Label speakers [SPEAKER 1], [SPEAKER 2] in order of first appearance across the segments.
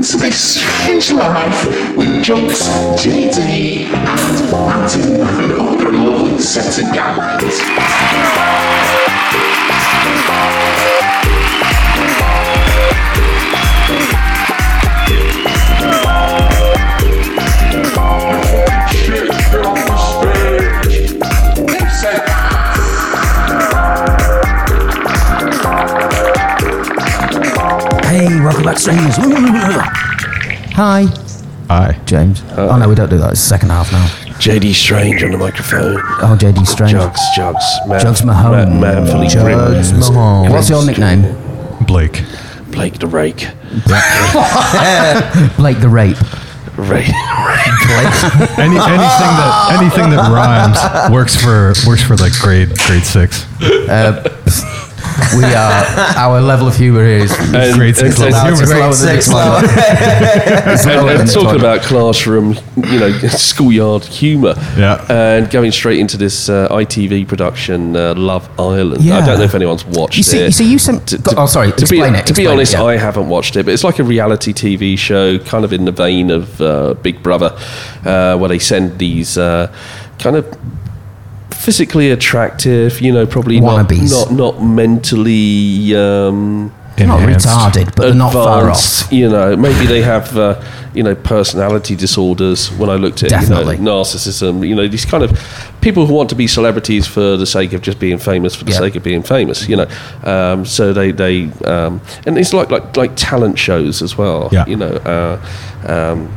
[SPEAKER 1] exchange life with jokes, dating, and ranting, and other lovely setting galleries.
[SPEAKER 2] Hey, welcome back, strangers. Hi.
[SPEAKER 3] Aye.
[SPEAKER 2] James. oh, no, we don't do that. It's the second half now.
[SPEAKER 4] JD Strange on the microphone.
[SPEAKER 2] Oh, JD Strange.
[SPEAKER 4] Jugs, Jugs, man,
[SPEAKER 2] Jugs Mahone.
[SPEAKER 4] man, manfully
[SPEAKER 2] Jugs
[SPEAKER 4] grim.
[SPEAKER 3] Mahone.
[SPEAKER 2] What's your nickname?
[SPEAKER 3] Blake.
[SPEAKER 4] Blake the Rake.
[SPEAKER 2] Blake the Rape.
[SPEAKER 4] Right.
[SPEAKER 3] Any, anything that anything that rhymes works for works for like grade grade six.
[SPEAKER 2] We are, our level of humour is
[SPEAKER 4] And,
[SPEAKER 3] Grade six
[SPEAKER 4] and-
[SPEAKER 3] level.
[SPEAKER 4] and-
[SPEAKER 3] It's
[SPEAKER 2] lower than
[SPEAKER 5] six
[SPEAKER 2] this one. It's
[SPEAKER 4] and-
[SPEAKER 2] lower
[SPEAKER 4] and
[SPEAKER 2] than this
[SPEAKER 4] talking
[SPEAKER 2] one.
[SPEAKER 4] about classroom, you know, schoolyard humour.
[SPEAKER 3] Yeah.
[SPEAKER 4] And going straight into this uh, ITV production, uh, Love Island. I
[SPEAKER 2] Yeah.
[SPEAKER 4] don't know if anyone's watched
[SPEAKER 2] You see,
[SPEAKER 4] it.
[SPEAKER 2] you see, you sent.
[SPEAKER 4] To- to-
[SPEAKER 2] oh, sorry.
[SPEAKER 4] To be,
[SPEAKER 2] explain it.
[SPEAKER 4] to be
[SPEAKER 2] explain it,
[SPEAKER 4] honest,
[SPEAKER 2] yeah.
[SPEAKER 4] I haven't watched it, but it's like a reality TV show, kind of in the vein of uh, Big Brother, uh, where they send these uh, kind of physically attractive, you know, probably not,
[SPEAKER 2] Wannabes.
[SPEAKER 4] not not mentally. Um,
[SPEAKER 2] not
[SPEAKER 3] Enhanced.
[SPEAKER 2] retarded, but not far off.
[SPEAKER 4] advanced, You know, maybe they have, uh, you know, personality disorders. When I looked at
[SPEAKER 2] Definitely.
[SPEAKER 4] you know, narcissism, you know, these kind of people who want to be celebrities for the sake of just being famous, for the
[SPEAKER 2] Yeah.
[SPEAKER 4] sake of being famous. You know, um, so they they um, and it's like like like talent shows as well.
[SPEAKER 3] Yeah.
[SPEAKER 4] You know, uh, um,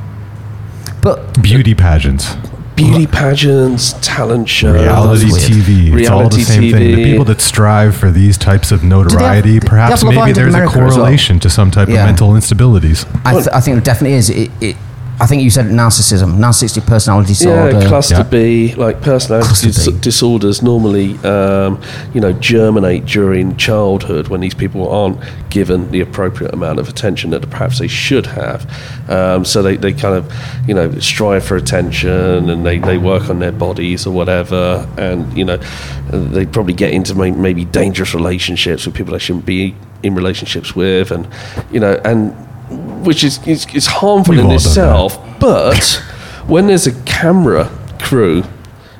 [SPEAKER 2] But
[SPEAKER 3] Beauty pageants.
[SPEAKER 4] beauty pageants, talent shows.
[SPEAKER 3] Reality
[SPEAKER 2] that's weird.
[SPEAKER 3] TV. It's all the
[SPEAKER 4] Reality
[SPEAKER 3] same thing. The
[SPEAKER 4] TV.
[SPEAKER 3] people that strive for these types of notoriety,
[SPEAKER 2] they have
[SPEAKER 3] perhaps
[SPEAKER 2] Love
[SPEAKER 3] maybe
[SPEAKER 2] Island in
[SPEAKER 3] there's a
[SPEAKER 2] America as well?
[SPEAKER 3] correlation to some type
[SPEAKER 2] Yeah.
[SPEAKER 3] of mental instabilities.
[SPEAKER 2] I, th- I think it definitely is. It, it, I think you said narcissism, narcissistic personality disorder.
[SPEAKER 4] Yeah, cluster
[SPEAKER 3] Yeah.
[SPEAKER 4] B, like personality
[SPEAKER 2] Cluster
[SPEAKER 4] dis-
[SPEAKER 2] B.
[SPEAKER 4] disorders normally, um, you know, germinate during childhood when these people aren't given the appropriate amount of attention that perhaps they should have. Um, so they, they kind of, you know, strive for attention and they, they work on their bodies or whatever. And, you know, they probably get into may- maybe dangerous relationships with people they shouldn't be in relationships with. And, you know, and which is, is, is harmful
[SPEAKER 3] We've
[SPEAKER 4] in
[SPEAKER 3] all done that.
[SPEAKER 4] itself. But when there's a camera crew
[SPEAKER 2] e-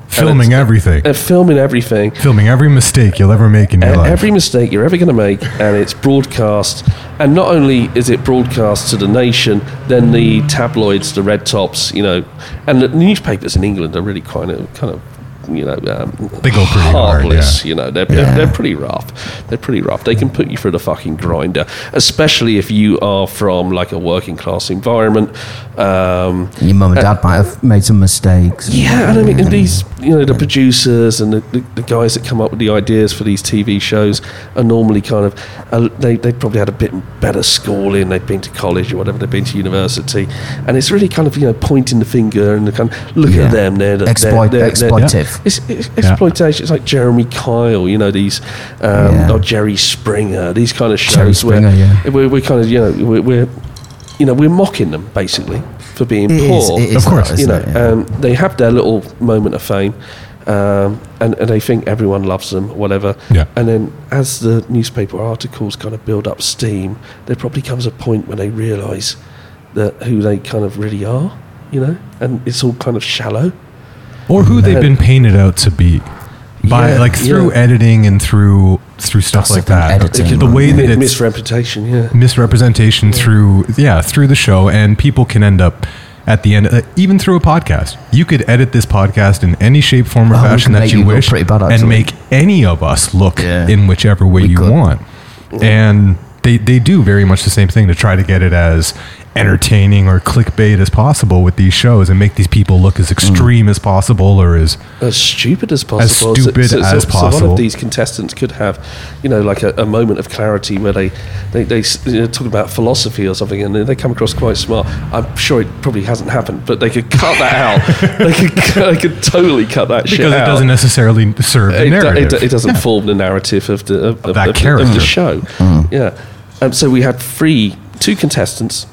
[SPEAKER 3] Filming everything.
[SPEAKER 4] and filming everything,
[SPEAKER 3] Filming every mistake you'll ever make in your
[SPEAKER 2] e-
[SPEAKER 4] and
[SPEAKER 3] life.
[SPEAKER 4] every mistake you're ever going to make, and it's broadcast, and not only is it broadcast to the nation, then the tabloids, the red tops, you know, and the newspapers in England are really kind of kind of. You know, um,
[SPEAKER 3] They go pretty hard,
[SPEAKER 4] heartless,
[SPEAKER 3] yeah.
[SPEAKER 4] You know, they're, they're, they're pretty rough. They're pretty rough. They can put you through the fucking grinder, especially if you are from like a working class environment. Um,
[SPEAKER 2] Your mum and dad might have made some mistakes.
[SPEAKER 4] yeah, and I mean, and these, you know, the producers and the, the, the guys that come up with the ideas for these TV shows are normally kind of, uh, they, they probably had a bit better schooling, they've been to college or whatever, they've been to university. And it's really kind of, you know, pointing the finger and the kind of, look
[SPEAKER 2] Yeah.
[SPEAKER 4] at them, they're, the- they're,
[SPEAKER 2] Exploit,
[SPEAKER 4] they're, they're-
[SPEAKER 2] exploitative.
[SPEAKER 4] it's, it's exploitation. It's like Jeremy Kyle, you know, these, um,
[SPEAKER 2] Yeah.
[SPEAKER 4] or Jerry Springer, these kind of shows
[SPEAKER 2] Jerry Springer,
[SPEAKER 4] where
[SPEAKER 2] yeah.
[SPEAKER 4] we're, we're kind of, you know, we're, we're, you know, we're mocking them basically for being
[SPEAKER 2] It is-
[SPEAKER 4] poor
[SPEAKER 2] it is
[SPEAKER 3] Of course.
[SPEAKER 2] that, isn't
[SPEAKER 4] you know,
[SPEAKER 2] it? Yeah.
[SPEAKER 4] um, they have their little moment of fame, um, and, and they think everyone loves them, whatever.
[SPEAKER 3] Yeah.
[SPEAKER 4] And then, as the newspaper articles kind of build up steam, there probably comes a point when they realise that who they kind of really are, you know, and it's all kind of shallow.
[SPEAKER 3] or who they've been painted out to be by
[SPEAKER 4] Yeah,
[SPEAKER 3] like through
[SPEAKER 4] yeah.
[SPEAKER 3] editing and through through stuff
[SPEAKER 2] Also
[SPEAKER 3] like
[SPEAKER 2] through
[SPEAKER 3] that
[SPEAKER 2] editing.
[SPEAKER 3] the way that
[SPEAKER 4] Mi-
[SPEAKER 3] it's
[SPEAKER 4] misrepresentation, yeah.
[SPEAKER 3] misrepresentation through yeah through the show and people can end up at the end uh, even through a podcast you could edit this podcast in any shape form or
[SPEAKER 2] Oh, we
[SPEAKER 3] fashion
[SPEAKER 2] could
[SPEAKER 3] that
[SPEAKER 2] make
[SPEAKER 3] you
[SPEAKER 2] you look
[SPEAKER 3] wish
[SPEAKER 2] pretty bad,
[SPEAKER 3] and
[SPEAKER 2] actually.
[SPEAKER 3] make any of us look
[SPEAKER 2] Yeah.
[SPEAKER 3] in whichever way
[SPEAKER 2] We
[SPEAKER 3] you
[SPEAKER 2] could.
[SPEAKER 3] want and they, they do very much the same thing to try to get it as entertaining or clickbait as possible with these shows and make these people look
[SPEAKER 2] Mm.
[SPEAKER 3] as extreme as possible or as
[SPEAKER 4] As stupid as possible.
[SPEAKER 3] stupid as
[SPEAKER 4] So one
[SPEAKER 3] possible.
[SPEAKER 4] of these contestants could have, you know, like a, a moment of clarity where they, they, they s- you know, talk about philosophy or something and they come across quite smart. I'm sure it probably hasn't happened, but they could cut that out. they, could, they could totally cut that shit
[SPEAKER 3] because it
[SPEAKER 4] out.
[SPEAKER 3] doesn't necessarily serve the
[SPEAKER 4] It do- it do-
[SPEAKER 3] narrative.
[SPEAKER 4] It, doesn't form the narrative of the of, of,
[SPEAKER 3] that
[SPEAKER 4] of the- of
[SPEAKER 3] character. Mm.
[SPEAKER 4] the show. Yeah. Um, so we had three, two contestants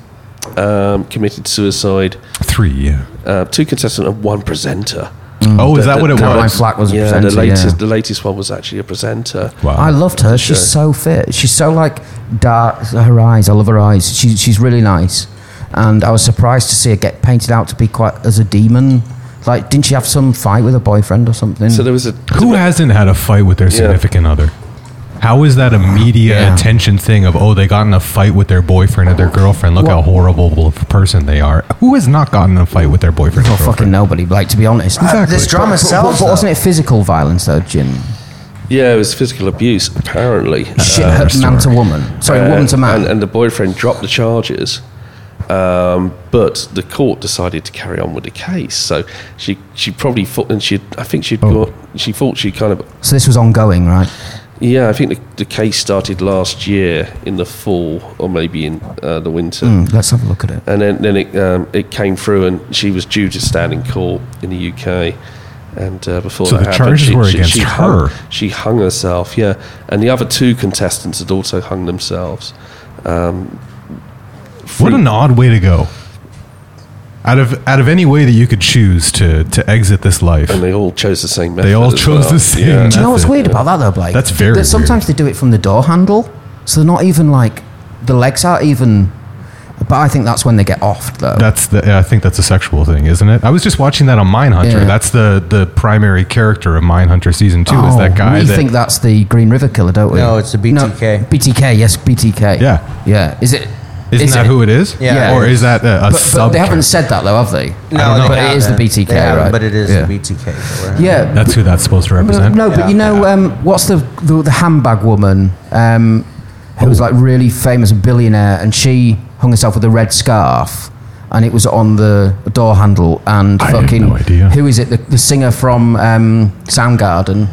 [SPEAKER 4] um, committed suicide,
[SPEAKER 3] Three, yeah.
[SPEAKER 4] uh, two contestants and one presenter.
[SPEAKER 2] Mm.
[SPEAKER 3] Oh, is that what it
[SPEAKER 2] Caroline
[SPEAKER 3] was?
[SPEAKER 2] Flack was a
[SPEAKER 4] yeah,
[SPEAKER 2] presenter.
[SPEAKER 4] the latest
[SPEAKER 2] yeah.
[SPEAKER 4] the latest one was actually a presenter.
[SPEAKER 3] Wow.
[SPEAKER 2] I loved her. She's so fit. She's so like dark. Her eyes. I love her eyes. She, she's really nice. and I was surprised to see her get painted out to be quite as a demon. Like, didn't she have some fight with her boyfriend or something?
[SPEAKER 4] So there was a
[SPEAKER 3] Who hasn't had a fight with their significant other? How is that a media
[SPEAKER 2] Yeah.
[SPEAKER 3] attention thing of oh they got in a fight with their boyfriend or their girlfriend? Look how horrible of a person they are. Who has not gotten in a fight with their boyfriend? or
[SPEAKER 2] Well, Oh, fucking
[SPEAKER 3] girlfriend?
[SPEAKER 2] nobody. Like, to be honest,
[SPEAKER 3] Exactly.
[SPEAKER 2] this drama sells. But wasn't it physical violence though, Jim?
[SPEAKER 4] yeah, it was physical abuse apparently.
[SPEAKER 2] Shit,
[SPEAKER 3] Um,
[SPEAKER 4] Uh,
[SPEAKER 2] hurt man to
[SPEAKER 3] story.
[SPEAKER 2] woman. Sorry,
[SPEAKER 3] Uh,
[SPEAKER 2] woman to man.
[SPEAKER 4] And, and the boyfriend dropped the charges, um, but the court decided to carry on with the case. So she she probably thought, and she I think she'd
[SPEAKER 3] Oh.
[SPEAKER 4] got she thought she kind of
[SPEAKER 2] so this was ongoing, right?
[SPEAKER 4] yeah I think the, the case started last year in the fall or maybe in uh, the winter.
[SPEAKER 2] Mm, let's have a look at it.
[SPEAKER 4] And then, then it, um, it came through, and she was due to stand in court in the UK. And uh, before
[SPEAKER 3] So
[SPEAKER 4] that
[SPEAKER 3] the
[SPEAKER 4] happened,
[SPEAKER 3] charges were against her.
[SPEAKER 4] Hung, she hung herself, yeah. And the other two contestants had also hung themselves. Um,
[SPEAKER 3] What an odd way to go. Out of out of any way that you could choose to to exit this life,
[SPEAKER 4] And they all chose the same method.
[SPEAKER 3] they all
[SPEAKER 4] as
[SPEAKER 3] chose
[SPEAKER 4] well.
[SPEAKER 3] the same.
[SPEAKER 4] Yeah.
[SPEAKER 2] Do you know what's
[SPEAKER 3] method.
[SPEAKER 2] weird about that though, Blake?
[SPEAKER 3] That's very
[SPEAKER 2] That sometimes they do it from the door handle, so they're not even like the legs aren't even. But I think that's when they get off though.
[SPEAKER 3] That's the. I think that's a sexual thing, isn't it? I was just watching that on Mindhunter.
[SPEAKER 2] Yeah.
[SPEAKER 3] That's the the primary character of Mindhunter season two
[SPEAKER 2] Oh,
[SPEAKER 3] is that guy.
[SPEAKER 2] We
[SPEAKER 3] that,
[SPEAKER 2] think that's the Green River Killer, don't we?
[SPEAKER 6] No, it's the BTK.
[SPEAKER 2] BTK, yes, BTK.
[SPEAKER 3] Yeah.
[SPEAKER 2] yeah. Is it?
[SPEAKER 3] isn't
[SPEAKER 2] is
[SPEAKER 3] that
[SPEAKER 2] it-
[SPEAKER 3] who it is?
[SPEAKER 6] Yeah. Yeah.
[SPEAKER 3] Or is that a, a
[SPEAKER 2] But, but
[SPEAKER 3] sub?
[SPEAKER 2] they haven't said that though, have they?
[SPEAKER 3] don't know.
[SPEAKER 6] they
[SPEAKER 2] but it is the
[SPEAKER 6] haven't.
[SPEAKER 2] BTK,
[SPEAKER 6] They haven't,
[SPEAKER 2] right?
[SPEAKER 6] But it is
[SPEAKER 2] yeah.
[SPEAKER 6] the BTK. that we're-
[SPEAKER 2] Yeah,
[SPEAKER 3] That's who that's supposed to represent.
[SPEAKER 2] No, but you know um, what's the, the the handbag woman um, who was like really famous billionaire, and she hung herself with a red scarf, and it was on the door handle. And
[SPEAKER 3] I have
[SPEAKER 2] fucking
[SPEAKER 3] no idea.
[SPEAKER 2] who is it? The, the singer from um, Soundgarden,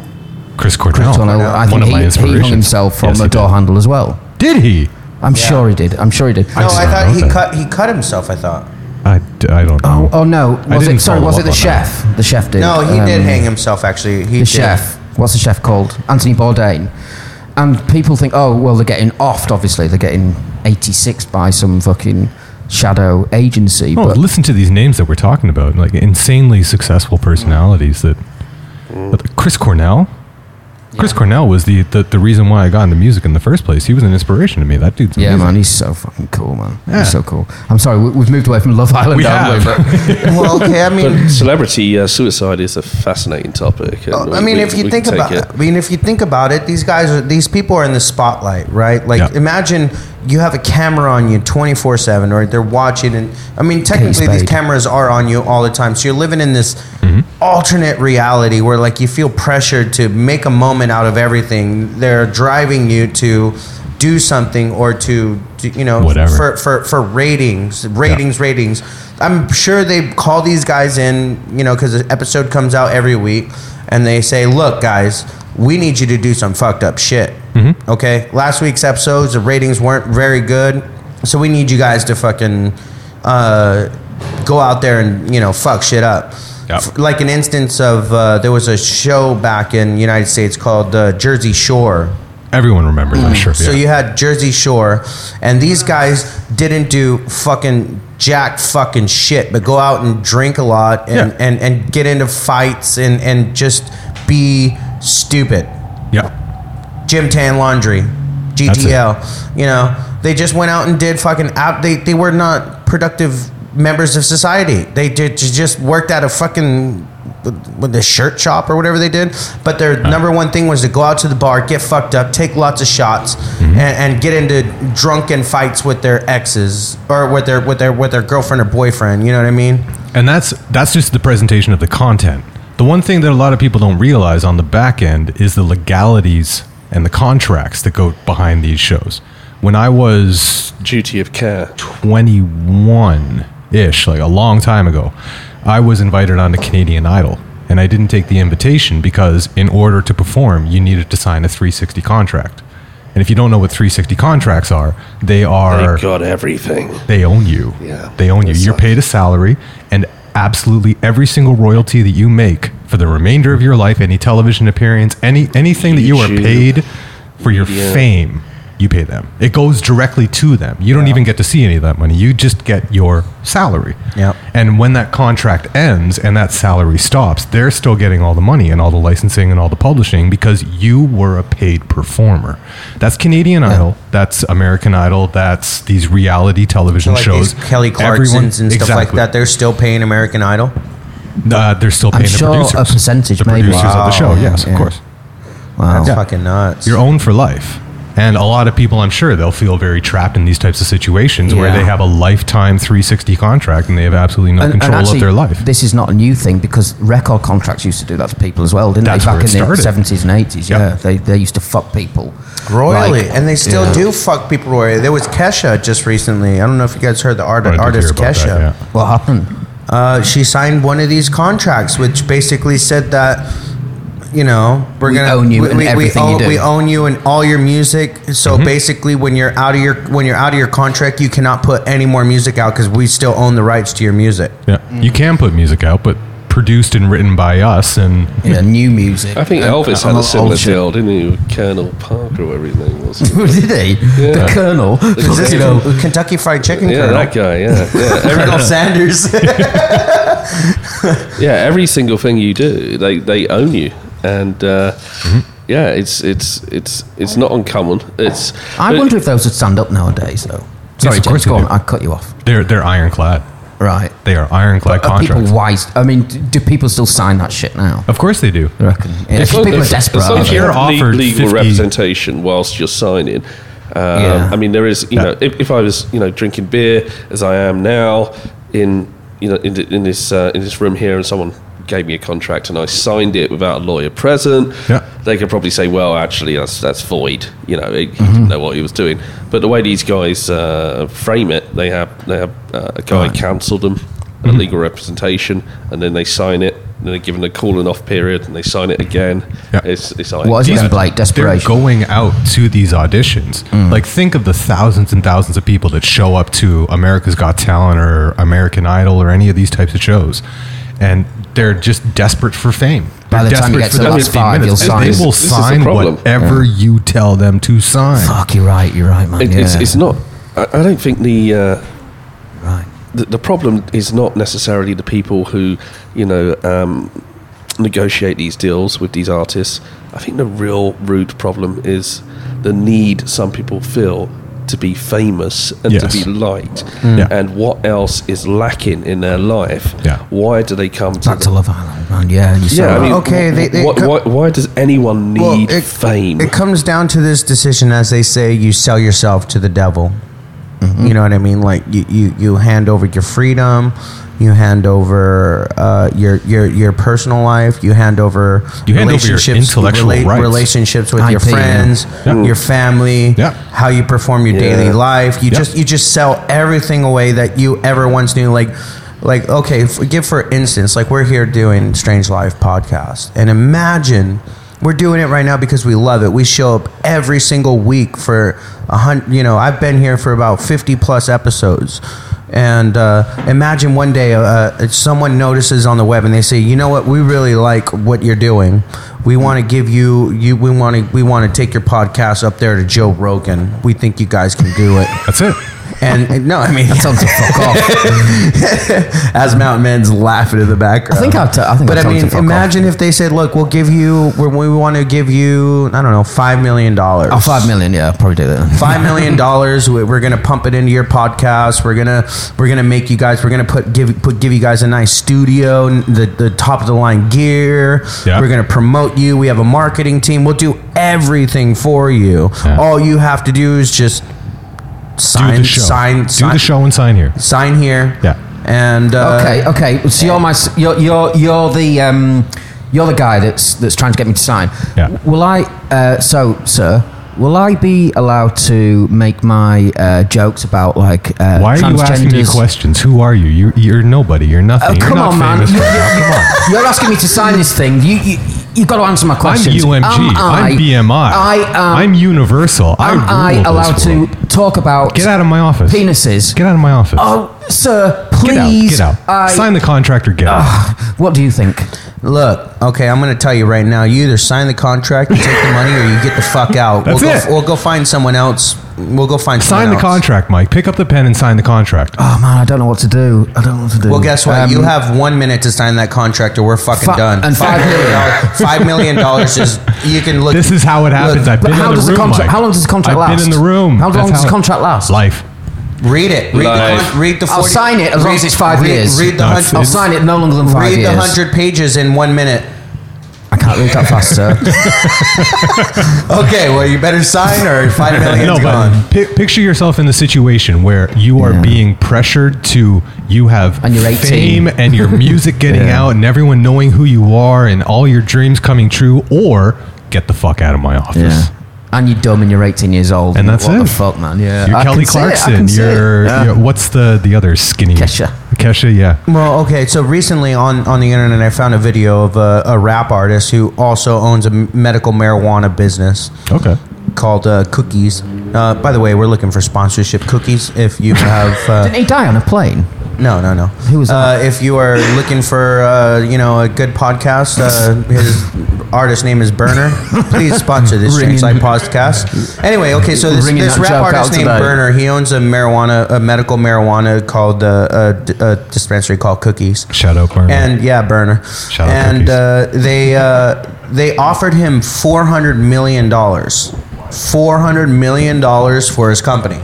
[SPEAKER 2] Chris
[SPEAKER 3] Chris Cornell.
[SPEAKER 2] Cornell, I
[SPEAKER 3] Oh, One
[SPEAKER 2] think
[SPEAKER 3] of my
[SPEAKER 2] he, he
[SPEAKER 3] inspirations.
[SPEAKER 2] hung himself from
[SPEAKER 3] Yes,
[SPEAKER 2] a
[SPEAKER 3] he
[SPEAKER 2] door
[SPEAKER 3] did.
[SPEAKER 2] handle as well.
[SPEAKER 3] Did he?
[SPEAKER 2] I'm sure he did. I'm sure he did. Oh,
[SPEAKER 6] No,
[SPEAKER 3] just
[SPEAKER 6] I
[SPEAKER 3] don't
[SPEAKER 6] thought
[SPEAKER 3] know
[SPEAKER 6] he
[SPEAKER 3] that.
[SPEAKER 6] cut. He cut himself. I thought.
[SPEAKER 3] I, d- I don't know.
[SPEAKER 2] Oh, oh no!
[SPEAKER 3] I
[SPEAKER 2] Was
[SPEAKER 3] didn't
[SPEAKER 2] it sorry?
[SPEAKER 3] follow
[SPEAKER 2] Was it
[SPEAKER 3] up
[SPEAKER 2] the
[SPEAKER 3] on that.
[SPEAKER 2] chef? The chef did.
[SPEAKER 6] No, he did
[SPEAKER 2] um,
[SPEAKER 6] hang himself. Actually,
[SPEAKER 2] the
[SPEAKER 6] he did.
[SPEAKER 2] chef. What's the chef called? Anthony Bourdain. And people think, oh, well, they're getting offed, obviously. They're getting 86 by some fucking shadow agency.
[SPEAKER 3] Oh,
[SPEAKER 2] but
[SPEAKER 3] listen to these names that we're talking about, like insanely successful personalities. That, but Chris Cornell, Chris Cornell was the, the the reason why I got into music in the first place. He was an inspiration to me. That dude's
[SPEAKER 2] yeah,
[SPEAKER 3] amazing.
[SPEAKER 2] man, he's so fucking cool, man.
[SPEAKER 3] Yeah.
[SPEAKER 2] He's so cool. I'm sorry, we, we've moved away from Love Island,
[SPEAKER 3] We
[SPEAKER 2] haven't
[SPEAKER 3] have.
[SPEAKER 2] we? But
[SPEAKER 6] well, okay. I mean,
[SPEAKER 4] But celebrity uh, suicide is a fascinating topic. and
[SPEAKER 6] Oh,
[SPEAKER 4] we-
[SPEAKER 6] I mean,
[SPEAKER 4] we-
[SPEAKER 6] if you
[SPEAKER 4] we
[SPEAKER 6] think
[SPEAKER 4] take
[SPEAKER 6] about,
[SPEAKER 4] it.
[SPEAKER 6] I mean, if you think about it, these guys, are, these people are in the spotlight, right? Like,
[SPEAKER 3] Yeah.
[SPEAKER 6] imagine you have a camera on you twenty four seven, right? They're watching, and I mean, technically, these
[SPEAKER 2] spade.
[SPEAKER 6] cameras are on you all the time, so you're living in this
[SPEAKER 4] Mm-hmm.
[SPEAKER 6] alternate reality where, like, you feel pressured to make a moment out of everything. They're driving you to do something or to, to you know,
[SPEAKER 3] Whatever.
[SPEAKER 6] for for, for ratings, ratings, ratings. I'm sure they call these guys in, you know, because the episode comes out every week, and they say, "Look, guys, we need you to do some fucked up shit." Okay, last week's episodes, the ratings weren't very good, so we need you guys to fucking uh, go out there and you know fuck shit up.
[SPEAKER 3] Yep.
[SPEAKER 6] F- Like an instance of uh, there was a show back in United States called uh, Jersey Shore.
[SPEAKER 3] Everyone remembers,
[SPEAKER 2] Mm.
[SPEAKER 3] I'm sure.
[SPEAKER 6] So
[SPEAKER 3] yeah.
[SPEAKER 6] you had Jersey Shore, and these guys didn't do fucking jack fucking shit, but go out and drink a lot and,
[SPEAKER 3] Yeah.
[SPEAKER 6] and, and get into fights and, and just be stupid.
[SPEAKER 3] yeah,
[SPEAKER 6] Jim Tan Laundry, GTL. You know, they just went out and did fucking out. They, they were not productive members of society. They did ju- just worked at a fucking with the shirt shop or whatever they did. But their
[SPEAKER 3] Uh-huh.
[SPEAKER 6] number one thing was to go out to the bar, get fucked up, take lots of shots,
[SPEAKER 3] Mm-hmm.
[SPEAKER 6] and, and get into drunken fights with their exes or with their with their with their girlfriend or boyfriend. You know what I mean?
[SPEAKER 3] and that's that's just the presentation of the content. The one thing that a lot of people don't realize on the back end is the legalities and the contracts that go behind these shows. When I was
[SPEAKER 4] duty of care.
[SPEAKER 3] 21 ish, like a long time ago, I was invited on to Canadian Idol. And I didn't take the invitation because, in order to perform, you needed to sign a 360 contract. And if you don't know what 360 contracts are, they are
[SPEAKER 4] They got everything.
[SPEAKER 3] they own you.
[SPEAKER 4] Yeah.
[SPEAKER 3] They own you.
[SPEAKER 4] That
[SPEAKER 3] You're
[SPEAKER 4] sucks.
[SPEAKER 3] paid a salary and absolutely every single royalty that you make for the remainder of your life, any television appearance, any anything that you are
[SPEAKER 4] YouTube.
[SPEAKER 3] paid for your
[SPEAKER 4] Yeah.
[SPEAKER 3] fame you pay them. It goes directly to them. You don't even get to see any of that money. You just get your salary.
[SPEAKER 6] Yep.
[SPEAKER 3] And when that contract ends and that salary stops, they're still getting all the money and all the licensing and all the publishing because you were a paid performer. That's Canadian Idol. That's American Idol. That's these reality television
[SPEAKER 6] Like
[SPEAKER 3] shows.
[SPEAKER 6] these Kelly Clarksons
[SPEAKER 3] Everyone-
[SPEAKER 6] and stuff like
[SPEAKER 3] Exactly.
[SPEAKER 6] that. They're still paying American Idol.
[SPEAKER 3] Uh, they're still
[SPEAKER 2] I'm
[SPEAKER 3] paying the
[SPEAKER 2] sure a
[SPEAKER 3] producers.
[SPEAKER 2] percentage,
[SPEAKER 3] the
[SPEAKER 2] maybe.
[SPEAKER 3] producers of the show.
[SPEAKER 2] Wow.
[SPEAKER 3] Yes,
[SPEAKER 2] Yeah.
[SPEAKER 3] of course.
[SPEAKER 6] That's
[SPEAKER 3] Yeah.
[SPEAKER 6] fucking nuts.
[SPEAKER 3] You're owned for life. And a lot of people, I'm sure, they'll feel very trapped in these types of situations where
[SPEAKER 6] Yeah.
[SPEAKER 3] they have a lifetime 360 contract and they have absolutely no control of their life.
[SPEAKER 2] This is not a new thing because record contracts used to do that to people as well, didn't
[SPEAKER 3] That's
[SPEAKER 2] they?
[SPEAKER 3] where
[SPEAKER 2] Back in
[SPEAKER 3] it started.
[SPEAKER 2] the seventies and eighties,
[SPEAKER 3] Yep.
[SPEAKER 2] yeah, they they used to fuck people
[SPEAKER 6] Royally,
[SPEAKER 2] Like,
[SPEAKER 6] and they still
[SPEAKER 2] yeah.
[SPEAKER 6] do fuck people royally. There was Kesha just recently. I don't know if you guys heard the art,
[SPEAKER 3] I did hear
[SPEAKER 6] artist
[SPEAKER 3] about that,
[SPEAKER 6] Kesha.
[SPEAKER 3] yeah.
[SPEAKER 2] What happened?
[SPEAKER 6] uh, she signed one of these contracts, which basically said that you know we're
[SPEAKER 2] We
[SPEAKER 6] gonna
[SPEAKER 2] own you in everything
[SPEAKER 6] own,
[SPEAKER 2] you do.
[SPEAKER 6] we own you and all your music. So basically, when you're out of your when you're out of your contract, you cannot put any more music out because we still own the rights to your music.
[SPEAKER 3] Yeah. You can put music out, but produced and written by us and
[SPEAKER 2] Yeah, new music.
[SPEAKER 4] I think
[SPEAKER 2] And- and
[SPEAKER 4] Elvis had a
[SPEAKER 2] old
[SPEAKER 4] similar
[SPEAKER 2] shit.
[SPEAKER 4] deal, didn't he? With Colonel Parker or everything was. he?
[SPEAKER 2] Did he? The Colonel.
[SPEAKER 6] Is this
[SPEAKER 2] you know,
[SPEAKER 6] Kentucky Fried Chicken?
[SPEAKER 4] Yeah,
[SPEAKER 6] Colonel?
[SPEAKER 4] that guy. Yeah, yeah. Every-
[SPEAKER 6] Colonel Sanders.
[SPEAKER 4] yeah, every single thing you do, they they own you, and uh, yeah, it's it's it's it's not uncommon. It's
[SPEAKER 2] I
[SPEAKER 4] but-
[SPEAKER 2] wonder if those would stand up nowadays, though. Sorry,
[SPEAKER 3] of course
[SPEAKER 2] James, go
[SPEAKER 3] they
[SPEAKER 2] on.
[SPEAKER 3] do.
[SPEAKER 2] I cut you off.
[SPEAKER 3] they're, they're ironclad.
[SPEAKER 2] Right.
[SPEAKER 3] They are ironclad
[SPEAKER 2] Are uh, people
[SPEAKER 3] contracts.
[SPEAKER 2] wise? I mean, d- do people still sign that shit now?
[SPEAKER 3] Of course they do.
[SPEAKER 2] I reckon. Yeah,
[SPEAKER 4] as long-
[SPEAKER 2] people
[SPEAKER 4] as-
[SPEAKER 2] are desperate.
[SPEAKER 4] As long
[SPEAKER 2] aren't
[SPEAKER 4] as you're
[SPEAKER 3] You're
[SPEAKER 2] they?
[SPEAKER 4] offered
[SPEAKER 3] offered
[SPEAKER 4] legal
[SPEAKER 3] 50
[SPEAKER 4] representation whilst you're signing. Um,
[SPEAKER 2] Yeah.
[SPEAKER 4] I mean, there is, you know, if, if I was, you know, drinking beer as I am now in, you know, in, th- in this uh, in this room here, and someone gave me a contract and I signed it without a lawyer present,
[SPEAKER 3] Yeah.
[SPEAKER 4] they could probably say, well, actually, that's that's void. You know, he, he
[SPEAKER 2] Mm-hmm.
[SPEAKER 4] didn't know what he was doing. But the way these guys uh, frame it, they have they have uh, a guy counsel them a
[SPEAKER 2] Mm-hmm.
[SPEAKER 4] legal representation, and then they sign it. And they're given a cooling off period, and they sign it again.
[SPEAKER 3] Yeah.
[SPEAKER 4] It's it's like
[SPEAKER 2] What is it
[SPEAKER 3] These-
[SPEAKER 2] then, Blake? Desperation. Mm.
[SPEAKER 3] They're going out to these auditions. Like, think of the thousands and thousands of people that show up to America's Got Talent or American Idol or any of these types of shows, and they're just desperate for fame.
[SPEAKER 2] By
[SPEAKER 3] They're
[SPEAKER 2] the time you
[SPEAKER 3] desperate
[SPEAKER 2] get to
[SPEAKER 3] for
[SPEAKER 2] the
[SPEAKER 3] that
[SPEAKER 2] last
[SPEAKER 3] 15
[SPEAKER 2] five,
[SPEAKER 3] minutes.
[SPEAKER 2] you'll
[SPEAKER 3] And
[SPEAKER 2] sign.
[SPEAKER 3] They will
[SPEAKER 4] This is the
[SPEAKER 3] sign
[SPEAKER 4] problem.
[SPEAKER 3] whatever you tell them to sign.
[SPEAKER 2] Fuck, you're right. You're right, man.
[SPEAKER 4] It,
[SPEAKER 2] yeah.
[SPEAKER 4] it's, it's not. I, I don't think the, uh,
[SPEAKER 2] right.
[SPEAKER 4] the the problem is not necessarily the people who, you know, um, negotiate these deals with these artists. I think the real root problem is the need some people feel to be famous and
[SPEAKER 3] Yes. Mm.
[SPEAKER 4] to be liked.
[SPEAKER 3] Yeah.
[SPEAKER 4] And what else is lacking in their life?
[SPEAKER 3] Yeah.
[SPEAKER 4] Why do they come to?
[SPEAKER 2] Back to
[SPEAKER 4] The,
[SPEAKER 2] Love Island, man. Yeah, and you saw
[SPEAKER 4] yeah, I
[SPEAKER 2] that.
[SPEAKER 4] mean,
[SPEAKER 6] Okay, they- they
[SPEAKER 4] why,
[SPEAKER 6] co-
[SPEAKER 4] why, why does anyone need fame?
[SPEAKER 6] It comes down to this decision, as they say, you sell yourself to the devil.
[SPEAKER 3] Mm-hmm.
[SPEAKER 6] You know what I mean? Like you, you, you hand over your freedom, you hand over uh, your your your personal life, you hand over
[SPEAKER 3] You hand over your intellectual rights.
[SPEAKER 6] relationships with your
[SPEAKER 2] IP, yeah.
[SPEAKER 6] friends,
[SPEAKER 3] Yeah.
[SPEAKER 6] your family,
[SPEAKER 3] Yeah.
[SPEAKER 6] how you perform your daily
[SPEAKER 4] Yeah.
[SPEAKER 6] life. You
[SPEAKER 3] Yeah.
[SPEAKER 6] just you just sell everything away that you ever once knew. Like, like okay, f- give for instance, like we're here doing Strange Life podcast, and imagine we're doing it right now because we love it. We show up every single week for a hundred. You know, I've been here for about fifty plus episodes. And uh, imagine one day uh, if someone notices on the web and they say, "You know what? We really like what you're doing. We want to give you you. We want to we want to take your podcast up there to Joe Rogan. We think you guys can do it."
[SPEAKER 3] That's it.
[SPEAKER 6] And and no, I mean,
[SPEAKER 2] Tell them to fuck off.
[SPEAKER 6] as Mountain Men's laughing in the background.
[SPEAKER 2] I think I'll t- I think
[SPEAKER 6] but
[SPEAKER 2] I'll tell
[SPEAKER 6] I
[SPEAKER 2] him
[SPEAKER 6] mean,
[SPEAKER 2] to fuck
[SPEAKER 6] imagine if they said, "Look, we'll give you. we we want to give you. I don't know, five million dollars.
[SPEAKER 2] Oh, five million. Yeah, I'll probably do that.
[SPEAKER 6] Five million dollars. we- We're gonna pump it into your podcast. We're gonna we're gonna make you guys. We're gonna put give put give you guys a nice studio, n- the the top of the line gear.
[SPEAKER 3] Yeah.
[SPEAKER 6] We're gonna promote you. We have a marketing team. We'll do everything for you.
[SPEAKER 3] Yeah.
[SPEAKER 6] All you have to do is just
[SPEAKER 3] Do
[SPEAKER 6] sign
[SPEAKER 3] the show.
[SPEAKER 6] sign
[SPEAKER 3] Do
[SPEAKER 6] sign
[SPEAKER 3] the show and sign here.
[SPEAKER 6] sign here.
[SPEAKER 3] Yeah.
[SPEAKER 6] And uh,
[SPEAKER 2] Okay, okay. So you're my, s- you're, you're, you're the, um, you're the guy that's that's trying to get me to sign.
[SPEAKER 3] Yeah.
[SPEAKER 2] Will I? Uh, so, sir, will I be allowed to make my uh, jokes about like uh,
[SPEAKER 3] Why are you asking me
[SPEAKER 2] transgenders?
[SPEAKER 3] questions? Who are you? You're, you're nobody. You're nothing.
[SPEAKER 2] Oh,
[SPEAKER 3] you're
[SPEAKER 2] come
[SPEAKER 3] not
[SPEAKER 2] on, man.
[SPEAKER 3] famous right now. Come on.
[SPEAKER 2] You're asking me to sign this thing. You, you You've got to answer my
[SPEAKER 3] I'm
[SPEAKER 2] questions.
[SPEAKER 3] UMG.
[SPEAKER 2] Am I,
[SPEAKER 3] I'm BMI.
[SPEAKER 2] I am,
[SPEAKER 3] I'm universal. I
[SPEAKER 2] am
[SPEAKER 3] rule
[SPEAKER 2] I
[SPEAKER 3] this
[SPEAKER 2] allowed to
[SPEAKER 3] world.
[SPEAKER 2] talk about
[SPEAKER 3] get out of my office?
[SPEAKER 2] penises?
[SPEAKER 3] Get out of my office.
[SPEAKER 2] Oh, sir,
[SPEAKER 3] get out.
[SPEAKER 2] please.
[SPEAKER 3] Get out.
[SPEAKER 2] I-
[SPEAKER 3] Sign the contract or get out.
[SPEAKER 2] what do you think?
[SPEAKER 6] Look, okay, I'm gonna tell you right now. You either sign the contract, you take the money, or you get the fuck out.
[SPEAKER 3] That's
[SPEAKER 6] we'll,
[SPEAKER 3] it.
[SPEAKER 6] Go, we'll go find someone else. We'll go
[SPEAKER 3] Sign
[SPEAKER 6] find
[SPEAKER 3] the
[SPEAKER 6] someone else.
[SPEAKER 3] contract, Mike. Pick up the pen and sign the contract.
[SPEAKER 2] Oh man, I don't know what to do. I don't know what to do.
[SPEAKER 6] Well, guess what?
[SPEAKER 2] Um,
[SPEAKER 6] you have one minute to sign that contract, or we're fucking
[SPEAKER 2] Fi-
[SPEAKER 6] done.
[SPEAKER 2] and five million.
[SPEAKER 6] dollars. Five million dollars is you can look.
[SPEAKER 3] This is how it happens. I've
[SPEAKER 2] But
[SPEAKER 3] been
[SPEAKER 2] how
[SPEAKER 3] in the
[SPEAKER 2] does
[SPEAKER 3] room.
[SPEAKER 2] the contract?
[SPEAKER 3] Mike.
[SPEAKER 2] How long does the contract
[SPEAKER 3] I've
[SPEAKER 2] last?
[SPEAKER 3] been in the room.
[SPEAKER 2] How long
[SPEAKER 3] That's
[SPEAKER 2] does the
[SPEAKER 3] it-
[SPEAKER 2] contract last?
[SPEAKER 3] Life.
[SPEAKER 6] read it. Read
[SPEAKER 4] Live.
[SPEAKER 6] the con- read the. 40,
[SPEAKER 2] I'll sign it as long as it's five
[SPEAKER 6] read,
[SPEAKER 2] years.
[SPEAKER 6] Read the
[SPEAKER 3] No,
[SPEAKER 6] hundred.
[SPEAKER 3] it's-
[SPEAKER 2] I'll sign it no longer than five
[SPEAKER 6] Read
[SPEAKER 2] years.
[SPEAKER 6] the hundred pages in one minute.
[SPEAKER 2] I can't read that fast, sir.
[SPEAKER 6] Okay, well you better sign or five million's
[SPEAKER 3] No,
[SPEAKER 6] gone.
[SPEAKER 3] but pi- picture yourself in the situation where you are
[SPEAKER 2] Yeah.
[SPEAKER 3] being pressured to you have
[SPEAKER 2] And you're 18.
[SPEAKER 3] fame and your music getting
[SPEAKER 2] Yeah.
[SPEAKER 3] out and everyone knowing who you are and all your dreams coming true, or get the fuck out of my office.
[SPEAKER 2] And you're dumb and you're 18 years old.
[SPEAKER 3] And that's
[SPEAKER 2] what
[SPEAKER 3] it.
[SPEAKER 2] the fuck, man? Yeah.
[SPEAKER 3] You're
[SPEAKER 2] I can
[SPEAKER 3] Kelly
[SPEAKER 2] see it, I
[SPEAKER 3] Clarkson.
[SPEAKER 2] can see it.
[SPEAKER 3] You're,
[SPEAKER 2] Yeah.
[SPEAKER 3] you're- what's the the other skinny
[SPEAKER 2] Kesha.
[SPEAKER 3] Kesha, yeah.
[SPEAKER 6] Well, okay. So recently on, on the internet, I found a video of a, a rap artist who also owns a m- medical marijuana business.
[SPEAKER 3] Okay.
[SPEAKER 6] called uh, Cookies. Uh, by the way, we're looking for sponsorship cookies. If you have
[SPEAKER 2] Didn't
[SPEAKER 6] uh,
[SPEAKER 2] he die on a plane?
[SPEAKER 6] no, no, no.
[SPEAKER 2] Who was
[SPEAKER 6] uh,
[SPEAKER 2] that?
[SPEAKER 6] if you are looking for uh, you know a good podcast, uh, his artist name is Burner. Please sponsor this
[SPEAKER 2] Ringing-
[SPEAKER 6] Strange Life podcast. Anyway, okay, so this,
[SPEAKER 2] Ringing
[SPEAKER 6] this
[SPEAKER 2] that
[SPEAKER 6] rap
[SPEAKER 2] joke
[SPEAKER 6] artist
[SPEAKER 2] out
[SPEAKER 6] named
[SPEAKER 2] today.
[SPEAKER 6] Burner, he owns a marijuana, a medical marijuana called uh, a, d- a dispensary called Cookies.
[SPEAKER 3] Shout out Burner.
[SPEAKER 6] And yeah, burner.
[SPEAKER 3] Shout out
[SPEAKER 6] and
[SPEAKER 3] cookies.
[SPEAKER 6] uh, they uh, they offered him four hundred million dollars. Four hundred million dollars for his company.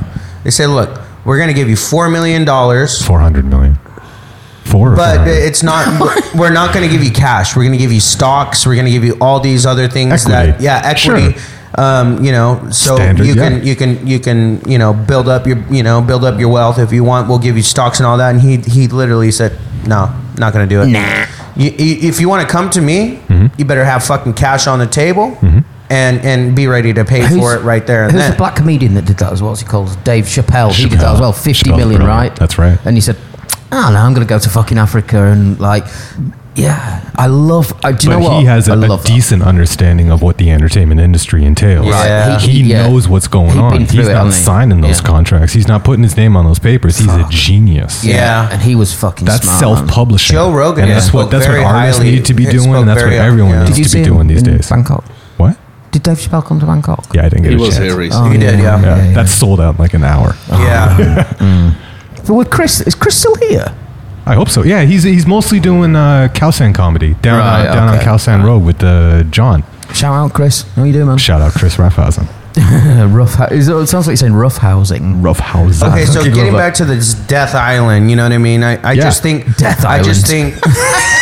[SPEAKER 6] They said, "Look, we're going to give you four million dollars,
[SPEAKER 3] Four hundred million. Four. Or
[SPEAKER 6] but
[SPEAKER 3] 400?
[SPEAKER 6] it's not. we're- We're not going to give you cash. We're going to give you stocks. We're going to give you all these other things that
[SPEAKER 3] Equity.
[SPEAKER 6] yeah, equity." Um, you know, so
[SPEAKER 3] Standard,
[SPEAKER 6] you
[SPEAKER 3] yeah.
[SPEAKER 6] can you can you can you know build up your you know build up your wealth if you want. We'll give you stocks and all that. And he he literally said, "No, not going to do it." Nah. You, you, if you want to come to me, you better have fucking cash on the table and and be ready to pay for it right there and
[SPEAKER 2] who's
[SPEAKER 6] then.
[SPEAKER 2] the black comedian that did that as well? What's he called? Dave Chappelle. He did that as well.
[SPEAKER 3] Chappelle.
[SPEAKER 2] Fifty
[SPEAKER 3] Chappelle's
[SPEAKER 2] million,
[SPEAKER 3] brilliant.
[SPEAKER 2] right?
[SPEAKER 3] That's right.
[SPEAKER 2] And he said, "I don't know. I'm going to go to fucking Africa and like, yeah, I love. I, do you
[SPEAKER 3] but
[SPEAKER 2] know what?
[SPEAKER 3] he has a,
[SPEAKER 2] I
[SPEAKER 3] a
[SPEAKER 2] love that.
[SPEAKER 3] decent understanding of what the entertainment industry entails.
[SPEAKER 6] Right. Yeah.
[SPEAKER 3] He,
[SPEAKER 2] He- yeah.
[SPEAKER 3] knows what's going
[SPEAKER 2] He'd
[SPEAKER 3] on.
[SPEAKER 2] been through
[SPEAKER 3] He's
[SPEAKER 2] it,
[SPEAKER 3] not
[SPEAKER 2] hadn't he?
[SPEAKER 3] signing those
[SPEAKER 2] Yeah.
[SPEAKER 3] contracts. He's not putting his name on those papers. He's a genius.
[SPEAKER 6] Yeah.
[SPEAKER 2] and he was fucking.
[SPEAKER 3] That's
[SPEAKER 2] smart, man.
[SPEAKER 3] self-publishing.
[SPEAKER 6] Joe Rogan
[SPEAKER 3] And that's what
[SPEAKER 6] spoke
[SPEAKER 3] that's what
[SPEAKER 6] very
[SPEAKER 3] artists
[SPEAKER 6] highly-
[SPEAKER 3] need to be
[SPEAKER 6] it
[SPEAKER 3] doing,
[SPEAKER 6] spoke
[SPEAKER 3] and that's what
[SPEAKER 6] very-
[SPEAKER 3] everyone
[SPEAKER 6] yeah.
[SPEAKER 3] needs
[SPEAKER 2] Did you
[SPEAKER 3] to
[SPEAKER 2] see
[SPEAKER 3] be
[SPEAKER 2] him
[SPEAKER 3] doing these
[SPEAKER 2] in
[SPEAKER 3] days.
[SPEAKER 2] Bangkok?
[SPEAKER 3] What?
[SPEAKER 2] Did Dave Chappelle come to Bangkok?
[SPEAKER 3] Yeah, I didn't get
[SPEAKER 4] He
[SPEAKER 3] a
[SPEAKER 4] was
[SPEAKER 3] chance.
[SPEAKER 4] here
[SPEAKER 2] Oh,
[SPEAKER 4] recently.
[SPEAKER 6] He did, yeah.
[SPEAKER 3] Yeah, that's sold out in like an hour.
[SPEAKER 6] Yeah.
[SPEAKER 2] But with Chris, is Chris still here?
[SPEAKER 3] I hope so. Yeah, he's he's mostly doing uh, Calsan comedy down
[SPEAKER 2] Right,
[SPEAKER 3] uh, down
[SPEAKER 2] okay.
[SPEAKER 3] on Calsan Road with uh, John.
[SPEAKER 2] Shout out, Chris. How you doing, man?
[SPEAKER 3] Shout out Chris Raffhausen.
[SPEAKER 2] Uh, rough. hou- is it it sounds like you're saying rough housing.
[SPEAKER 3] Rough house.
[SPEAKER 6] okay, so
[SPEAKER 2] Fucking
[SPEAKER 6] getting
[SPEAKER 2] love
[SPEAKER 6] back to this Death Island, you know what I mean? I, I
[SPEAKER 3] Yeah.
[SPEAKER 6] just think
[SPEAKER 2] Death
[SPEAKER 6] I just
[SPEAKER 2] Island.
[SPEAKER 6] think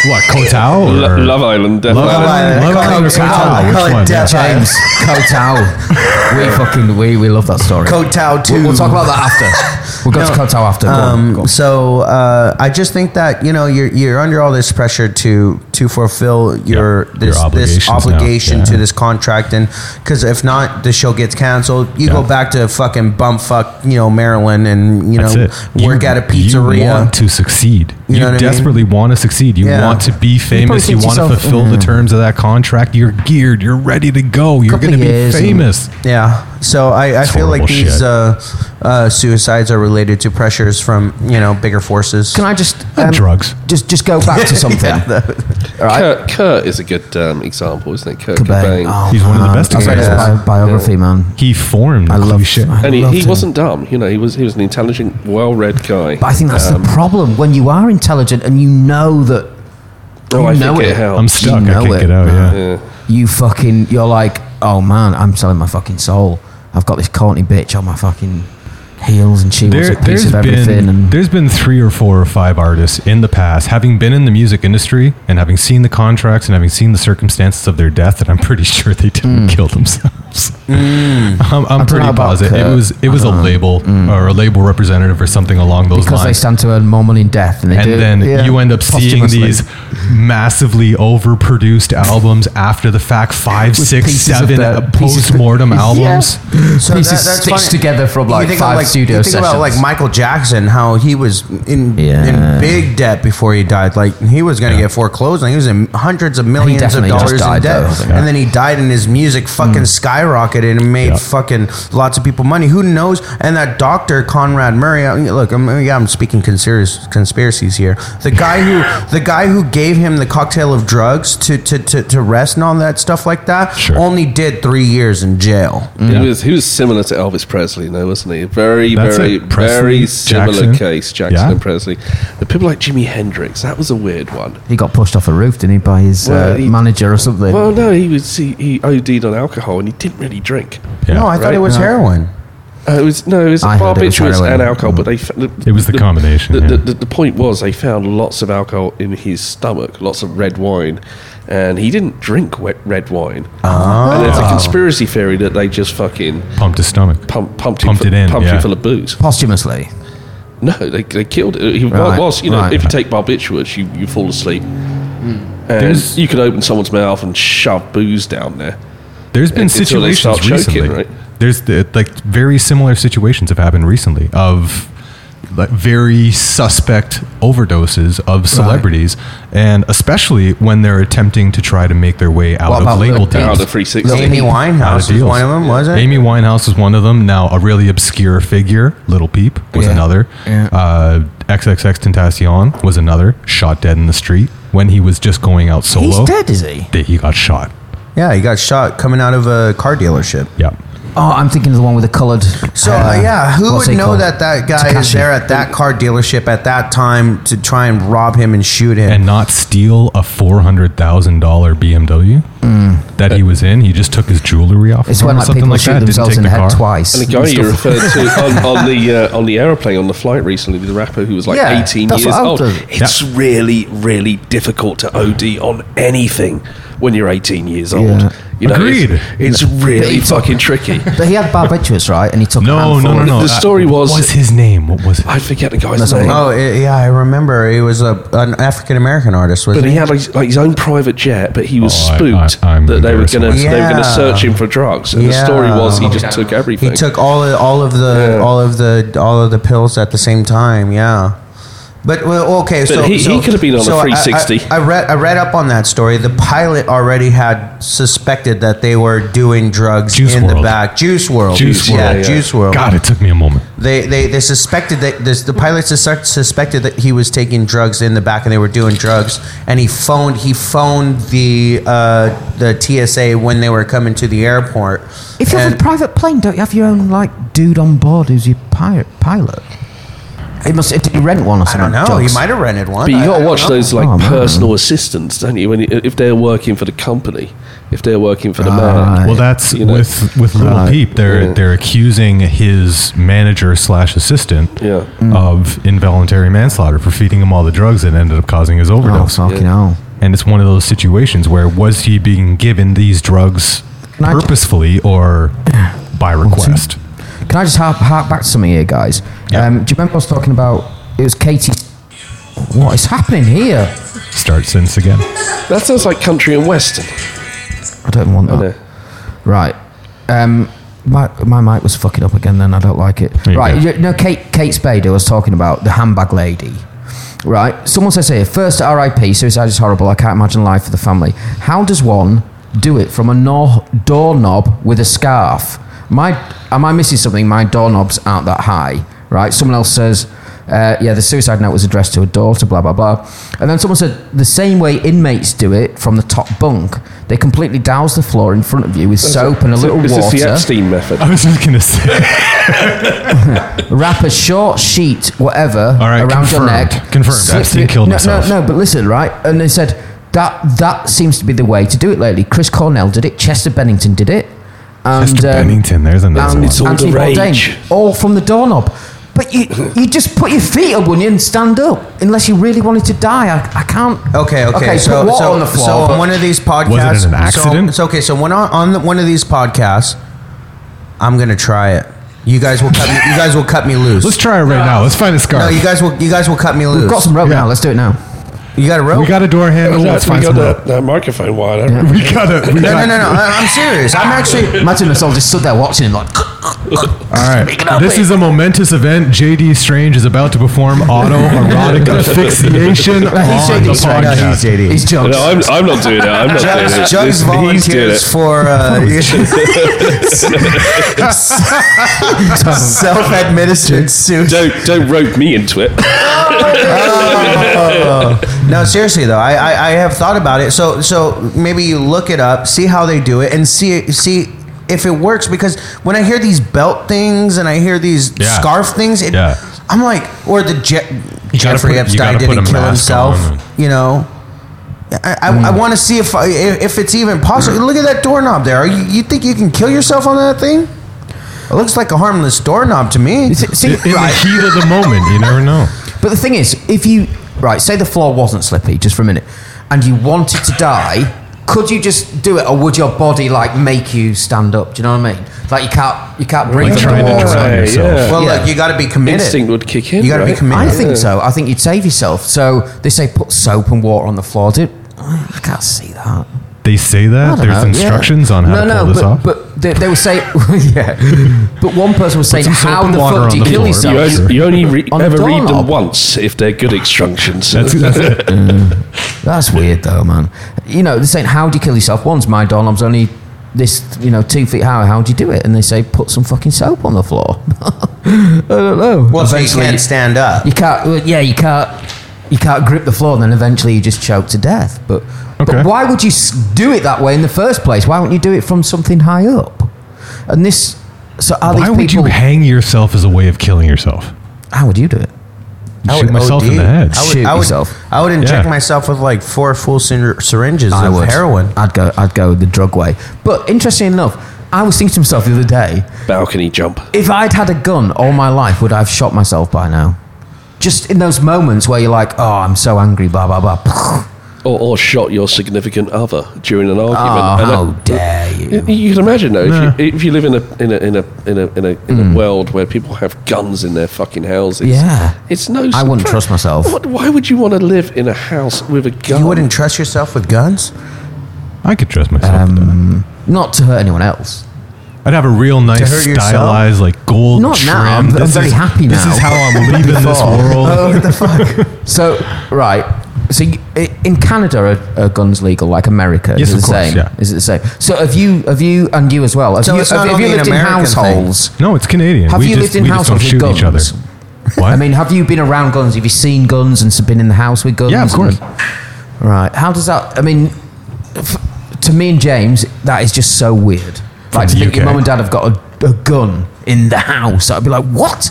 [SPEAKER 3] what Kotao?
[SPEAKER 4] Lo-
[SPEAKER 3] Or?
[SPEAKER 4] Love Island, definitely.
[SPEAKER 3] Love Island.
[SPEAKER 6] Love
[SPEAKER 3] Love Island or
[SPEAKER 6] Island. Call it-
[SPEAKER 3] Kotao?
[SPEAKER 6] call it
[SPEAKER 3] Which one?
[SPEAKER 6] Death
[SPEAKER 2] James Kotao. We fucking we, we love that story.
[SPEAKER 6] Kotao too.
[SPEAKER 2] We'll, we'll talk about that after. We'll go to
[SPEAKER 6] No,
[SPEAKER 2] Kotao after. Go on, go
[SPEAKER 6] Um,
[SPEAKER 2] on.
[SPEAKER 6] so uh, I just think that you know you're you're under all this pressure to to fulfill your
[SPEAKER 3] your
[SPEAKER 6] this
[SPEAKER 3] obligations
[SPEAKER 6] this
[SPEAKER 3] now,
[SPEAKER 6] obligation
[SPEAKER 3] yeah.
[SPEAKER 6] to this contract, and because if not, the show gets canceled. You
[SPEAKER 3] Yeah.
[SPEAKER 6] go back to fucking bumfuck, you know, Maryland, and you know, work
[SPEAKER 3] You-
[SPEAKER 6] at a
[SPEAKER 3] You want
[SPEAKER 6] pizzeria.
[SPEAKER 3] to succeed.
[SPEAKER 6] You
[SPEAKER 3] You,
[SPEAKER 6] know what I mean?
[SPEAKER 3] desperately want to succeed. You
[SPEAKER 6] Yeah.
[SPEAKER 3] want to be famous.
[SPEAKER 2] probably
[SPEAKER 3] You
[SPEAKER 2] think
[SPEAKER 3] want to
[SPEAKER 2] yourself,
[SPEAKER 3] fulfill the terms of that contract. You're geared. You're ready to go. You're
[SPEAKER 2] Couple
[SPEAKER 3] going to be
[SPEAKER 2] years and-
[SPEAKER 3] famous.
[SPEAKER 6] yeah, so I, I feel like
[SPEAKER 3] horrible
[SPEAKER 6] these
[SPEAKER 3] shit.
[SPEAKER 6] uh, uh, suicides are related to pressures from you know bigger forces.
[SPEAKER 2] Can I just um,
[SPEAKER 3] And drugs.
[SPEAKER 2] Just just go back to something. All right.
[SPEAKER 4] Kurt, Kurt is a good um, example, isn't it? Kurt
[SPEAKER 2] Cobain.
[SPEAKER 4] Cobain.
[SPEAKER 2] Oh,
[SPEAKER 3] He's one of the
[SPEAKER 2] man.
[SPEAKER 3] best
[SPEAKER 2] I've read his
[SPEAKER 6] examples.
[SPEAKER 2] bi- biography, man.
[SPEAKER 3] He formed.
[SPEAKER 2] I
[SPEAKER 3] the
[SPEAKER 2] love
[SPEAKER 3] cliche.
[SPEAKER 2] I
[SPEAKER 4] And he,
[SPEAKER 2] loved
[SPEAKER 4] he
[SPEAKER 2] him.
[SPEAKER 4] wasn't dumb, you know. He was he was an intelligent, well-read guy.
[SPEAKER 2] But I think that's the problem when you are intelligent and you know that.
[SPEAKER 4] Oh,
[SPEAKER 2] you
[SPEAKER 4] I
[SPEAKER 2] know
[SPEAKER 4] think it
[SPEAKER 2] it.
[SPEAKER 4] helped.
[SPEAKER 3] I'm stuck. I
[SPEAKER 2] know
[SPEAKER 3] can't
[SPEAKER 2] it,
[SPEAKER 3] get out.
[SPEAKER 2] man.
[SPEAKER 3] Yeah.
[SPEAKER 4] Yeah.
[SPEAKER 2] you fucking you're like oh man i'm selling my fucking soul i've got this corny bitch on my fucking heels and she
[SPEAKER 3] There,
[SPEAKER 2] wants a piece
[SPEAKER 3] there's
[SPEAKER 2] of everything
[SPEAKER 3] been
[SPEAKER 2] and
[SPEAKER 3] there's been three or four or five artists in the past, having been in the music industry
[SPEAKER 2] Hmm.
[SPEAKER 3] and having seen the contracts and having seen the circumstances of their death, that I'm pretty sure they didn't kill themselves. labels. I'm, I'm
[SPEAKER 2] forgot
[SPEAKER 3] pretty
[SPEAKER 2] Hmm. about
[SPEAKER 3] positive it
[SPEAKER 2] Kurt.
[SPEAKER 3] was it was a label or a label representative or something along those
[SPEAKER 2] because they
[SPEAKER 3] lines.
[SPEAKER 2] stand to earn more money in death than they
[SPEAKER 3] and
[SPEAKER 2] do.
[SPEAKER 3] then
[SPEAKER 2] Yeah.
[SPEAKER 3] you end up seeing
[SPEAKER 2] Posthumously.
[SPEAKER 3] these massively overproduced albums after the fact, five,
[SPEAKER 2] With
[SPEAKER 3] six,
[SPEAKER 2] pieces of
[SPEAKER 3] seven
[SPEAKER 2] the-
[SPEAKER 3] uh,
[SPEAKER 2] pieces of-
[SPEAKER 3] post-mortem
[SPEAKER 2] Yeah.
[SPEAKER 3] albums.
[SPEAKER 6] So
[SPEAKER 2] pieces
[SPEAKER 6] that- that's
[SPEAKER 2] stitched
[SPEAKER 6] funny.
[SPEAKER 2] together from
[SPEAKER 6] You
[SPEAKER 2] like
[SPEAKER 6] think of,
[SPEAKER 2] five studio
[SPEAKER 6] you think about like
[SPEAKER 2] sessions.
[SPEAKER 6] Michael Jackson, how he was in
[SPEAKER 2] Yeah.
[SPEAKER 6] in big debt before he died. Like he was going to get foreclosed. Like, he was in hundreds of millions of
[SPEAKER 2] definitely just
[SPEAKER 6] dollars in
[SPEAKER 2] died,
[SPEAKER 6] debt,
[SPEAKER 2] though, Mm. I think.
[SPEAKER 6] and then he died, and his music fucking skyrocketed and made
[SPEAKER 3] Yeah.
[SPEAKER 6] fucking lots of people money. Who knows? And that doctor Conrad Murray. I mean, Look, I'm, yeah, I'm speaking conspiracies, conspiracies here. The guy who the guy who gave him the cocktail of drugs to to to, to rest and all that stuff like that
[SPEAKER 3] Sure.
[SPEAKER 6] only did three years in jail.
[SPEAKER 4] He was he was similar to Elvis Presley, though, wasn't he? Very,
[SPEAKER 3] That's
[SPEAKER 4] very,
[SPEAKER 3] it. Presley,
[SPEAKER 4] very similar
[SPEAKER 3] Jackson.
[SPEAKER 4] case, Jackson
[SPEAKER 3] Yeah.
[SPEAKER 4] and Presley. The people like Jimi Hendrix, that was a weird one.
[SPEAKER 2] he got pushed off a roof, didn't he, by his
[SPEAKER 4] Well,
[SPEAKER 2] uh,
[SPEAKER 4] he-
[SPEAKER 2] manager or something?
[SPEAKER 4] Well, no, he was he, he OD'd on alcohol and he didn't really drink.
[SPEAKER 3] Yeah.
[SPEAKER 6] No, I thought
[SPEAKER 4] Right?
[SPEAKER 6] it was
[SPEAKER 4] No.
[SPEAKER 6] heroin.
[SPEAKER 4] Uh, it was no, it was
[SPEAKER 2] I heard it was
[SPEAKER 4] barbiturates
[SPEAKER 2] heroin.
[SPEAKER 4] and alcohol, but they f- the,
[SPEAKER 3] It was the combination,
[SPEAKER 4] The,
[SPEAKER 3] yeah.
[SPEAKER 4] the, the, the point was they found lots of alcohol in his stomach, lots of red wine, and he didn't drink wet red wine.
[SPEAKER 2] Ah.
[SPEAKER 4] And there's a conspiracy theory that they just fucking
[SPEAKER 3] Pumped his stomach.
[SPEAKER 4] pump, pumped,
[SPEAKER 3] Pumped
[SPEAKER 4] him,
[SPEAKER 3] it
[SPEAKER 4] full-
[SPEAKER 3] in,
[SPEAKER 4] pumped him
[SPEAKER 3] yeah.
[SPEAKER 4] full of booze.
[SPEAKER 2] Posthumously.
[SPEAKER 4] No, they, they killed it. He
[SPEAKER 2] Right,
[SPEAKER 4] was, you know,
[SPEAKER 2] right. Hmm.
[SPEAKER 4] if you take barbiturates, you, you fall asleep. And
[SPEAKER 3] There's-
[SPEAKER 4] you could open someone's mouth and shove booze down there.
[SPEAKER 3] There's been
[SPEAKER 4] Until they
[SPEAKER 3] situations
[SPEAKER 4] start choking,
[SPEAKER 3] recently.
[SPEAKER 4] right?
[SPEAKER 3] There's the, like very similar situations have happened recently of like very suspect overdoses of celebrities, and especially when they're attempting to try to make their way out
[SPEAKER 2] What
[SPEAKER 3] of
[SPEAKER 2] about
[SPEAKER 3] label
[SPEAKER 2] Lil-
[SPEAKER 4] Out
[SPEAKER 3] deals.
[SPEAKER 4] of the 360.
[SPEAKER 6] Amy
[SPEAKER 3] Out
[SPEAKER 6] Winehouse was
[SPEAKER 3] deals.
[SPEAKER 6] one of them, was it?
[SPEAKER 3] Amy Winehouse was one of them. Now a really obscure figure, Little Peep, was
[SPEAKER 2] Yeah.
[SPEAKER 3] another.
[SPEAKER 2] Yeah.
[SPEAKER 3] Uh, XXX Tentacion was another. Shot dead in the street when he was just going out solo.
[SPEAKER 2] He's dead, is he?
[SPEAKER 3] That he got shot.
[SPEAKER 6] Yeah, he got shot coming out of a car dealership.
[SPEAKER 3] Yeah.
[SPEAKER 2] Oh, I'm thinking of the one with the coloured.
[SPEAKER 6] So
[SPEAKER 2] uh,
[SPEAKER 6] uh, yeah, who
[SPEAKER 2] what's
[SPEAKER 6] would
[SPEAKER 2] he
[SPEAKER 6] know
[SPEAKER 2] called?
[SPEAKER 6] that that guy is
[SPEAKER 2] Takashi.
[SPEAKER 6] there at that car dealership at that time to try and rob him and shoot him?
[SPEAKER 3] And not steal a four hundred thousand dollar BMW that he was in. He just took his jewelry off.
[SPEAKER 2] It's
[SPEAKER 3] of him
[SPEAKER 2] when
[SPEAKER 3] or
[SPEAKER 2] like
[SPEAKER 3] something
[SPEAKER 2] people
[SPEAKER 3] like
[SPEAKER 2] shoot
[SPEAKER 3] that. Didn't
[SPEAKER 2] themselves
[SPEAKER 3] take
[SPEAKER 2] in the head
[SPEAKER 3] car.
[SPEAKER 2] twice.
[SPEAKER 4] And the guy you
[SPEAKER 2] stuff.
[SPEAKER 4] referred to on, on the uh, on the airplane on the flight recently, the rapper who was like
[SPEAKER 6] Yeah,
[SPEAKER 4] 18
[SPEAKER 2] that's
[SPEAKER 4] years
[SPEAKER 2] what I
[SPEAKER 4] old.
[SPEAKER 2] was doing.
[SPEAKER 4] It's really, really difficult to OD on anything when you're 18 years old.
[SPEAKER 2] Yeah.
[SPEAKER 4] You know,
[SPEAKER 3] Agreed.
[SPEAKER 4] It's, it's really fucking tricky.
[SPEAKER 2] But he had barbiturates, right? And he took a
[SPEAKER 3] No, no,
[SPEAKER 2] handful.
[SPEAKER 3] no, no.
[SPEAKER 4] The
[SPEAKER 3] Uh,
[SPEAKER 4] story
[SPEAKER 3] what
[SPEAKER 4] was-
[SPEAKER 3] was his name. What was it?
[SPEAKER 4] I forget the guy's
[SPEAKER 2] That's all
[SPEAKER 4] name.
[SPEAKER 6] oh i yeah, I remember. He was a, an African American artist, was
[SPEAKER 4] But
[SPEAKER 6] he?
[SPEAKER 4] he had like, like his own private jet, but he was
[SPEAKER 3] Oh, I-
[SPEAKER 4] spooked
[SPEAKER 3] I- I'm
[SPEAKER 4] that they were
[SPEAKER 3] embarrassed
[SPEAKER 4] gonna they were gonna
[SPEAKER 6] Yeah.
[SPEAKER 4] search him for drugs. And the
[SPEAKER 6] Yeah.
[SPEAKER 4] story was he just took everything.
[SPEAKER 6] He took all of, all of the
[SPEAKER 4] Yeah.
[SPEAKER 6] all of the all of the pills at the same time. Yeah. But well, okay, so
[SPEAKER 4] he- he
[SPEAKER 6] so-
[SPEAKER 4] could have been on a
[SPEAKER 6] I- I-
[SPEAKER 4] 360.
[SPEAKER 6] I, read I read up on that story. The pilot already had suspected that they were doing drugs
[SPEAKER 3] Juice
[SPEAKER 6] in the
[SPEAKER 3] WRLD.
[SPEAKER 6] back. Juice World,
[SPEAKER 3] Juice
[SPEAKER 6] yeah,
[SPEAKER 4] WRLD, yeah.
[SPEAKER 6] Juice World.
[SPEAKER 3] God, it took me a moment.
[SPEAKER 6] They, they they suspected that this, the pilot sus- suspected that he was taking drugs in the back and they were doing drugs and he phoned he phoned the uh, the TSA when they were coming to the airport.
[SPEAKER 2] If you have a
[SPEAKER 6] And-
[SPEAKER 2] private plane, don't you have your own like dude on board who's your pirate pilot? It must. Did you rent one or
[SPEAKER 6] I
[SPEAKER 2] something?
[SPEAKER 6] don't know,
[SPEAKER 2] Jokes.
[SPEAKER 6] he might have rented one.
[SPEAKER 4] But you
[SPEAKER 6] I-
[SPEAKER 4] got to
[SPEAKER 6] I
[SPEAKER 4] watch
[SPEAKER 6] don't know.
[SPEAKER 4] those like
[SPEAKER 2] Oh, man.
[SPEAKER 4] personal assistants, don't you? When if they're working for the company, if they're working for the
[SPEAKER 2] Ah,
[SPEAKER 4] man,
[SPEAKER 3] Well, that's
[SPEAKER 4] You know.
[SPEAKER 3] with with Little
[SPEAKER 2] Right.
[SPEAKER 3] Peep. They're
[SPEAKER 4] Yeah.
[SPEAKER 3] they're accusing his manager slash assistant
[SPEAKER 4] Yeah.
[SPEAKER 2] Mm.
[SPEAKER 3] of involuntary manslaughter for feeding him all the drugs that ended up causing his
[SPEAKER 2] Oh
[SPEAKER 3] overdose.
[SPEAKER 2] fucking hell!
[SPEAKER 3] And it's one of those situations where was he being given these drugs
[SPEAKER 2] Can I ju-
[SPEAKER 3] purposefully or by request?
[SPEAKER 2] Can I just harp, harp back to something here, guys?
[SPEAKER 3] Yeah.
[SPEAKER 2] Um, do you remember I was talking about? It was Katie. What is happening here?
[SPEAKER 3] Start since again.
[SPEAKER 4] That sounds like country and western.
[SPEAKER 2] I don't want that.
[SPEAKER 4] doesn't it?
[SPEAKER 2] Right. Um, my, my mic was fucking up again then. I don't like it.
[SPEAKER 3] you
[SPEAKER 2] right.
[SPEAKER 3] go.
[SPEAKER 2] You no, Kate, Kate Spade, who I was talking about, the handbag lady. Right. Someone says here, first RIP, suicide is horrible. I can't imagine life for the family. How does one do it from a nor- doorknob with a scarf? My, am I missing something? My doorknobs aren't that high. Right. Someone else says, uh, yeah, the suicide note was addressed to a daughter, blah, blah, blah. And then someone said, the same way inmates do it from the top bunk, they completely douse the floor in front of you with soap and a
[SPEAKER 4] So
[SPEAKER 2] little
[SPEAKER 4] is this the
[SPEAKER 2] water.
[SPEAKER 4] Epstein method?
[SPEAKER 3] I was just gonna say.
[SPEAKER 2] wrap a short sheet, whatever,
[SPEAKER 3] All right,
[SPEAKER 2] around your
[SPEAKER 3] confirmed.
[SPEAKER 2] neck.
[SPEAKER 3] Confirmed.
[SPEAKER 2] slip
[SPEAKER 3] Epstein
[SPEAKER 2] it-
[SPEAKER 3] killed
[SPEAKER 2] no,
[SPEAKER 3] himself.
[SPEAKER 2] No, no, but listen, right? And they said that that seems to be the way to do it lately. Chris Cornell did it. Chester Bennington did it. And,
[SPEAKER 3] Mr.
[SPEAKER 2] um,
[SPEAKER 3] Bennington, there's another
[SPEAKER 2] and
[SPEAKER 3] one.
[SPEAKER 4] It's all the
[SPEAKER 2] Anthony
[SPEAKER 4] rage.
[SPEAKER 2] Bourdain, all from the doorknob. But you, you just put your feet up, wouldn't you, and stand up? Unless you really wanted to die, I, I can't.
[SPEAKER 6] Okay, okay. so,
[SPEAKER 2] put water
[SPEAKER 6] so,
[SPEAKER 2] on the floor.
[SPEAKER 6] so
[SPEAKER 2] but-
[SPEAKER 6] on one of these podcasts,
[SPEAKER 3] Was it an accident?
[SPEAKER 6] So, so okay, so when on, on the, one of these podcasts, I'm gonna try it. You guys will cut me. You guys will cut me loose.
[SPEAKER 3] Let's try it right now. Let's find a scarf.
[SPEAKER 6] no, you guys will. You guys will cut me loose.
[SPEAKER 2] We've got some rope
[SPEAKER 3] Yeah.
[SPEAKER 2] now. Let's do it now.
[SPEAKER 6] you got a rope.
[SPEAKER 3] we got a door handle. Let's
[SPEAKER 4] we
[SPEAKER 3] find
[SPEAKER 4] got
[SPEAKER 3] some
[SPEAKER 4] that,
[SPEAKER 3] rope.
[SPEAKER 4] that microphone wire.
[SPEAKER 3] We got it. We
[SPEAKER 6] no,
[SPEAKER 3] got
[SPEAKER 6] no, no, no. I- I'm serious. I'm actually.
[SPEAKER 2] Imagine us all just stood there watching him, like,
[SPEAKER 3] All right. This is a momentous event. JD Strange is about to perform autoerotic asphyxiation on the
[SPEAKER 2] JD Strange.
[SPEAKER 3] podcast.
[SPEAKER 6] JD.
[SPEAKER 2] he's jugs.
[SPEAKER 4] No, I'm, I'm not doing it. I'm not doing it. This-
[SPEAKER 6] Jugs, Jugs
[SPEAKER 4] he's doing
[SPEAKER 6] volunteers
[SPEAKER 4] it.
[SPEAKER 6] for uh, self-administered suit.
[SPEAKER 4] Don't don't rope me into it.
[SPEAKER 6] No, seriously though, I, I I have thought about it. So so maybe you look it up, see how they do it, and see see if it works. Because when I hear these belt things and I hear these
[SPEAKER 3] Yeah.
[SPEAKER 6] scarf things, it,
[SPEAKER 3] Yeah.
[SPEAKER 6] I'm like, or the Je-
[SPEAKER 3] You gotta
[SPEAKER 6] Jeffrey
[SPEAKER 3] put- you
[SPEAKER 6] Epstein
[SPEAKER 3] gotta put
[SPEAKER 6] didn't
[SPEAKER 3] a
[SPEAKER 6] kill
[SPEAKER 3] mask
[SPEAKER 6] himself,
[SPEAKER 3] on and- Hmm.
[SPEAKER 6] you know. I, I, I want to see if I, if it's even possible. Look at that doorknob there. Are you, you think you can kill yourself on that thing? It looks like a harmless doorknob to me.
[SPEAKER 4] uh,
[SPEAKER 2] See- see,
[SPEAKER 3] In in the
[SPEAKER 2] right.
[SPEAKER 3] heat of the moment, you never know.
[SPEAKER 2] But the thing is, if you right, say the floor wasn't slippery just for a minute, and you wanted to die, could you just do it, or would your body like make you stand up? Do you know what I mean? Like you can't, you can't breathe.
[SPEAKER 3] Like
[SPEAKER 2] the
[SPEAKER 3] trying to
[SPEAKER 2] water.
[SPEAKER 3] drown
[SPEAKER 4] Right,
[SPEAKER 3] yourself.
[SPEAKER 4] yeah.
[SPEAKER 6] Well,
[SPEAKER 2] Yeah.
[SPEAKER 6] look, you got to be committed.
[SPEAKER 4] Instinct would kick in.
[SPEAKER 6] You gotta be
[SPEAKER 4] right?
[SPEAKER 6] committed.
[SPEAKER 2] I think so. I think you'd save yourself. So they say put soap and water on the floor. Dude, I can't see that.
[SPEAKER 3] They say
[SPEAKER 2] I don't
[SPEAKER 3] that. There's
[SPEAKER 2] know, yeah.
[SPEAKER 3] instructions on how
[SPEAKER 2] no,
[SPEAKER 3] to pull
[SPEAKER 2] no,
[SPEAKER 3] this
[SPEAKER 2] but,
[SPEAKER 3] off.
[SPEAKER 2] But they, they would say, yeah. But one person was saying,
[SPEAKER 3] some soap
[SPEAKER 2] how
[SPEAKER 3] and
[SPEAKER 2] the
[SPEAKER 3] water
[SPEAKER 2] fuck
[SPEAKER 3] on
[SPEAKER 2] do you
[SPEAKER 3] the
[SPEAKER 2] kill
[SPEAKER 3] floor.
[SPEAKER 4] You
[SPEAKER 2] yourself?
[SPEAKER 4] only, you only re-
[SPEAKER 2] On the
[SPEAKER 4] ever read them
[SPEAKER 2] doorknob.
[SPEAKER 4] once if they're good instructions.
[SPEAKER 3] that's, that's it.
[SPEAKER 2] That's weird though, man. You know, they're saying, how do you kill yourself? One's my doorknob's only this, you know, two feet high. How do you do it? And they say, put some fucking soap on the floor. I don't know.
[SPEAKER 6] Well, so you
[SPEAKER 2] Eventually-
[SPEAKER 6] can't stand up.
[SPEAKER 2] You can't. well, Yeah, you can't. You can't grip the floor, and then eventually you just choke to death. But,
[SPEAKER 3] Okay.
[SPEAKER 2] but why would you s- do it that way in the first place? Why wouldn't you do it from something high up? And this, so are
[SPEAKER 3] Why
[SPEAKER 2] these
[SPEAKER 3] would you
[SPEAKER 2] people?
[SPEAKER 3] hang yourself as a way of killing yourself?
[SPEAKER 2] how would you do it?
[SPEAKER 6] I
[SPEAKER 3] Shoot
[SPEAKER 6] would
[SPEAKER 2] oh,
[SPEAKER 3] myself in the head.
[SPEAKER 6] I would,
[SPEAKER 2] Shoot
[SPEAKER 6] I would,
[SPEAKER 2] yourself.
[SPEAKER 6] I would inject
[SPEAKER 3] Yeah.
[SPEAKER 6] myself with like four full syr- syringes of heroin.
[SPEAKER 2] I'd go. I'd go the drug way. But interestingly enough, I was thinking to myself the other day:
[SPEAKER 4] Balcony jump.
[SPEAKER 2] if I'd had a gun all my life, would I have shot myself by now? Just in those moments where you're like, "Oh, I'm so angry," blah blah blah.
[SPEAKER 4] Or, or shot your significant other during an argument.
[SPEAKER 2] Oh,
[SPEAKER 4] And
[SPEAKER 2] how
[SPEAKER 4] that-
[SPEAKER 2] dare you!
[SPEAKER 4] You- You can imagine though, if, you, if you live in a in a in a in a in, a, in a world where people have guns in their fucking houses,
[SPEAKER 2] Yeah.
[SPEAKER 4] it's no.
[SPEAKER 2] I wouldn't
[SPEAKER 4] surprise-
[SPEAKER 2] trust myself.
[SPEAKER 4] What, why would you want to live in a house with a gun?
[SPEAKER 6] You wouldn't trust yourself with guns?
[SPEAKER 3] I could dress myself.
[SPEAKER 2] Um,
[SPEAKER 3] with that.
[SPEAKER 2] Not to hurt anyone else.
[SPEAKER 3] I'd have a real nice
[SPEAKER 6] hurt yourself?
[SPEAKER 3] stylized, like gold
[SPEAKER 2] Not
[SPEAKER 3] trim.
[SPEAKER 2] now, I'm- I'm
[SPEAKER 3] This
[SPEAKER 2] very
[SPEAKER 3] is-
[SPEAKER 2] happy
[SPEAKER 3] This
[SPEAKER 2] now. Um,
[SPEAKER 3] is how I'm leaving this world.
[SPEAKER 2] what the fuck? So, right. So, you, i- in Canada, are, are guns legal? Like America?
[SPEAKER 3] Yes,
[SPEAKER 2] is it
[SPEAKER 3] of
[SPEAKER 2] the
[SPEAKER 3] course,
[SPEAKER 2] same?
[SPEAKER 3] yeah.
[SPEAKER 2] Is it the same? So, have you, have you, and you as well? Have
[SPEAKER 6] So
[SPEAKER 2] you,
[SPEAKER 6] it's not
[SPEAKER 2] have, have you
[SPEAKER 6] only an
[SPEAKER 2] lived in
[SPEAKER 6] American thing.
[SPEAKER 2] households?
[SPEAKER 3] No, it's Canadian.
[SPEAKER 2] Have
[SPEAKER 3] we
[SPEAKER 2] you
[SPEAKER 3] just,
[SPEAKER 2] lived in
[SPEAKER 3] we just don't
[SPEAKER 2] houses
[SPEAKER 3] shoot
[SPEAKER 2] with
[SPEAKER 3] each other.
[SPEAKER 2] guns?
[SPEAKER 3] What?
[SPEAKER 2] I mean, have you been around guns? Have you seen guns and been in the house with guns?
[SPEAKER 3] Yeah, of course.
[SPEAKER 2] And- right. How does that? I mean, f- to me and James, that is just so weird. Like
[SPEAKER 3] the
[SPEAKER 2] to think your
[SPEAKER 3] UK.
[SPEAKER 2] mum and dad have got a, a gun in the house. I'd be like, what?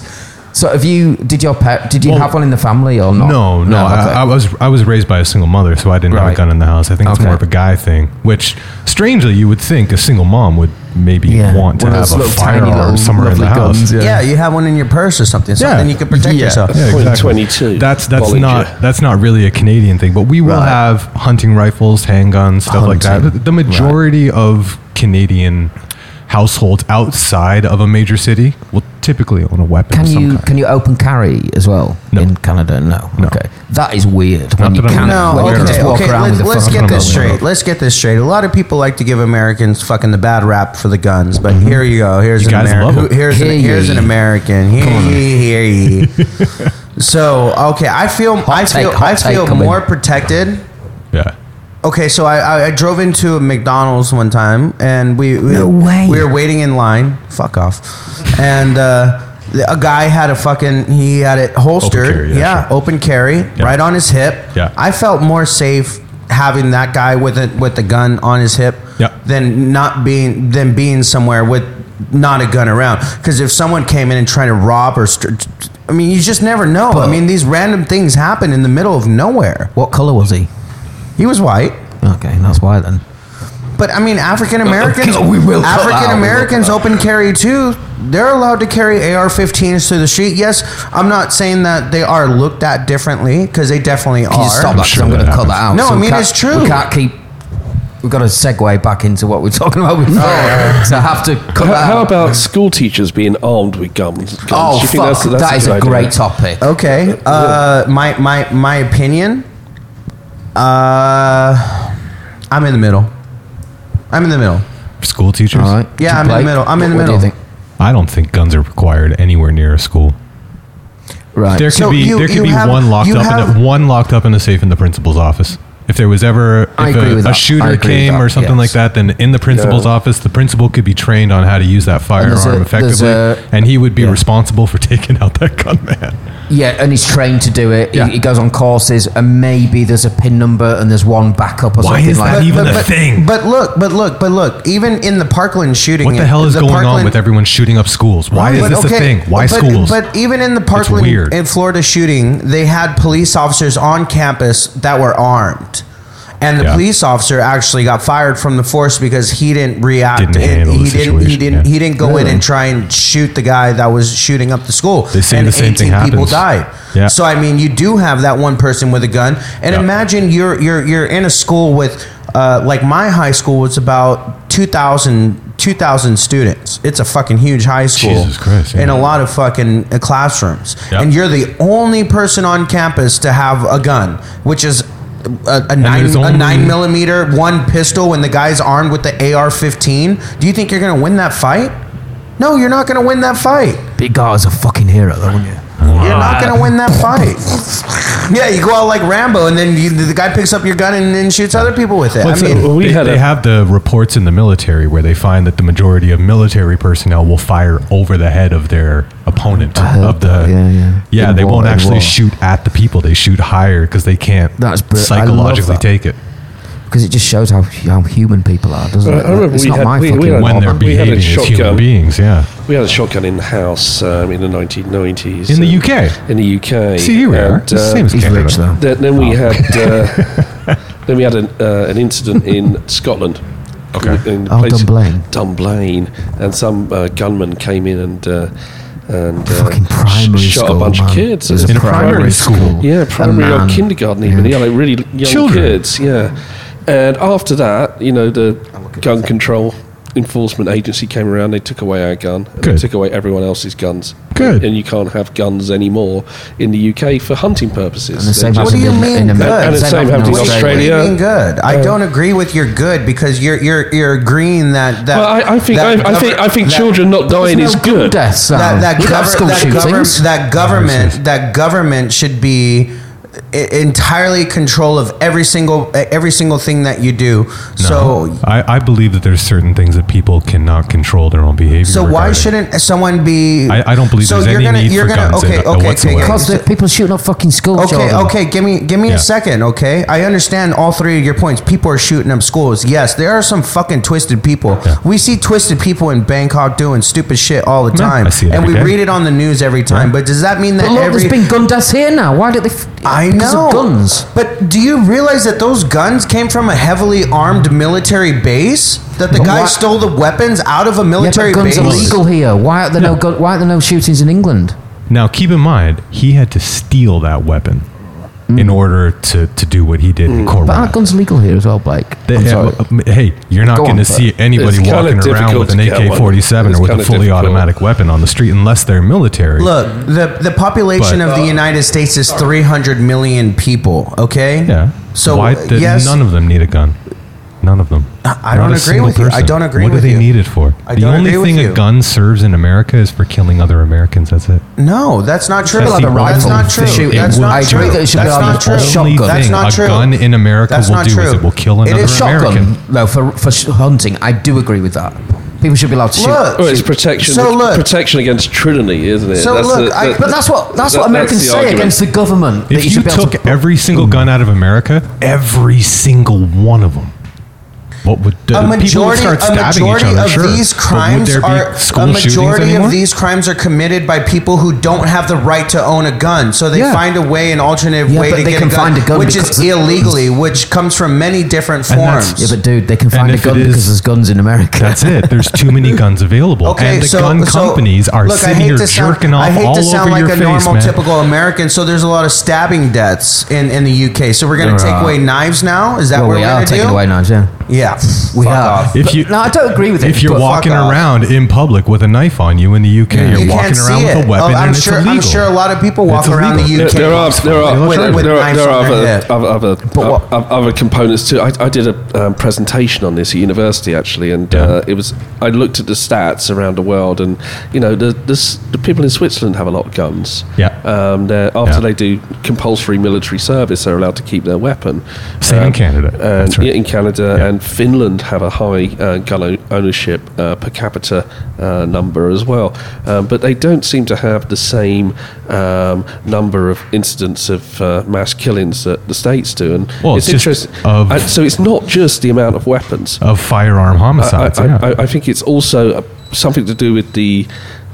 [SPEAKER 2] So have you? Did your pet? Did you
[SPEAKER 3] Well,
[SPEAKER 2] have one in the family or not?
[SPEAKER 3] No, no.
[SPEAKER 2] okay.
[SPEAKER 3] I, I was I was raised by a single mother, so I didn't have
[SPEAKER 2] Right.
[SPEAKER 3] a gun in the house. I think it's
[SPEAKER 2] Okay.
[SPEAKER 3] more of a guy thing. Which, strangely, you would think a single mom would maybe
[SPEAKER 2] Yeah.
[SPEAKER 3] want to
[SPEAKER 2] One of
[SPEAKER 3] have
[SPEAKER 2] those
[SPEAKER 3] a
[SPEAKER 2] little tiny little
[SPEAKER 3] firearm somewhere in the
[SPEAKER 2] lovely guns,
[SPEAKER 3] house.
[SPEAKER 2] Yeah.
[SPEAKER 6] Yeah. you have one in your purse or something. Something you can protect
[SPEAKER 3] Yeah.
[SPEAKER 6] yourself.
[SPEAKER 3] Yeah,
[SPEAKER 4] Point
[SPEAKER 3] exactly.
[SPEAKER 4] 22,
[SPEAKER 3] That's that's
[SPEAKER 4] Bollinger.
[SPEAKER 3] not that's not really a Canadian thing, but we will
[SPEAKER 2] Right.
[SPEAKER 3] have hunting rifles, handguns, stuff like
[SPEAKER 2] Hunting.
[SPEAKER 3] that. The- The majority of Canadian households outside of a major city will typically own a weapon.
[SPEAKER 2] Can
[SPEAKER 3] of some
[SPEAKER 2] you
[SPEAKER 3] kind.
[SPEAKER 2] can you open carry as well
[SPEAKER 3] No.
[SPEAKER 2] in Canada? No. Okay, that is weird. when
[SPEAKER 3] Not
[SPEAKER 2] you
[SPEAKER 3] that I'm
[SPEAKER 2] can,
[SPEAKER 3] aware
[SPEAKER 6] No,
[SPEAKER 2] when you
[SPEAKER 6] okay,
[SPEAKER 2] can just walk
[SPEAKER 6] okay.
[SPEAKER 2] around
[SPEAKER 6] Let's,
[SPEAKER 2] with a
[SPEAKER 6] let's
[SPEAKER 2] fucking
[SPEAKER 6] get this
[SPEAKER 2] gun.
[SPEAKER 6] straight. Let's get this straight. A lot of people like to give Americans fucking the bad rap for the guns, but
[SPEAKER 2] Mm-hmm.
[SPEAKER 6] here you go. Here's
[SPEAKER 3] You
[SPEAKER 6] an
[SPEAKER 3] guys love 'em.
[SPEAKER 6] American. Here's,
[SPEAKER 2] Hear
[SPEAKER 6] an, here's
[SPEAKER 2] ye.
[SPEAKER 6] an American. Hear ye, hear ye. so okay, I feel I feel
[SPEAKER 2] take, hot
[SPEAKER 6] I
[SPEAKER 2] take
[SPEAKER 6] feel
[SPEAKER 2] coming.
[SPEAKER 6] more protected.
[SPEAKER 3] Yeah.
[SPEAKER 6] Okay, so I, I, I drove into a McDonald's one time, and we we,
[SPEAKER 2] No way.
[SPEAKER 6] we were waiting in line. Fuck off. And uh, the- a guy had a fucking he had it holstered,
[SPEAKER 3] carry, yeah,
[SPEAKER 6] yeah,
[SPEAKER 3] sure.
[SPEAKER 6] open carry, right on his hip.
[SPEAKER 3] Yeah.
[SPEAKER 6] I felt more safe having that guy with it with the gun on his hip
[SPEAKER 3] Yeah.
[SPEAKER 6] than not being than being somewhere with not a gun around. Because if someone came in and tried to rob or, st- I mean, you just never know. I mean, these random things happen in the middle of nowhere.
[SPEAKER 2] What color was he?
[SPEAKER 6] He was white.
[SPEAKER 2] Okay, that's why then.
[SPEAKER 6] But I mean, African Americans,
[SPEAKER 2] We will cut out.
[SPEAKER 6] African Americans open carry too. They're allowed to carry AR-15s through the street. Yes, I'm not saying that they are looked at differently because they definitely
[SPEAKER 2] Can
[SPEAKER 6] are.
[SPEAKER 2] you stop that? 'Cause
[SPEAKER 3] sure
[SPEAKER 2] I'm going to
[SPEAKER 3] that
[SPEAKER 2] cut
[SPEAKER 3] happens.
[SPEAKER 2] that out.
[SPEAKER 6] No, I
[SPEAKER 2] we
[SPEAKER 6] mean,
[SPEAKER 2] can't-
[SPEAKER 6] it's true.
[SPEAKER 2] We can't keep. We've got to segue back into what we're talking about before. so I have to cut
[SPEAKER 4] How,
[SPEAKER 2] that
[SPEAKER 4] how
[SPEAKER 2] out.
[SPEAKER 4] about school teachers being armed with guns? guns?
[SPEAKER 2] Oh,
[SPEAKER 4] Do you think
[SPEAKER 2] fuck. that is a
[SPEAKER 4] good idea?
[SPEAKER 2] great
[SPEAKER 6] Oh.
[SPEAKER 2] topic.
[SPEAKER 6] Okay. Uh, my my my opinion. Uh, I'm in the middle. I'm in the middle.
[SPEAKER 3] School teachers?
[SPEAKER 2] All right.
[SPEAKER 6] Yeah, I'm in the
[SPEAKER 2] Blake,
[SPEAKER 6] middle. I'm in the
[SPEAKER 2] what-
[SPEAKER 6] middle.
[SPEAKER 2] What do you think?
[SPEAKER 3] I don't think guns are required anywhere near a school.
[SPEAKER 2] Right.
[SPEAKER 3] There could
[SPEAKER 6] So
[SPEAKER 3] be
[SPEAKER 6] you-
[SPEAKER 3] there could
[SPEAKER 6] you
[SPEAKER 3] be
[SPEAKER 6] have-
[SPEAKER 3] one locked
[SPEAKER 6] you
[SPEAKER 3] up
[SPEAKER 6] have-
[SPEAKER 3] in a, one locked up in a safe in the principal's office. If there was ever if
[SPEAKER 2] I agree
[SPEAKER 3] a,
[SPEAKER 2] with
[SPEAKER 3] a
[SPEAKER 2] that. I
[SPEAKER 3] shooter
[SPEAKER 2] agree with
[SPEAKER 3] came
[SPEAKER 2] that,
[SPEAKER 3] or something
[SPEAKER 2] yes.
[SPEAKER 3] like that, then in the principal's
[SPEAKER 4] Yeah.
[SPEAKER 3] office, the principal could be trained on how to use that
[SPEAKER 2] there's
[SPEAKER 3] firearm
[SPEAKER 2] a- there's
[SPEAKER 3] effectively,
[SPEAKER 2] a-
[SPEAKER 3] and he would be responsible for taking out that gunman.
[SPEAKER 2] Yeah, and he's trained to do it. He-
[SPEAKER 3] Yeah.
[SPEAKER 2] He, goes on courses, and maybe there's a pin number and there's one backup or
[SPEAKER 3] Why
[SPEAKER 2] something
[SPEAKER 3] is
[SPEAKER 2] like
[SPEAKER 3] that
[SPEAKER 2] that.
[SPEAKER 3] even a thing?
[SPEAKER 6] But look, but look, but look. Even in the Parkland shooting,
[SPEAKER 3] What the hell is going on
[SPEAKER 6] Parkland-
[SPEAKER 3] with everyone shooting up schools? Why is
[SPEAKER 6] But
[SPEAKER 3] this a
[SPEAKER 6] okay,
[SPEAKER 3] thing? Why
[SPEAKER 6] but,
[SPEAKER 3] schools?
[SPEAKER 6] But even in the Parkland
[SPEAKER 3] weird.
[SPEAKER 6] in Florida shooting, they had police officers on campus that were armed. And the
[SPEAKER 3] Yeah.
[SPEAKER 6] police officer actually got fired from the force because he didn't react.
[SPEAKER 3] Didn't
[SPEAKER 6] and
[SPEAKER 3] handle
[SPEAKER 6] he
[SPEAKER 3] the
[SPEAKER 6] didn't. He
[SPEAKER 3] situation,
[SPEAKER 6] didn't.
[SPEAKER 3] yeah.
[SPEAKER 6] He didn't go in and try and shoot the guy that was shooting up the school.
[SPEAKER 3] They say
[SPEAKER 6] and
[SPEAKER 3] the same
[SPEAKER 6] 18
[SPEAKER 3] thing
[SPEAKER 6] people
[SPEAKER 3] happens.
[SPEAKER 6] died.
[SPEAKER 3] Yeah.
[SPEAKER 6] So I mean, you do have that one person with a gun, and
[SPEAKER 3] Yeah.
[SPEAKER 6] imagine you're you're you're in a school with, uh, like my high school was about 2,000, 2,000 students. It's a fucking huge high school
[SPEAKER 3] Jesus Christ, yeah.
[SPEAKER 6] in a lot of fucking uh, classrooms,
[SPEAKER 3] Yep.
[SPEAKER 6] and you're the only person on campus to have a gun, which is a, a nine
[SPEAKER 3] there's
[SPEAKER 6] a
[SPEAKER 3] only-
[SPEAKER 6] nine millimeter one pistol when the guy's armed with the AR-15. Do you think you're gonna win that fight? No, you're not gonna win that fight.
[SPEAKER 2] Big guy was a fucking hero, though, wasn't you?
[SPEAKER 6] You're not gonna win that fight. yeah, you go out like Rambo, and then you, the guy picks up your gun and then shoots other people with it.
[SPEAKER 3] Well,
[SPEAKER 6] I
[SPEAKER 3] so
[SPEAKER 6] mean,
[SPEAKER 4] we
[SPEAKER 3] they,
[SPEAKER 4] had
[SPEAKER 3] they
[SPEAKER 4] a-
[SPEAKER 3] have the reports in the military where they find that the majority of military personnel will fire over the head of their opponent of the
[SPEAKER 2] Uh, yeah, yeah. In
[SPEAKER 3] they
[SPEAKER 2] war,
[SPEAKER 3] won't
[SPEAKER 2] in
[SPEAKER 3] actually
[SPEAKER 2] war.
[SPEAKER 3] shoot at the people they shoot higher because they can't
[SPEAKER 2] That's br- I love
[SPEAKER 3] psychologically
[SPEAKER 2] that.
[SPEAKER 3] take it
[SPEAKER 2] Because it just shows how, how human people are, doesn't
[SPEAKER 4] I
[SPEAKER 2] it?
[SPEAKER 4] remember
[SPEAKER 2] it's
[SPEAKER 4] we
[SPEAKER 2] not
[SPEAKER 4] had-
[SPEAKER 2] my
[SPEAKER 4] we- we
[SPEAKER 2] fucking
[SPEAKER 4] had-
[SPEAKER 2] war,
[SPEAKER 3] when they're
[SPEAKER 2] but-
[SPEAKER 4] we had a
[SPEAKER 3] behaving as human
[SPEAKER 4] shotgun.
[SPEAKER 3] beings yeah
[SPEAKER 4] We had a shotgun in the house um, in the 1990s.
[SPEAKER 3] in the
[SPEAKER 4] and-
[SPEAKER 3] UK
[SPEAKER 4] In the UK.
[SPEAKER 3] see here we are
[SPEAKER 4] And,
[SPEAKER 3] It's the
[SPEAKER 4] uh,
[SPEAKER 3] same as
[SPEAKER 2] He's
[SPEAKER 3] Canada
[SPEAKER 2] rich, though.
[SPEAKER 4] Then, then we
[SPEAKER 3] Oh.
[SPEAKER 4] had uh, then we had an, uh, an incident in Scotland.
[SPEAKER 3] Okay.
[SPEAKER 4] In the
[SPEAKER 2] Oh,
[SPEAKER 4] place-
[SPEAKER 2] Dunblane.
[SPEAKER 4] Dunblane, and some uh, gunman came in and uh, and uh,
[SPEAKER 2] Fucking primary
[SPEAKER 4] shot
[SPEAKER 2] school,
[SPEAKER 4] a bunch
[SPEAKER 2] man.
[SPEAKER 4] of kids.
[SPEAKER 2] It was
[SPEAKER 3] In a primary school.
[SPEAKER 4] Yeah, primary or
[SPEAKER 2] man.
[SPEAKER 4] kindergarten, even. Yeah, like really young
[SPEAKER 3] Children.
[SPEAKER 4] kids. Yeah, and after that, you know, the gun control enforcement agency came around. They took away our gun. And they
[SPEAKER 3] Good.
[SPEAKER 4] took away everyone else's guns.
[SPEAKER 3] Good.
[SPEAKER 4] And you can't have guns anymore in the UK for hunting purposes.
[SPEAKER 2] And the
[SPEAKER 4] They're
[SPEAKER 2] same
[SPEAKER 4] just-
[SPEAKER 6] What do you
[SPEAKER 2] happened in-
[SPEAKER 6] mean
[SPEAKER 2] in Amer-
[SPEAKER 6] good? And the
[SPEAKER 4] same
[SPEAKER 2] happened in
[SPEAKER 4] happened in Australia. Uh,
[SPEAKER 6] What do you mean good? I don't agree with your good because you're you're you're agreeing that that.
[SPEAKER 4] Well, I, I think
[SPEAKER 6] that
[SPEAKER 4] I, I
[SPEAKER 6] gover-
[SPEAKER 4] think I think
[SPEAKER 6] that-
[SPEAKER 4] children not
[SPEAKER 2] There's
[SPEAKER 4] dying
[SPEAKER 2] no
[SPEAKER 4] is good.
[SPEAKER 2] Deaths,
[SPEAKER 6] that
[SPEAKER 2] Sam.
[SPEAKER 6] that,
[SPEAKER 2] we
[SPEAKER 6] gover-
[SPEAKER 2] have Oh. school
[SPEAKER 6] that,
[SPEAKER 2] shootings.
[SPEAKER 6] gover- that government that government should be i- entirely control of every single e, every single thing that you do. So
[SPEAKER 3] I, I believe that there's certain things that people cannot control their own behavior
[SPEAKER 6] so why
[SPEAKER 3] regarding.
[SPEAKER 6] shouldn't someone be?
[SPEAKER 3] I- I don't believe there's any need for guns in-
[SPEAKER 6] okay,
[SPEAKER 3] uh,
[SPEAKER 6] okay, okay,
[SPEAKER 3] whatsoever.
[SPEAKER 6] okay.
[SPEAKER 2] Because the people shooting up fucking school
[SPEAKER 6] Okay,
[SPEAKER 2] children.
[SPEAKER 6] okay, give me give me
[SPEAKER 3] Yeah.
[SPEAKER 6] a second, okay? I understand all three of your points. People are shooting up schools. Yes, there are some fucking twisted people. We see twisted people in Bangkok doing stupid shit all the
[SPEAKER 3] Yeah,
[SPEAKER 6] time.
[SPEAKER 3] I see it
[SPEAKER 6] and
[SPEAKER 3] every
[SPEAKER 6] we
[SPEAKER 3] day.
[SPEAKER 6] read it on the news every time. But does that mean that
[SPEAKER 2] But look,
[SPEAKER 6] every
[SPEAKER 2] there's been gun deaths here now. Why don't they? F-
[SPEAKER 6] I
[SPEAKER 2] because
[SPEAKER 6] know
[SPEAKER 2] Of guns.
[SPEAKER 6] But do you realize that those guns came from a heavily armed military base? That the
[SPEAKER 2] But
[SPEAKER 6] guy
[SPEAKER 2] why-
[SPEAKER 6] stole the weapons out of a
[SPEAKER 2] Yeah,
[SPEAKER 6] military
[SPEAKER 2] but guns
[SPEAKER 6] base?
[SPEAKER 2] are legal here. Why are there no gun, Why are there no shootings in England?
[SPEAKER 3] Now, keep in mind, he had to steal that weapon
[SPEAKER 2] Mm.
[SPEAKER 3] in order to, to do what he did in
[SPEAKER 2] But aren't
[SPEAKER 3] Cornwall.
[SPEAKER 2] guns legal here as well, Blake?
[SPEAKER 3] They-
[SPEAKER 2] I'm sorry.
[SPEAKER 3] um, hey, you're not
[SPEAKER 2] Go
[SPEAKER 3] going
[SPEAKER 2] on,
[SPEAKER 3] to see anybody
[SPEAKER 4] It's kinda
[SPEAKER 3] walking around
[SPEAKER 4] difficult
[SPEAKER 3] with an
[SPEAKER 4] to get
[SPEAKER 3] AK 47
[SPEAKER 4] one.
[SPEAKER 3] or with a
[SPEAKER 4] It's
[SPEAKER 3] fully
[SPEAKER 4] kinda difficult.
[SPEAKER 3] automatic weapon on the street unless they're military.
[SPEAKER 6] Look, the the population
[SPEAKER 3] But- uh,
[SPEAKER 6] of the United States is 300 million people. Okay.
[SPEAKER 3] yeah.
[SPEAKER 6] So
[SPEAKER 3] why
[SPEAKER 6] uh,
[SPEAKER 3] did
[SPEAKER 6] yes,
[SPEAKER 3] none of them need a gun? None of them.
[SPEAKER 6] I
[SPEAKER 3] a
[SPEAKER 6] don't agree
[SPEAKER 3] single
[SPEAKER 6] with you. I don't agree
[SPEAKER 3] What
[SPEAKER 6] with
[SPEAKER 3] do they
[SPEAKER 6] you.
[SPEAKER 3] need it for?
[SPEAKER 6] I
[SPEAKER 3] the
[SPEAKER 6] don't
[SPEAKER 3] only
[SPEAKER 6] agree with
[SPEAKER 3] thing
[SPEAKER 6] you.
[SPEAKER 3] a gun serves in America is for killing other Americans. That's it.
[SPEAKER 6] no, that's not true.
[SPEAKER 3] That's the
[SPEAKER 6] That's
[SPEAKER 3] only
[SPEAKER 6] not
[SPEAKER 3] thing
[SPEAKER 6] true.
[SPEAKER 3] it
[SPEAKER 6] That's
[SPEAKER 3] will
[SPEAKER 6] not
[SPEAKER 3] do.
[SPEAKER 6] true.
[SPEAKER 2] I agree that it
[SPEAKER 6] That's
[SPEAKER 2] should be on
[SPEAKER 6] not
[SPEAKER 2] a
[SPEAKER 6] true.
[SPEAKER 3] only
[SPEAKER 2] shotgun.
[SPEAKER 6] That's
[SPEAKER 3] thing
[SPEAKER 6] not
[SPEAKER 3] a
[SPEAKER 6] true.
[SPEAKER 3] gun in America
[SPEAKER 6] That's
[SPEAKER 3] will
[SPEAKER 6] not
[SPEAKER 3] do is
[SPEAKER 6] true.
[SPEAKER 3] it will kill
[SPEAKER 6] It
[SPEAKER 3] another
[SPEAKER 6] is
[SPEAKER 3] American.
[SPEAKER 2] Shotgun, though, for for sh- hunting, I do agree with that. People should be allowed to shoot.
[SPEAKER 6] Look.
[SPEAKER 4] Well, it's protection.
[SPEAKER 6] So look-
[SPEAKER 4] protection against tyranny, isn't it?
[SPEAKER 6] So look, I-
[SPEAKER 2] But that's what that's what
[SPEAKER 4] that-
[SPEAKER 2] Americans
[SPEAKER 4] the
[SPEAKER 2] say
[SPEAKER 4] argument.
[SPEAKER 2] against the government. that
[SPEAKER 3] If you,
[SPEAKER 2] should be able
[SPEAKER 6] Mm.
[SPEAKER 3] took
[SPEAKER 2] to put-
[SPEAKER 3] every single gun out of America, every single one of them,
[SPEAKER 7] What would the
[SPEAKER 6] a
[SPEAKER 7] people would
[SPEAKER 6] majority,
[SPEAKER 7] start
[SPEAKER 6] a
[SPEAKER 7] stabbing
[SPEAKER 6] majority
[SPEAKER 7] each other?
[SPEAKER 6] of
[SPEAKER 7] sure.
[SPEAKER 6] these
[SPEAKER 7] But would
[SPEAKER 6] crimes
[SPEAKER 7] there be
[SPEAKER 6] are
[SPEAKER 7] school
[SPEAKER 6] a
[SPEAKER 7] shootings
[SPEAKER 6] majority
[SPEAKER 7] anymore?
[SPEAKER 6] of these crimes are committed by people who don't have the right to own a gun. So they
[SPEAKER 7] Yeah.
[SPEAKER 6] find a way, an alternative
[SPEAKER 2] Yeah,
[SPEAKER 6] way
[SPEAKER 2] but
[SPEAKER 6] to
[SPEAKER 2] they
[SPEAKER 6] get
[SPEAKER 2] can
[SPEAKER 6] a gun,
[SPEAKER 2] find a gun
[SPEAKER 6] which
[SPEAKER 2] because-
[SPEAKER 6] is illegally, which comes from many different
[SPEAKER 7] And that's-
[SPEAKER 6] forms.
[SPEAKER 2] Yeah, but dude, they can find a
[SPEAKER 7] if it
[SPEAKER 2] gun
[SPEAKER 7] is-
[SPEAKER 2] because there's guns in America.
[SPEAKER 7] That's it. There's too many guns available,
[SPEAKER 6] Okay,
[SPEAKER 7] and the
[SPEAKER 6] so,
[SPEAKER 7] gun
[SPEAKER 6] so-
[SPEAKER 7] companies are
[SPEAKER 6] look, I
[SPEAKER 7] sitting
[SPEAKER 6] hate
[SPEAKER 7] here
[SPEAKER 6] to sound,
[SPEAKER 7] jerking off
[SPEAKER 6] I hate
[SPEAKER 7] all
[SPEAKER 6] to sound
[SPEAKER 7] over
[SPEAKER 6] like
[SPEAKER 7] your
[SPEAKER 6] a
[SPEAKER 7] face,
[SPEAKER 6] normal,
[SPEAKER 7] man.
[SPEAKER 6] typical American. So there's a lot of stabbing deaths in, in the UK. So we're going to
[SPEAKER 2] There
[SPEAKER 6] take
[SPEAKER 2] are.
[SPEAKER 6] away knives now. Is that
[SPEAKER 2] well,
[SPEAKER 6] what
[SPEAKER 2] we
[SPEAKER 6] we're
[SPEAKER 2] are
[SPEAKER 6] going to do?
[SPEAKER 2] taking away knives. Yeah,
[SPEAKER 6] Yeah,
[SPEAKER 2] we
[SPEAKER 6] Fuck
[SPEAKER 2] are.
[SPEAKER 6] off.
[SPEAKER 7] If
[SPEAKER 2] But-
[SPEAKER 7] you-
[SPEAKER 2] no, I don't agree with it.
[SPEAKER 7] If you're
[SPEAKER 2] but-
[SPEAKER 7] walking
[SPEAKER 6] off.
[SPEAKER 7] around in public with a knife on you in the UK, you're
[SPEAKER 6] You
[SPEAKER 7] walking
[SPEAKER 6] can't
[SPEAKER 7] around
[SPEAKER 6] see
[SPEAKER 7] with
[SPEAKER 6] it.
[SPEAKER 7] a weapon,
[SPEAKER 6] Oh, I'm
[SPEAKER 7] and it's
[SPEAKER 6] sure.
[SPEAKER 7] illegal.
[SPEAKER 6] I'm sure a lot of people walk
[SPEAKER 7] It's
[SPEAKER 6] around the
[SPEAKER 7] illegal.
[SPEAKER 6] UK.
[SPEAKER 4] There, there are there are
[SPEAKER 6] with-
[SPEAKER 4] there,
[SPEAKER 6] with
[SPEAKER 4] there are,
[SPEAKER 6] knives
[SPEAKER 4] there
[SPEAKER 6] on
[SPEAKER 4] are
[SPEAKER 6] their
[SPEAKER 4] other,
[SPEAKER 6] hip.
[SPEAKER 4] other, other,
[SPEAKER 2] what-
[SPEAKER 4] o- other components too. I, I did a um, presentation on this at university actually, and uh, it was I looked at the stats around the world, and you know the the, s- the people in Switzerland have a lot of guns.
[SPEAKER 7] Yeah.
[SPEAKER 4] Um, they're- after
[SPEAKER 7] Yeah.
[SPEAKER 4] they do compulsory military service, they're allowed to keep their weapon.
[SPEAKER 7] Same in
[SPEAKER 4] Um,
[SPEAKER 7] Canada.
[SPEAKER 4] and-
[SPEAKER 7] That's right.
[SPEAKER 4] yeah, in Canada
[SPEAKER 7] Yeah.
[SPEAKER 4] and Finland have a high uh, gun o- ownership uh, per capita uh, number as well, um, but they don't seem to have the same um, number of incidents of uh, mass killings that the states do. And
[SPEAKER 7] Well, it's just of-
[SPEAKER 4] and so it's not just the amount of weapons.
[SPEAKER 7] of firearm
[SPEAKER 4] I,
[SPEAKER 7] homicides.
[SPEAKER 4] I,
[SPEAKER 7] yeah.
[SPEAKER 4] I, I think it's also uh, something to do with the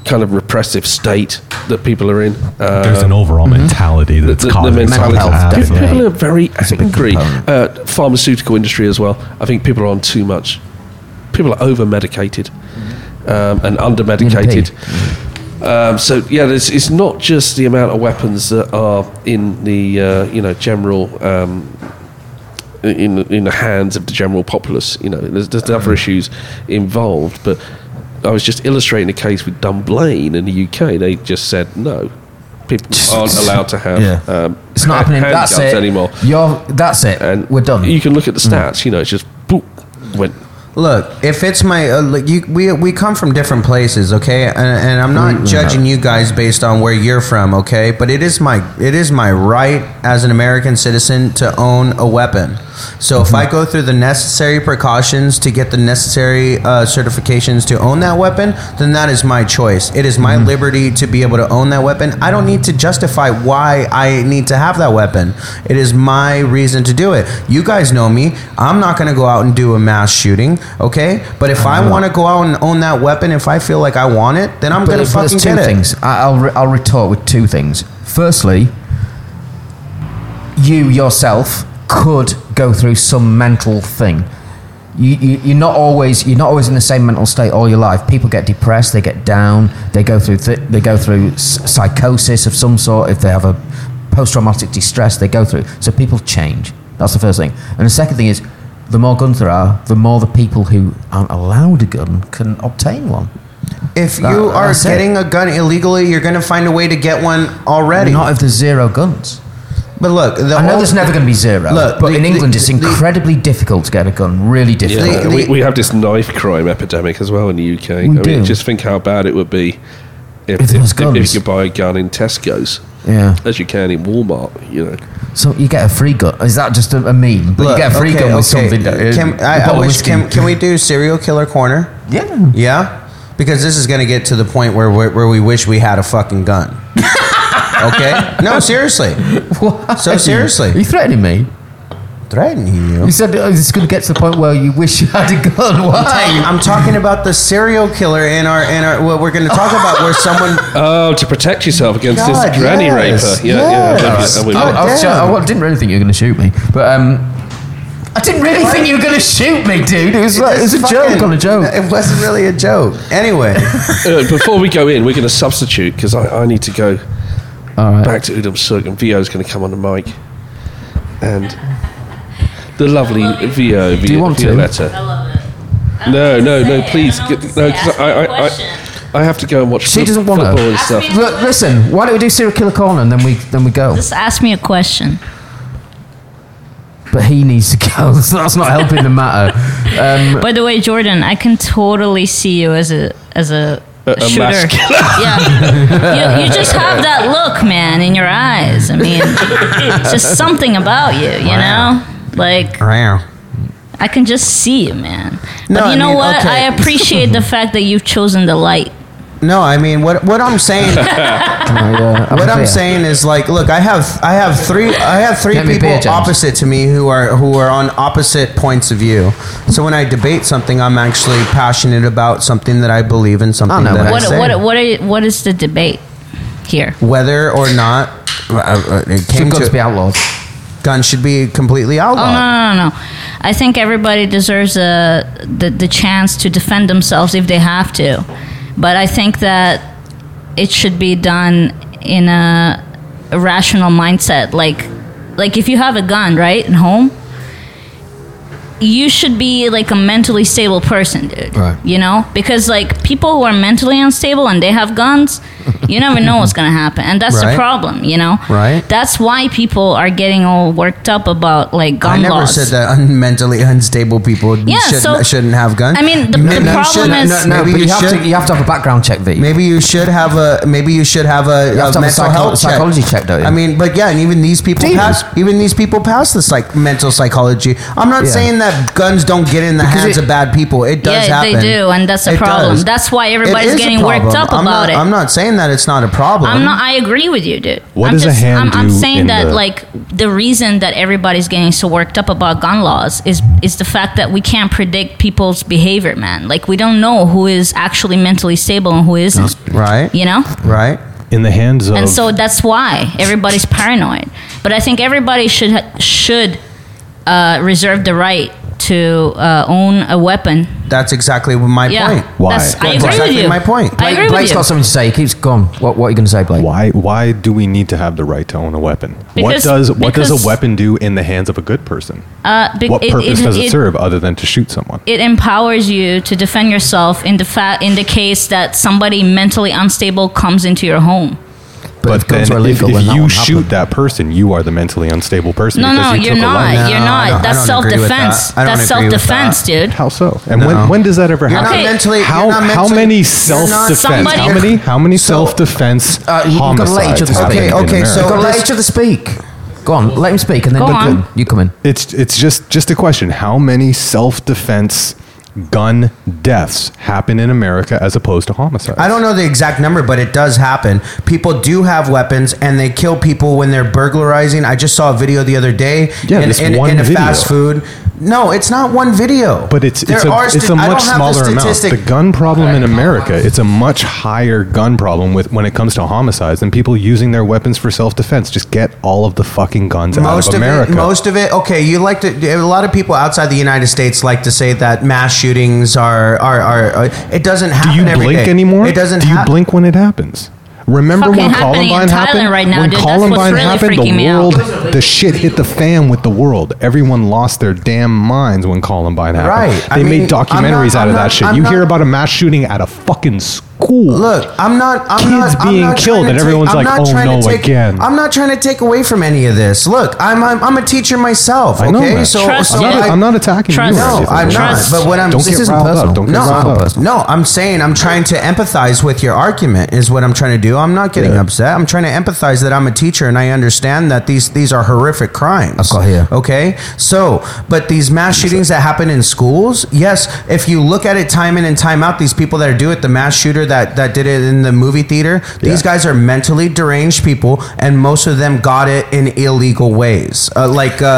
[SPEAKER 4] kind of repressive state that people are in. Uh,
[SPEAKER 7] There's an overall
[SPEAKER 6] Mm-hmm.
[SPEAKER 7] mentality that's
[SPEAKER 4] the, the
[SPEAKER 7] causing
[SPEAKER 4] mentality.
[SPEAKER 7] something to happen.
[SPEAKER 4] People,
[SPEAKER 7] yeah.
[SPEAKER 4] people are very angry. Uh, pharmaceutical industry as well. I think people are on too much. People are over medicated um, and under medicated. Um, so yeah, it's, it's not just the amount of weapons that are in the uh, you know general um, in in the hands of the general populace. You know, there's, there's other
[SPEAKER 7] Mm.
[SPEAKER 4] issues involved, but I was just illustrating the case with Dunblane in the UK. They just said no, people aren't allowed to have.
[SPEAKER 6] Yeah.
[SPEAKER 4] Um,
[SPEAKER 2] It's not happening.
[SPEAKER 4] hand
[SPEAKER 2] That's
[SPEAKER 4] guns
[SPEAKER 2] it.
[SPEAKER 4] anymore.
[SPEAKER 2] You're. That's it.
[SPEAKER 4] And
[SPEAKER 2] We're done. Mm.
[SPEAKER 4] You can look at the stats. You know, it's just boop, went.
[SPEAKER 6] Look, if it's my uh, look, you, we we come from different places, okay, and, and I'm not judging you guys based on where you're from, okay, but it is my it is my right as an American citizen to own a weapon. So if
[SPEAKER 7] Mm-hmm.
[SPEAKER 6] I go through the necessary precautions to get the necessary uh, certifications to own that weapon, then that is my choice. It is my
[SPEAKER 2] Mm-hmm.
[SPEAKER 6] liberty to be able to own that weapon. I don't need to justify why I need to have that weapon. It is my reason to do it. You guys know me. I'm not going to go out and do a mass shooting, okay? But if I want to go out and own that weapon, if I feel like I want it, then I'm
[SPEAKER 2] But
[SPEAKER 6] going to
[SPEAKER 2] there's- but
[SPEAKER 6] fucking
[SPEAKER 2] there's two
[SPEAKER 6] get it.
[SPEAKER 2] things. I, I'll re- I'll retort with two things. Firstly, you yourself could go through some mental thing. You, you, you're not always you're not always in the same mental state all your life. People get depressed, they get down, they go through th- they go through s- psychosis of some sort. If they have a post traumatic distress, they go through. So people change. That's the first thing. And the second thing is, the more guns there are, the more the people who aren't allowed a gun can obtain one.
[SPEAKER 6] If
[SPEAKER 2] That-
[SPEAKER 6] you are
[SPEAKER 2] that's Uh, it.
[SPEAKER 6] getting a gun illegally, you're going to find a way to get one already.
[SPEAKER 2] Not if there's zero guns.
[SPEAKER 6] but look, the
[SPEAKER 2] I know
[SPEAKER 6] whole-
[SPEAKER 2] there's never going to be zero,
[SPEAKER 6] Look,
[SPEAKER 2] but
[SPEAKER 6] the-
[SPEAKER 2] in
[SPEAKER 6] the-
[SPEAKER 2] England it's
[SPEAKER 6] the-
[SPEAKER 2] incredibly difficult to get a gun. Really difficult.
[SPEAKER 6] The-
[SPEAKER 4] we, we have this knife crime epidemic as well in the UK. I
[SPEAKER 2] We
[SPEAKER 4] mean,
[SPEAKER 2] do.
[SPEAKER 4] just think how bad it would be if,
[SPEAKER 2] If there was
[SPEAKER 4] if
[SPEAKER 2] guns.
[SPEAKER 4] you could buy a gun in Tesco's
[SPEAKER 2] yeah.
[SPEAKER 4] as you can in Walmart. You know.
[SPEAKER 2] So you get a free gun. Is that just a, a meme? But you
[SPEAKER 6] Look,
[SPEAKER 2] get a free
[SPEAKER 6] okay,
[SPEAKER 2] gun with
[SPEAKER 6] okay.
[SPEAKER 2] something. that-
[SPEAKER 6] Can, I,
[SPEAKER 2] a
[SPEAKER 6] I
[SPEAKER 2] bottle of
[SPEAKER 6] wish,
[SPEAKER 2] whiskey.
[SPEAKER 6] can, can we do serial killer corner?
[SPEAKER 2] Yeah.
[SPEAKER 6] Yeah, because this is going to get to the point where where where we wish we had a fucking gun. okay? No, seriously.
[SPEAKER 2] Why?
[SPEAKER 6] So seriously.
[SPEAKER 2] you threatening me?
[SPEAKER 6] Threatening you.
[SPEAKER 2] You said oh, it's going to get to the point where you wish you had a gun. Why?
[SPEAKER 6] I'm talking about the serial killer in our in our what we're going to talk about where someone
[SPEAKER 4] Oh, to protect yourself against
[SPEAKER 6] God,
[SPEAKER 4] this granny
[SPEAKER 6] yes,
[SPEAKER 4] raper. Yeah, yeah.
[SPEAKER 6] yes.
[SPEAKER 4] I'm with you.
[SPEAKER 2] I,
[SPEAKER 4] I'm with you.
[SPEAKER 2] I, was
[SPEAKER 6] damn.
[SPEAKER 2] trying- I wa- didn't really think you were going to shoot me, but um, I didn't really think you were going to shoot me, dude. It was, like, it was a joke
[SPEAKER 6] fucking-
[SPEAKER 2] on a joke.
[SPEAKER 6] It wasn't really a joke. Anyway,
[SPEAKER 4] Uh, before we go in, we're going to substitute because I, I need to go back to Udom Suk and Vio's going to come on the mic. And the lovely Vio, Vio
[SPEAKER 2] you want to?
[SPEAKER 8] I
[SPEAKER 4] Violetta.
[SPEAKER 8] love it.
[SPEAKER 4] No, no, no, please.
[SPEAKER 8] Get,
[SPEAKER 4] Get, no, 'cause I, I, I, I have to go and watch
[SPEAKER 2] She
[SPEAKER 4] fo-
[SPEAKER 2] doesn't want to.
[SPEAKER 4] football and
[SPEAKER 8] Ask
[SPEAKER 4] stuff.
[SPEAKER 8] me-
[SPEAKER 2] Look, listen. Why don't we do serial killer corner and then we then we go?
[SPEAKER 8] Just ask me a question.
[SPEAKER 2] But he needs to go. So that's not helping the matter. Um,
[SPEAKER 8] By the way, Jordan, I can totally see you as a as a,
[SPEAKER 4] a
[SPEAKER 8] shooter.
[SPEAKER 4] mask.
[SPEAKER 8] yeah, you, you just have that look, man, in your eyes. I mean, it's just something about you, you know. Like I can just see you, man. But
[SPEAKER 6] No,
[SPEAKER 8] you
[SPEAKER 6] I
[SPEAKER 8] know
[SPEAKER 6] mean,
[SPEAKER 8] what?
[SPEAKER 6] okay.
[SPEAKER 8] I appreciate the fact that you've chosen the light.
[SPEAKER 6] No, I mean what what I'm saying. what I'm saying is like, look, I have I have three I have three
[SPEAKER 2] Get me a
[SPEAKER 6] people
[SPEAKER 2] beer, James.
[SPEAKER 6] opposite to me who are who are on opposite points of view. So when I debate something, I'm actually passionate about something that I believe in, something
[SPEAKER 2] know
[SPEAKER 6] that
[SPEAKER 2] what
[SPEAKER 6] I
[SPEAKER 8] What,
[SPEAKER 6] say.
[SPEAKER 8] what, what, are, what is the debate here?
[SPEAKER 6] Whether or not uh, uh, it came
[SPEAKER 2] Should guns
[SPEAKER 6] to
[SPEAKER 2] be outlawed?
[SPEAKER 6] guns should be completely
[SPEAKER 8] Oh
[SPEAKER 6] outlawed.
[SPEAKER 8] no, no, no, no! I think everybody deserves uh, the the chance to defend themselves if they have to, but I think that it should be done in a, a rational mindset. Like, like if you have a gun right at home, you should be like a mentally stable person, dude.
[SPEAKER 2] Right.
[SPEAKER 8] You know, because like people who are mentally unstable and they have guns, you never know what's gonna happen, and that's
[SPEAKER 6] Right.
[SPEAKER 8] the problem. You know,
[SPEAKER 6] Right.
[SPEAKER 8] That's why people are getting all worked up about like gun
[SPEAKER 6] I never
[SPEAKER 8] laws.
[SPEAKER 6] said that un- mentally unstable people
[SPEAKER 8] Yeah,
[SPEAKER 6] shouldn't,
[SPEAKER 8] so-
[SPEAKER 6] shouldn't have guns.
[SPEAKER 8] I mean, the-
[SPEAKER 6] Maybe
[SPEAKER 8] the
[SPEAKER 6] you
[SPEAKER 8] problem
[SPEAKER 6] shouldn't.
[SPEAKER 8] is-
[SPEAKER 2] No, no,
[SPEAKER 6] maybe
[SPEAKER 2] but
[SPEAKER 6] you
[SPEAKER 2] you have,
[SPEAKER 6] should.
[SPEAKER 2] to, you have to have a background check, V.
[SPEAKER 6] Maybe you should have a maybe you should have a,
[SPEAKER 2] have to have a
[SPEAKER 6] mental
[SPEAKER 2] psycho-
[SPEAKER 6] health check.
[SPEAKER 2] psychology check, don't you?
[SPEAKER 6] I mean, but yeah, and even these people
[SPEAKER 2] Dude.
[SPEAKER 6] pass even these people pass the psych mental psychology. I'm not
[SPEAKER 2] Yeah.
[SPEAKER 6] saying that guns don't get in the
[SPEAKER 2] Because
[SPEAKER 6] hands
[SPEAKER 2] it-
[SPEAKER 6] of bad people. It does
[SPEAKER 8] yeah,
[SPEAKER 6] happen.
[SPEAKER 8] they do, and that's a
[SPEAKER 6] It
[SPEAKER 8] problem.
[SPEAKER 6] does.
[SPEAKER 8] That's why
[SPEAKER 6] It
[SPEAKER 8] everybody's
[SPEAKER 6] is a
[SPEAKER 8] getting worked
[SPEAKER 6] problem.
[SPEAKER 8] up
[SPEAKER 6] I'm
[SPEAKER 8] about
[SPEAKER 6] not-
[SPEAKER 8] it.
[SPEAKER 6] I'm not saying that it's not a problem.
[SPEAKER 8] I'm not. I agree with you, dude.
[SPEAKER 3] What
[SPEAKER 8] I'm
[SPEAKER 3] does a hand
[SPEAKER 8] I'm, I'm
[SPEAKER 3] do
[SPEAKER 8] saying
[SPEAKER 3] in
[SPEAKER 8] that
[SPEAKER 3] the-
[SPEAKER 8] like the reason that everybody's getting so worked up about gun laws is is the fact that we can't predict people's behavior, man. Like we don't know who is actually mentally stable and who isn't.
[SPEAKER 6] right.
[SPEAKER 8] You know.
[SPEAKER 6] Right.
[SPEAKER 3] in the hands of
[SPEAKER 8] and so that's why everybody's paranoid. But I think everybody should ha- should uh, reserve the right to uh, own a weapon.
[SPEAKER 6] That's exactly my
[SPEAKER 8] Yeah,
[SPEAKER 6] point.
[SPEAKER 3] Why?
[SPEAKER 8] that's- I
[SPEAKER 6] That's
[SPEAKER 8] agree
[SPEAKER 6] exactly
[SPEAKER 8] with you.
[SPEAKER 6] my point.
[SPEAKER 8] I agree with
[SPEAKER 2] Blake's
[SPEAKER 8] you.
[SPEAKER 2] got something to say. He keeps going. What, what are you going to say, Blake?
[SPEAKER 3] why why do we need to have the right to own a weapon?
[SPEAKER 8] Because-
[SPEAKER 3] what does what does
[SPEAKER 8] because-
[SPEAKER 3] a weapon do in the hands of a good person?
[SPEAKER 8] Uh, bec-
[SPEAKER 3] what
[SPEAKER 8] it-
[SPEAKER 3] purpose does it,
[SPEAKER 8] it-
[SPEAKER 3] serve other than to shoot someone?
[SPEAKER 8] It empowers you to defend yourself in the fa- in the case that somebody mentally unstable comes into your home.
[SPEAKER 2] But, if guns were
[SPEAKER 3] if,
[SPEAKER 2] illegal,
[SPEAKER 3] if
[SPEAKER 2] then that
[SPEAKER 3] you
[SPEAKER 2] won't
[SPEAKER 3] shoot
[SPEAKER 2] happen.
[SPEAKER 3] that person, you are the mentally unstable person.
[SPEAKER 8] No,
[SPEAKER 3] because
[SPEAKER 8] no,
[SPEAKER 3] you
[SPEAKER 8] you're
[SPEAKER 3] took a
[SPEAKER 8] not.
[SPEAKER 3] life.
[SPEAKER 6] life.
[SPEAKER 8] you're
[SPEAKER 6] No, I
[SPEAKER 8] not.
[SPEAKER 6] don't-
[SPEAKER 8] That's
[SPEAKER 6] I don't
[SPEAKER 8] self
[SPEAKER 6] agree with
[SPEAKER 8] defense.
[SPEAKER 6] that. I don't
[SPEAKER 8] That's
[SPEAKER 6] agree
[SPEAKER 8] self
[SPEAKER 6] with
[SPEAKER 8] defense,
[SPEAKER 6] that.
[SPEAKER 8] dude.
[SPEAKER 3] How so? And
[SPEAKER 6] No.
[SPEAKER 3] when when does that ever
[SPEAKER 6] You're
[SPEAKER 3] happen?
[SPEAKER 6] not
[SPEAKER 8] Okay.
[SPEAKER 6] mentally. you're
[SPEAKER 3] how
[SPEAKER 6] not
[SPEAKER 3] how
[SPEAKER 6] mentally-
[SPEAKER 3] many self defense?
[SPEAKER 8] somebody-
[SPEAKER 3] How many how many
[SPEAKER 6] So-
[SPEAKER 3] self defense
[SPEAKER 2] Uh, you've got to let each
[SPEAKER 3] homicides
[SPEAKER 2] other
[SPEAKER 3] happen?
[SPEAKER 2] speak.
[SPEAKER 3] in
[SPEAKER 6] Okay, okay, so-
[SPEAKER 3] America?
[SPEAKER 2] You've got to let
[SPEAKER 6] Let's-
[SPEAKER 2] each other speak. Go on, let him speak, and then
[SPEAKER 8] Go
[SPEAKER 2] you,
[SPEAKER 8] on.
[SPEAKER 2] you come in.
[SPEAKER 3] It's it's just just a question. How many self-defense gun deaths happen in America as opposed to homicides?
[SPEAKER 6] I don't know the exact number, but it does happen. People do have weapons, and they kill people when they're burglarizing. I just saw a video the other day.
[SPEAKER 3] Yeah,
[SPEAKER 6] in,
[SPEAKER 3] this
[SPEAKER 6] in,
[SPEAKER 3] one
[SPEAKER 6] in a
[SPEAKER 3] video.
[SPEAKER 6] fast food. No, it's not one video.
[SPEAKER 3] But it's it's
[SPEAKER 6] There
[SPEAKER 3] a,
[SPEAKER 6] are
[SPEAKER 3] it's
[SPEAKER 6] sti-
[SPEAKER 3] a
[SPEAKER 6] I
[SPEAKER 3] much
[SPEAKER 6] don't have
[SPEAKER 3] smaller amount.
[SPEAKER 6] statistic.
[SPEAKER 3] The gun problem in America, it's a much higher gun problem with when it comes to homicides and people using their weapons for self-defense. Just get all of the fucking guns
[SPEAKER 6] most
[SPEAKER 3] out of America.
[SPEAKER 6] it, most of it. Okay, you like to. A lot of people outside the United States like to say that mass shootings are are are. are it doesn't happen.
[SPEAKER 3] Do you
[SPEAKER 6] every
[SPEAKER 3] blink
[SPEAKER 6] day.
[SPEAKER 3] anymore?
[SPEAKER 6] It doesn't.
[SPEAKER 3] Do you
[SPEAKER 6] hap-
[SPEAKER 3] blink when it happens? Remember
[SPEAKER 8] Fucking
[SPEAKER 3] when
[SPEAKER 8] happening in
[SPEAKER 3] Columbine
[SPEAKER 8] Thailand
[SPEAKER 3] happened?
[SPEAKER 8] right now,
[SPEAKER 3] when
[SPEAKER 8] dude. That's what's
[SPEAKER 3] Columbine
[SPEAKER 8] really
[SPEAKER 3] happened,
[SPEAKER 8] freaking me
[SPEAKER 3] the
[SPEAKER 8] out.
[SPEAKER 3] world, the shit hit the fan with the world. Everyone lost their damn minds when Columbine happened.
[SPEAKER 6] Right.
[SPEAKER 3] They
[SPEAKER 6] I mean,
[SPEAKER 3] made documentaries out
[SPEAKER 6] I'm not- I'm
[SPEAKER 3] of
[SPEAKER 6] not-
[SPEAKER 3] that shit.
[SPEAKER 6] I'm
[SPEAKER 3] you
[SPEAKER 6] not-
[SPEAKER 3] hear about a mass shooting at a fucking school.
[SPEAKER 6] Look, I'm not. I'm
[SPEAKER 3] Kids
[SPEAKER 6] not, I'm
[SPEAKER 3] being
[SPEAKER 6] not trying
[SPEAKER 3] killed
[SPEAKER 6] to
[SPEAKER 3] and
[SPEAKER 6] take-
[SPEAKER 3] everyone's
[SPEAKER 6] I'm
[SPEAKER 3] like,
[SPEAKER 6] not
[SPEAKER 3] "Oh,
[SPEAKER 6] trying to
[SPEAKER 3] no,
[SPEAKER 6] take-
[SPEAKER 3] again."
[SPEAKER 6] I'm not trying to take away from any of this. Look, I'm I'm, I'm a teacher myself.
[SPEAKER 3] I
[SPEAKER 6] Okay,
[SPEAKER 3] know that.
[SPEAKER 6] so,
[SPEAKER 8] Trust
[SPEAKER 6] so
[SPEAKER 3] I'm, not,
[SPEAKER 8] Yeah.
[SPEAKER 6] I-
[SPEAKER 3] I'm not attacking
[SPEAKER 8] Trust.
[SPEAKER 3] you. or
[SPEAKER 8] No,
[SPEAKER 3] anything.
[SPEAKER 6] I'm not.
[SPEAKER 8] Trust.
[SPEAKER 6] But what I'm
[SPEAKER 3] Don't
[SPEAKER 2] This
[SPEAKER 3] get
[SPEAKER 2] isn't
[SPEAKER 3] riled
[SPEAKER 2] personal.
[SPEAKER 3] up. Don't get
[SPEAKER 6] no,
[SPEAKER 3] riled up.
[SPEAKER 6] no, I'm saying I'm trying to empathize with your argument is what I'm trying to do. I'm not getting
[SPEAKER 3] Yeah.
[SPEAKER 6] upset. I'm trying to empathize that I'm a teacher and I understand that these these are horrific crimes.
[SPEAKER 2] Of course, yeah.
[SPEAKER 6] Okay. So, but these mass shootings that happen in schools, yes, if you look at it time in and time out, these people that do it, the mass shooter that that did it in the movie theater, these
[SPEAKER 3] Yeah.
[SPEAKER 6] guys are mentally deranged people, and most of them got it in illegal ways, uh, like uh,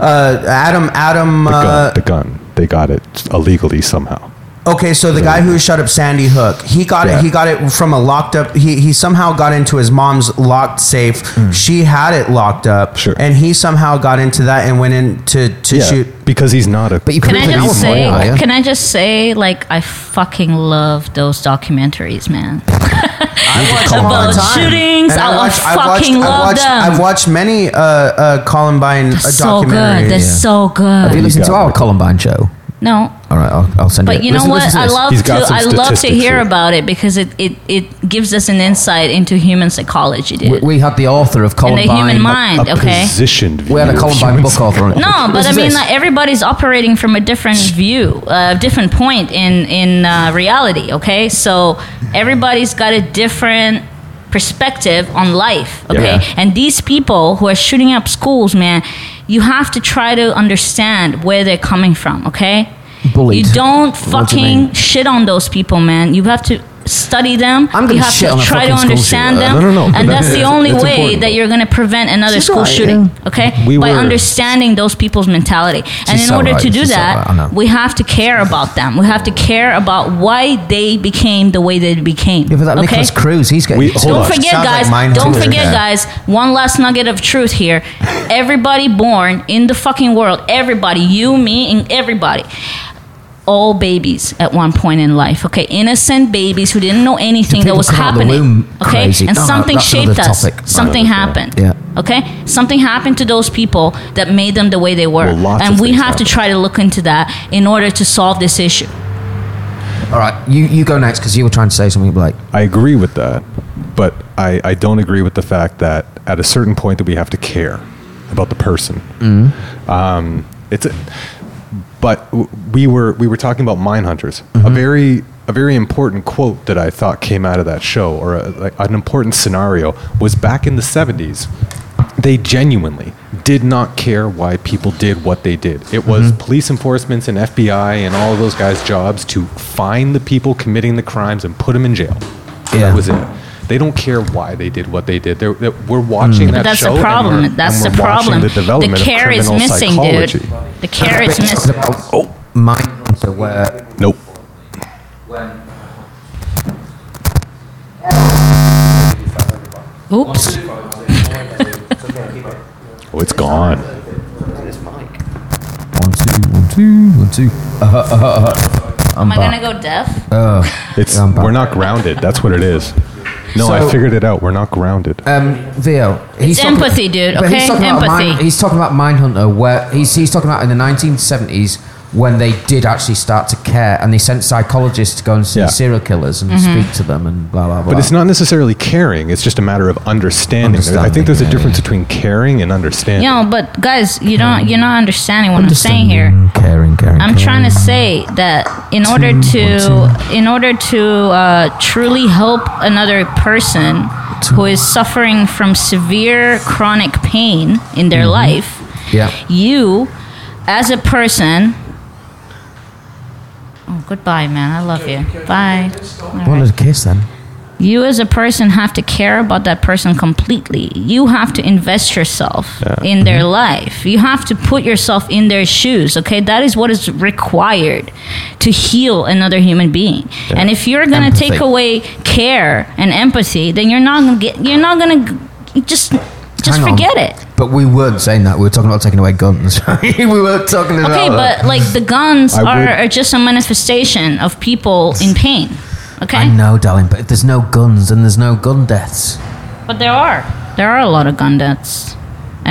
[SPEAKER 6] uh, Adam Adam.
[SPEAKER 3] The
[SPEAKER 6] uh,
[SPEAKER 3] gun, the gun. They got it illegally somehow.
[SPEAKER 6] Okay, so the guy who shot up Sandy Hook, he got
[SPEAKER 3] Yeah.
[SPEAKER 6] it. He got it from a locked up. He he somehow got into his mom's locked safe.
[SPEAKER 2] Hmm.
[SPEAKER 6] She had it locked up,
[SPEAKER 3] Sure.
[SPEAKER 6] and he somehow got into that and went in to to shoot.
[SPEAKER 3] because he's not a.
[SPEAKER 2] But you
[SPEAKER 8] Can
[SPEAKER 2] Prison
[SPEAKER 8] I just
[SPEAKER 2] is
[SPEAKER 8] say?
[SPEAKER 2] more higher.
[SPEAKER 8] Can I just say? Like, I fucking love those documentaries, man.
[SPEAKER 6] I watch
[SPEAKER 8] them all the time. shootings, I fucking love
[SPEAKER 6] watched,
[SPEAKER 8] them.
[SPEAKER 6] I've watched many uh, uh, Columbine uh,
[SPEAKER 8] so good.
[SPEAKER 6] documentaries.
[SPEAKER 8] They're so
[SPEAKER 2] Have you
[SPEAKER 8] good.
[SPEAKER 2] listened
[SPEAKER 3] got
[SPEAKER 2] to our
[SPEAKER 3] it.
[SPEAKER 2] Columbine show?
[SPEAKER 8] No,
[SPEAKER 2] All right, I'll, I'll send you.
[SPEAKER 8] But
[SPEAKER 2] it.
[SPEAKER 8] you know
[SPEAKER 2] Listen-
[SPEAKER 8] what?
[SPEAKER 2] listen to
[SPEAKER 8] I
[SPEAKER 2] this.
[SPEAKER 8] love
[SPEAKER 3] He's
[SPEAKER 8] to
[SPEAKER 3] got some
[SPEAKER 8] I love to
[SPEAKER 3] statistics
[SPEAKER 8] hear
[SPEAKER 3] here.
[SPEAKER 8] about it because it, it, it gives us an insight into human psychology, dude.
[SPEAKER 2] We, we had the author of
[SPEAKER 8] and the
[SPEAKER 2] Columbine.
[SPEAKER 8] human mind,
[SPEAKER 3] a
[SPEAKER 8] okay?
[SPEAKER 3] Positioned
[SPEAKER 2] We had a
[SPEAKER 3] view of
[SPEAKER 2] Columbine
[SPEAKER 3] humans.
[SPEAKER 2] book author on it.
[SPEAKER 8] No, but I
[SPEAKER 2] Listen to
[SPEAKER 8] mean,
[SPEAKER 2] this.
[SPEAKER 8] like, everybody's operating from a different view, a different point in in uh, reality. Okay, so everybody's got a different perspective on life. Okay,
[SPEAKER 3] Yeah.
[SPEAKER 8] and these people who are shooting up schools, man, you have to try to understand where they're coming from. Okay,
[SPEAKER 2] Bullied.
[SPEAKER 8] you don't
[SPEAKER 2] What do you mean?
[SPEAKER 8] fucking shit on those people, man. You have to study them.
[SPEAKER 2] I'm gonna
[SPEAKER 8] you have
[SPEAKER 2] shit
[SPEAKER 8] to
[SPEAKER 2] on a
[SPEAKER 8] try to
[SPEAKER 2] fucking school
[SPEAKER 8] understand
[SPEAKER 2] shooter.
[SPEAKER 8] them.
[SPEAKER 7] No, no, no.
[SPEAKER 8] And that's the
[SPEAKER 7] That's-
[SPEAKER 8] only
[SPEAKER 7] that's
[SPEAKER 8] way
[SPEAKER 7] important.
[SPEAKER 8] that you're going to prevent another school
[SPEAKER 2] right,
[SPEAKER 8] shooting. Okay,
[SPEAKER 7] We
[SPEAKER 8] by
[SPEAKER 7] were-
[SPEAKER 8] understanding those people's mentality. and
[SPEAKER 2] She's
[SPEAKER 8] in
[SPEAKER 2] so
[SPEAKER 8] order
[SPEAKER 2] right,
[SPEAKER 8] to do
[SPEAKER 2] she's so
[SPEAKER 8] that,
[SPEAKER 2] right, I know.
[SPEAKER 8] we have to care about them. We have to care about why they became the way they became.
[SPEAKER 2] Yeah, but that
[SPEAKER 8] okay?
[SPEAKER 2] Nicholas Cruz, he's getting.
[SPEAKER 7] We- hold
[SPEAKER 8] don't
[SPEAKER 7] on.
[SPEAKER 8] forget,
[SPEAKER 6] Sounds like
[SPEAKER 8] guys.
[SPEAKER 6] Mindhunter.
[SPEAKER 8] don't forget,
[SPEAKER 6] Yeah.
[SPEAKER 8] guys. One last nugget of truth here. Everybody born in the fucking world, everybody, you, me, and everybody, all babies at one point in life. Okay, innocent babies who didn't know anything that
[SPEAKER 2] people
[SPEAKER 8] was
[SPEAKER 2] come out of the
[SPEAKER 8] happening.
[SPEAKER 2] womb
[SPEAKER 8] okay,
[SPEAKER 2] crazy?
[SPEAKER 8] and
[SPEAKER 2] No,
[SPEAKER 8] something
[SPEAKER 2] that's another
[SPEAKER 8] shaped us.
[SPEAKER 2] topic.
[SPEAKER 8] Something happened.
[SPEAKER 2] Yeah.
[SPEAKER 8] Okay, something happened to those people that made them the way they were,
[SPEAKER 3] Well, lots
[SPEAKER 8] and
[SPEAKER 3] of
[SPEAKER 8] we
[SPEAKER 3] things
[SPEAKER 8] have to try to look into that in order to solve this issue.
[SPEAKER 2] All right, you, you go next because you were trying to say something, Blake.
[SPEAKER 3] I agree with that, but I, I don't agree with the fact that at a certain point that we have to care about the person. Um, it's a, but w- we were we were talking about mine hunters. A very a very important quote that I thought came out of that show, or a, like an important scenario, was back in the seventies. They genuinely did not care why people did what they did. It was police enforcements and FBI and all of those guys' jobs to find the people committing the crimes and put them in jail.
[SPEAKER 2] Yeah.
[SPEAKER 3] That was it. They don't care why they did what they did. They're, they're- we're watching that
[SPEAKER 8] But that's
[SPEAKER 3] show.
[SPEAKER 8] the problem.
[SPEAKER 3] And we're,
[SPEAKER 8] that's
[SPEAKER 3] and
[SPEAKER 8] the
[SPEAKER 3] we're watching
[SPEAKER 8] problem.
[SPEAKER 3] The, development of
[SPEAKER 8] care is
[SPEAKER 3] criminal
[SPEAKER 8] missing,
[SPEAKER 3] psychology.
[SPEAKER 8] dude. The care is missing.
[SPEAKER 2] Oh, Mindhunter, where
[SPEAKER 3] Nope.
[SPEAKER 8] Oops.
[SPEAKER 3] Oh, it's gone.
[SPEAKER 2] One, two, one, two, one, two.
[SPEAKER 8] Am I gonna go deaf?
[SPEAKER 3] It's
[SPEAKER 2] I'm back.
[SPEAKER 3] we're not grounded. That's what it is. No, I
[SPEAKER 2] So-
[SPEAKER 3] figured it out. We're not grounded.
[SPEAKER 2] Um, Vio, he's
[SPEAKER 8] It's
[SPEAKER 2] talking-
[SPEAKER 8] empathy, dude,
[SPEAKER 2] but
[SPEAKER 8] okay?
[SPEAKER 2] he's talking about
[SPEAKER 8] Empathy.
[SPEAKER 2] Mind, he's talking about Mindhunter, where he's, he's talking about in the 1970s when they did actually start to care and they sent psychologists to go and see
[SPEAKER 3] Yeah.
[SPEAKER 2] serial killers and
[SPEAKER 8] Mm-hmm.
[SPEAKER 2] speak to them and blah blah blah.
[SPEAKER 3] but it's not necessarily caring. It's just a matter of understanding. I
[SPEAKER 2] Understanding,
[SPEAKER 3] think there's
[SPEAKER 2] yeah,
[SPEAKER 3] a difference between caring and understanding.
[SPEAKER 8] No, but guys, you
[SPEAKER 3] Um,
[SPEAKER 8] don't. You're not understanding what I'm saying here.
[SPEAKER 2] Understanding, Mm, Caring, caring.
[SPEAKER 8] I'm trying to say that in order to in order to uh, truly help another person who is suffering from severe chronic pain in their
[SPEAKER 3] Mm-hmm.
[SPEAKER 8] life,
[SPEAKER 2] Yeah.
[SPEAKER 8] you as a person. Oh, goodbye, man. I love you. Bye. All right.
[SPEAKER 2] Wanted a kiss then.
[SPEAKER 8] you as a person have to care about that person completely you have to invest yourself in their
[SPEAKER 2] Mm-hmm.
[SPEAKER 8] life you have to put yourself in their shoes okay that is what is required to heal another human being and if you're gonna
[SPEAKER 2] Empathy.
[SPEAKER 8] take away care and empathy then you're not gonna get you're not gonna g- just just
[SPEAKER 2] Hang on.
[SPEAKER 8] forget it
[SPEAKER 2] But we weren't saying that. We were talking about taking away guns. we weren't talking about.
[SPEAKER 8] okay but like the guns
[SPEAKER 3] I
[SPEAKER 8] are,
[SPEAKER 3] would-
[SPEAKER 8] are just a manifestation of people in pain okay
[SPEAKER 2] I know, darling. But if there's no guns, then there's no gun deaths.
[SPEAKER 8] But there are. There are a lot of gun deaths.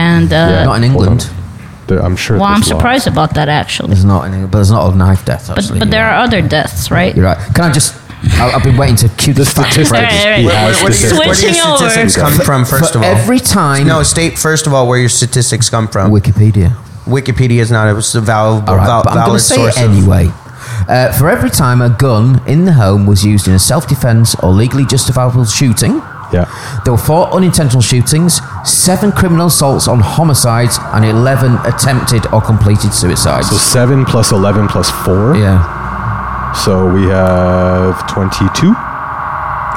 [SPEAKER 8] And, uh,
[SPEAKER 2] not in
[SPEAKER 3] Hold on.
[SPEAKER 2] England.
[SPEAKER 3] There- I'm sure.
[SPEAKER 8] well, I'm
[SPEAKER 3] there's laws.
[SPEAKER 8] surprised about that, actually.
[SPEAKER 2] There's not in England. But there's not a knife death.
[SPEAKER 8] But,
[SPEAKER 2] Actually,
[SPEAKER 8] but there
[SPEAKER 2] You're
[SPEAKER 8] are
[SPEAKER 2] right.
[SPEAKER 8] other deaths, right?
[SPEAKER 2] You're right. Can I just? I, I've been waiting to cue this fact.
[SPEAKER 3] Statistics.
[SPEAKER 8] All right, all right.
[SPEAKER 3] He
[SPEAKER 8] Where-
[SPEAKER 3] has
[SPEAKER 6] Where, where do your- where do
[SPEAKER 8] Switching
[SPEAKER 6] your
[SPEAKER 8] over.
[SPEAKER 6] statistics come from, first
[SPEAKER 2] For
[SPEAKER 6] of all?
[SPEAKER 2] every time,
[SPEAKER 6] no, state first of all where your statistics come from.
[SPEAKER 2] Wikipedia.
[SPEAKER 6] Wikipedia is not a s- val-
[SPEAKER 2] All right,
[SPEAKER 6] val-
[SPEAKER 2] but I'm going to
[SPEAKER 6] valid
[SPEAKER 2] say
[SPEAKER 6] source
[SPEAKER 2] it
[SPEAKER 6] of
[SPEAKER 2] anyway. Uh, for every time a gun in the home was used in a self-defense or legally justifiable shooting,
[SPEAKER 3] Yeah.
[SPEAKER 2] there were four unintentional shootings, seven criminal assaults on homicides, and eleven attempted or completed suicides.
[SPEAKER 3] So seven plus eleven plus four.
[SPEAKER 2] yeah,
[SPEAKER 3] So we have twenty-two.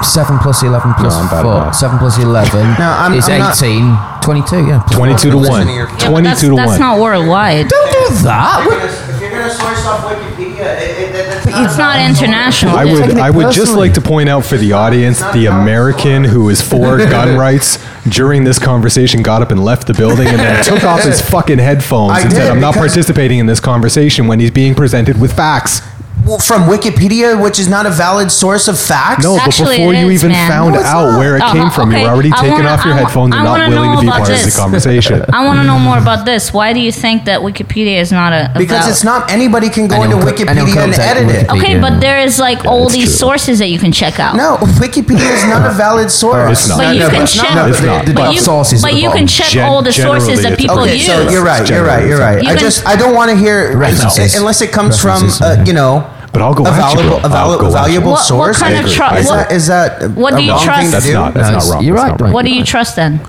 [SPEAKER 2] seven plus eleven plus
[SPEAKER 3] No, I'm bad at
[SPEAKER 2] four.
[SPEAKER 3] math.
[SPEAKER 2] Seven plus eleven
[SPEAKER 6] No, I'm-
[SPEAKER 2] is
[SPEAKER 6] I'm not-
[SPEAKER 2] 18. 22, yeah. plus
[SPEAKER 3] Twenty-two to
[SPEAKER 6] Listen
[SPEAKER 3] one.
[SPEAKER 6] to your-
[SPEAKER 8] Yeah, but that's,
[SPEAKER 3] Twenty-two to
[SPEAKER 8] that's
[SPEAKER 3] one.
[SPEAKER 8] not worldwide.
[SPEAKER 2] Don't do that. We're-
[SPEAKER 6] If you're going to source off Wikipedia, it's
[SPEAKER 8] It's not international.
[SPEAKER 3] I
[SPEAKER 2] You're
[SPEAKER 3] would
[SPEAKER 2] taking it
[SPEAKER 3] I would just
[SPEAKER 2] personally.
[SPEAKER 3] like to point out for the audience the American who is for gun rights during this conversation got up and left the building and then took off his fucking headphones
[SPEAKER 6] I
[SPEAKER 3] and said
[SPEAKER 6] did,
[SPEAKER 3] I'm not
[SPEAKER 6] because-
[SPEAKER 3] participating in this conversation when he's being presented with facts.
[SPEAKER 6] Well, from Wikipedia, which is not a valid source of facts.
[SPEAKER 3] No, but
[SPEAKER 8] Actually,
[SPEAKER 3] before
[SPEAKER 8] it
[SPEAKER 3] you
[SPEAKER 8] is,
[SPEAKER 3] even
[SPEAKER 8] man.
[SPEAKER 3] found
[SPEAKER 8] No, it's
[SPEAKER 3] out where it
[SPEAKER 8] Oh,
[SPEAKER 3] came from,
[SPEAKER 8] okay.
[SPEAKER 3] you were already
[SPEAKER 8] I
[SPEAKER 3] taking
[SPEAKER 8] wanna-
[SPEAKER 3] off your
[SPEAKER 8] I wa-
[SPEAKER 3] headphones
[SPEAKER 8] I
[SPEAKER 3] and
[SPEAKER 8] wanna
[SPEAKER 3] not willing
[SPEAKER 8] know
[SPEAKER 3] to be
[SPEAKER 8] about
[SPEAKER 3] part of
[SPEAKER 8] this.
[SPEAKER 3] the conversation.
[SPEAKER 8] I want to know more about this. Why do you think that Wikipedia is not a, a
[SPEAKER 6] because
[SPEAKER 8] valid-
[SPEAKER 6] it's not anybody can go
[SPEAKER 2] Anyone
[SPEAKER 6] into
[SPEAKER 2] could- anyone
[SPEAKER 6] Wikipedia
[SPEAKER 2] could
[SPEAKER 6] and
[SPEAKER 2] update
[SPEAKER 6] edit it.
[SPEAKER 2] Wikipedia.
[SPEAKER 8] Okay,
[SPEAKER 2] Yeah.
[SPEAKER 8] but there is like all
[SPEAKER 3] that's
[SPEAKER 8] these
[SPEAKER 3] true.
[SPEAKER 8] sources that you can check out.
[SPEAKER 6] No, Wikipedia is not a valid source.
[SPEAKER 3] It's not.
[SPEAKER 8] But you
[SPEAKER 2] no,
[SPEAKER 8] can
[SPEAKER 2] but it's not.
[SPEAKER 8] check.
[SPEAKER 2] No,
[SPEAKER 3] It's
[SPEAKER 8] but
[SPEAKER 3] not.
[SPEAKER 8] you-
[SPEAKER 3] The
[SPEAKER 8] But,
[SPEAKER 2] top sauce
[SPEAKER 8] you,
[SPEAKER 2] is at the
[SPEAKER 8] can
[SPEAKER 2] bottom.
[SPEAKER 8] check
[SPEAKER 3] Gen-
[SPEAKER 8] all the sources
[SPEAKER 3] generally
[SPEAKER 8] that
[SPEAKER 3] it's-
[SPEAKER 8] people
[SPEAKER 6] Okay,
[SPEAKER 8] use.
[SPEAKER 6] so you're right. You're right. You're right.
[SPEAKER 8] You
[SPEAKER 6] I
[SPEAKER 8] can-
[SPEAKER 6] just I don't want to hear
[SPEAKER 2] References.
[SPEAKER 6] unless it comes from
[SPEAKER 2] References,
[SPEAKER 6] uh,
[SPEAKER 2] yeah.
[SPEAKER 6] you know.
[SPEAKER 3] But I'll go
[SPEAKER 6] a
[SPEAKER 3] at you,
[SPEAKER 6] valuable,
[SPEAKER 3] bro.
[SPEAKER 6] a
[SPEAKER 3] I'll go at
[SPEAKER 6] valu-
[SPEAKER 3] you.
[SPEAKER 6] valuable
[SPEAKER 8] What- what
[SPEAKER 6] source.
[SPEAKER 8] kind
[SPEAKER 3] I of agree.
[SPEAKER 8] tru-
[SPEAKER 6] is
[SPEAKER 8] what-
[SPEAKER 6] that is that
[SPEAKER 8] What
[SPEAKER 6] a
[SPEAKER 8] do you
[SPEAKER 6] wrong thing
[SPEAKER 8] trust?
[SPEAKER 6] to
[SPEAKER 3] That's
[SPEAKER 6] do?
[SPEAKER 3] not
[SPEAKER 2] No,
[SPEAKER 3] that's
[SPEAKER 2] it's-
[SPEAKER 3] not wrong.
[SPEAKER 2] you're
[SPEAKER 3] That's
[SPEAKER 2] right,
[SPEAKER 3] not
[SPEAKER 2] Blake.
[SPEAKER 8] What do you trust then?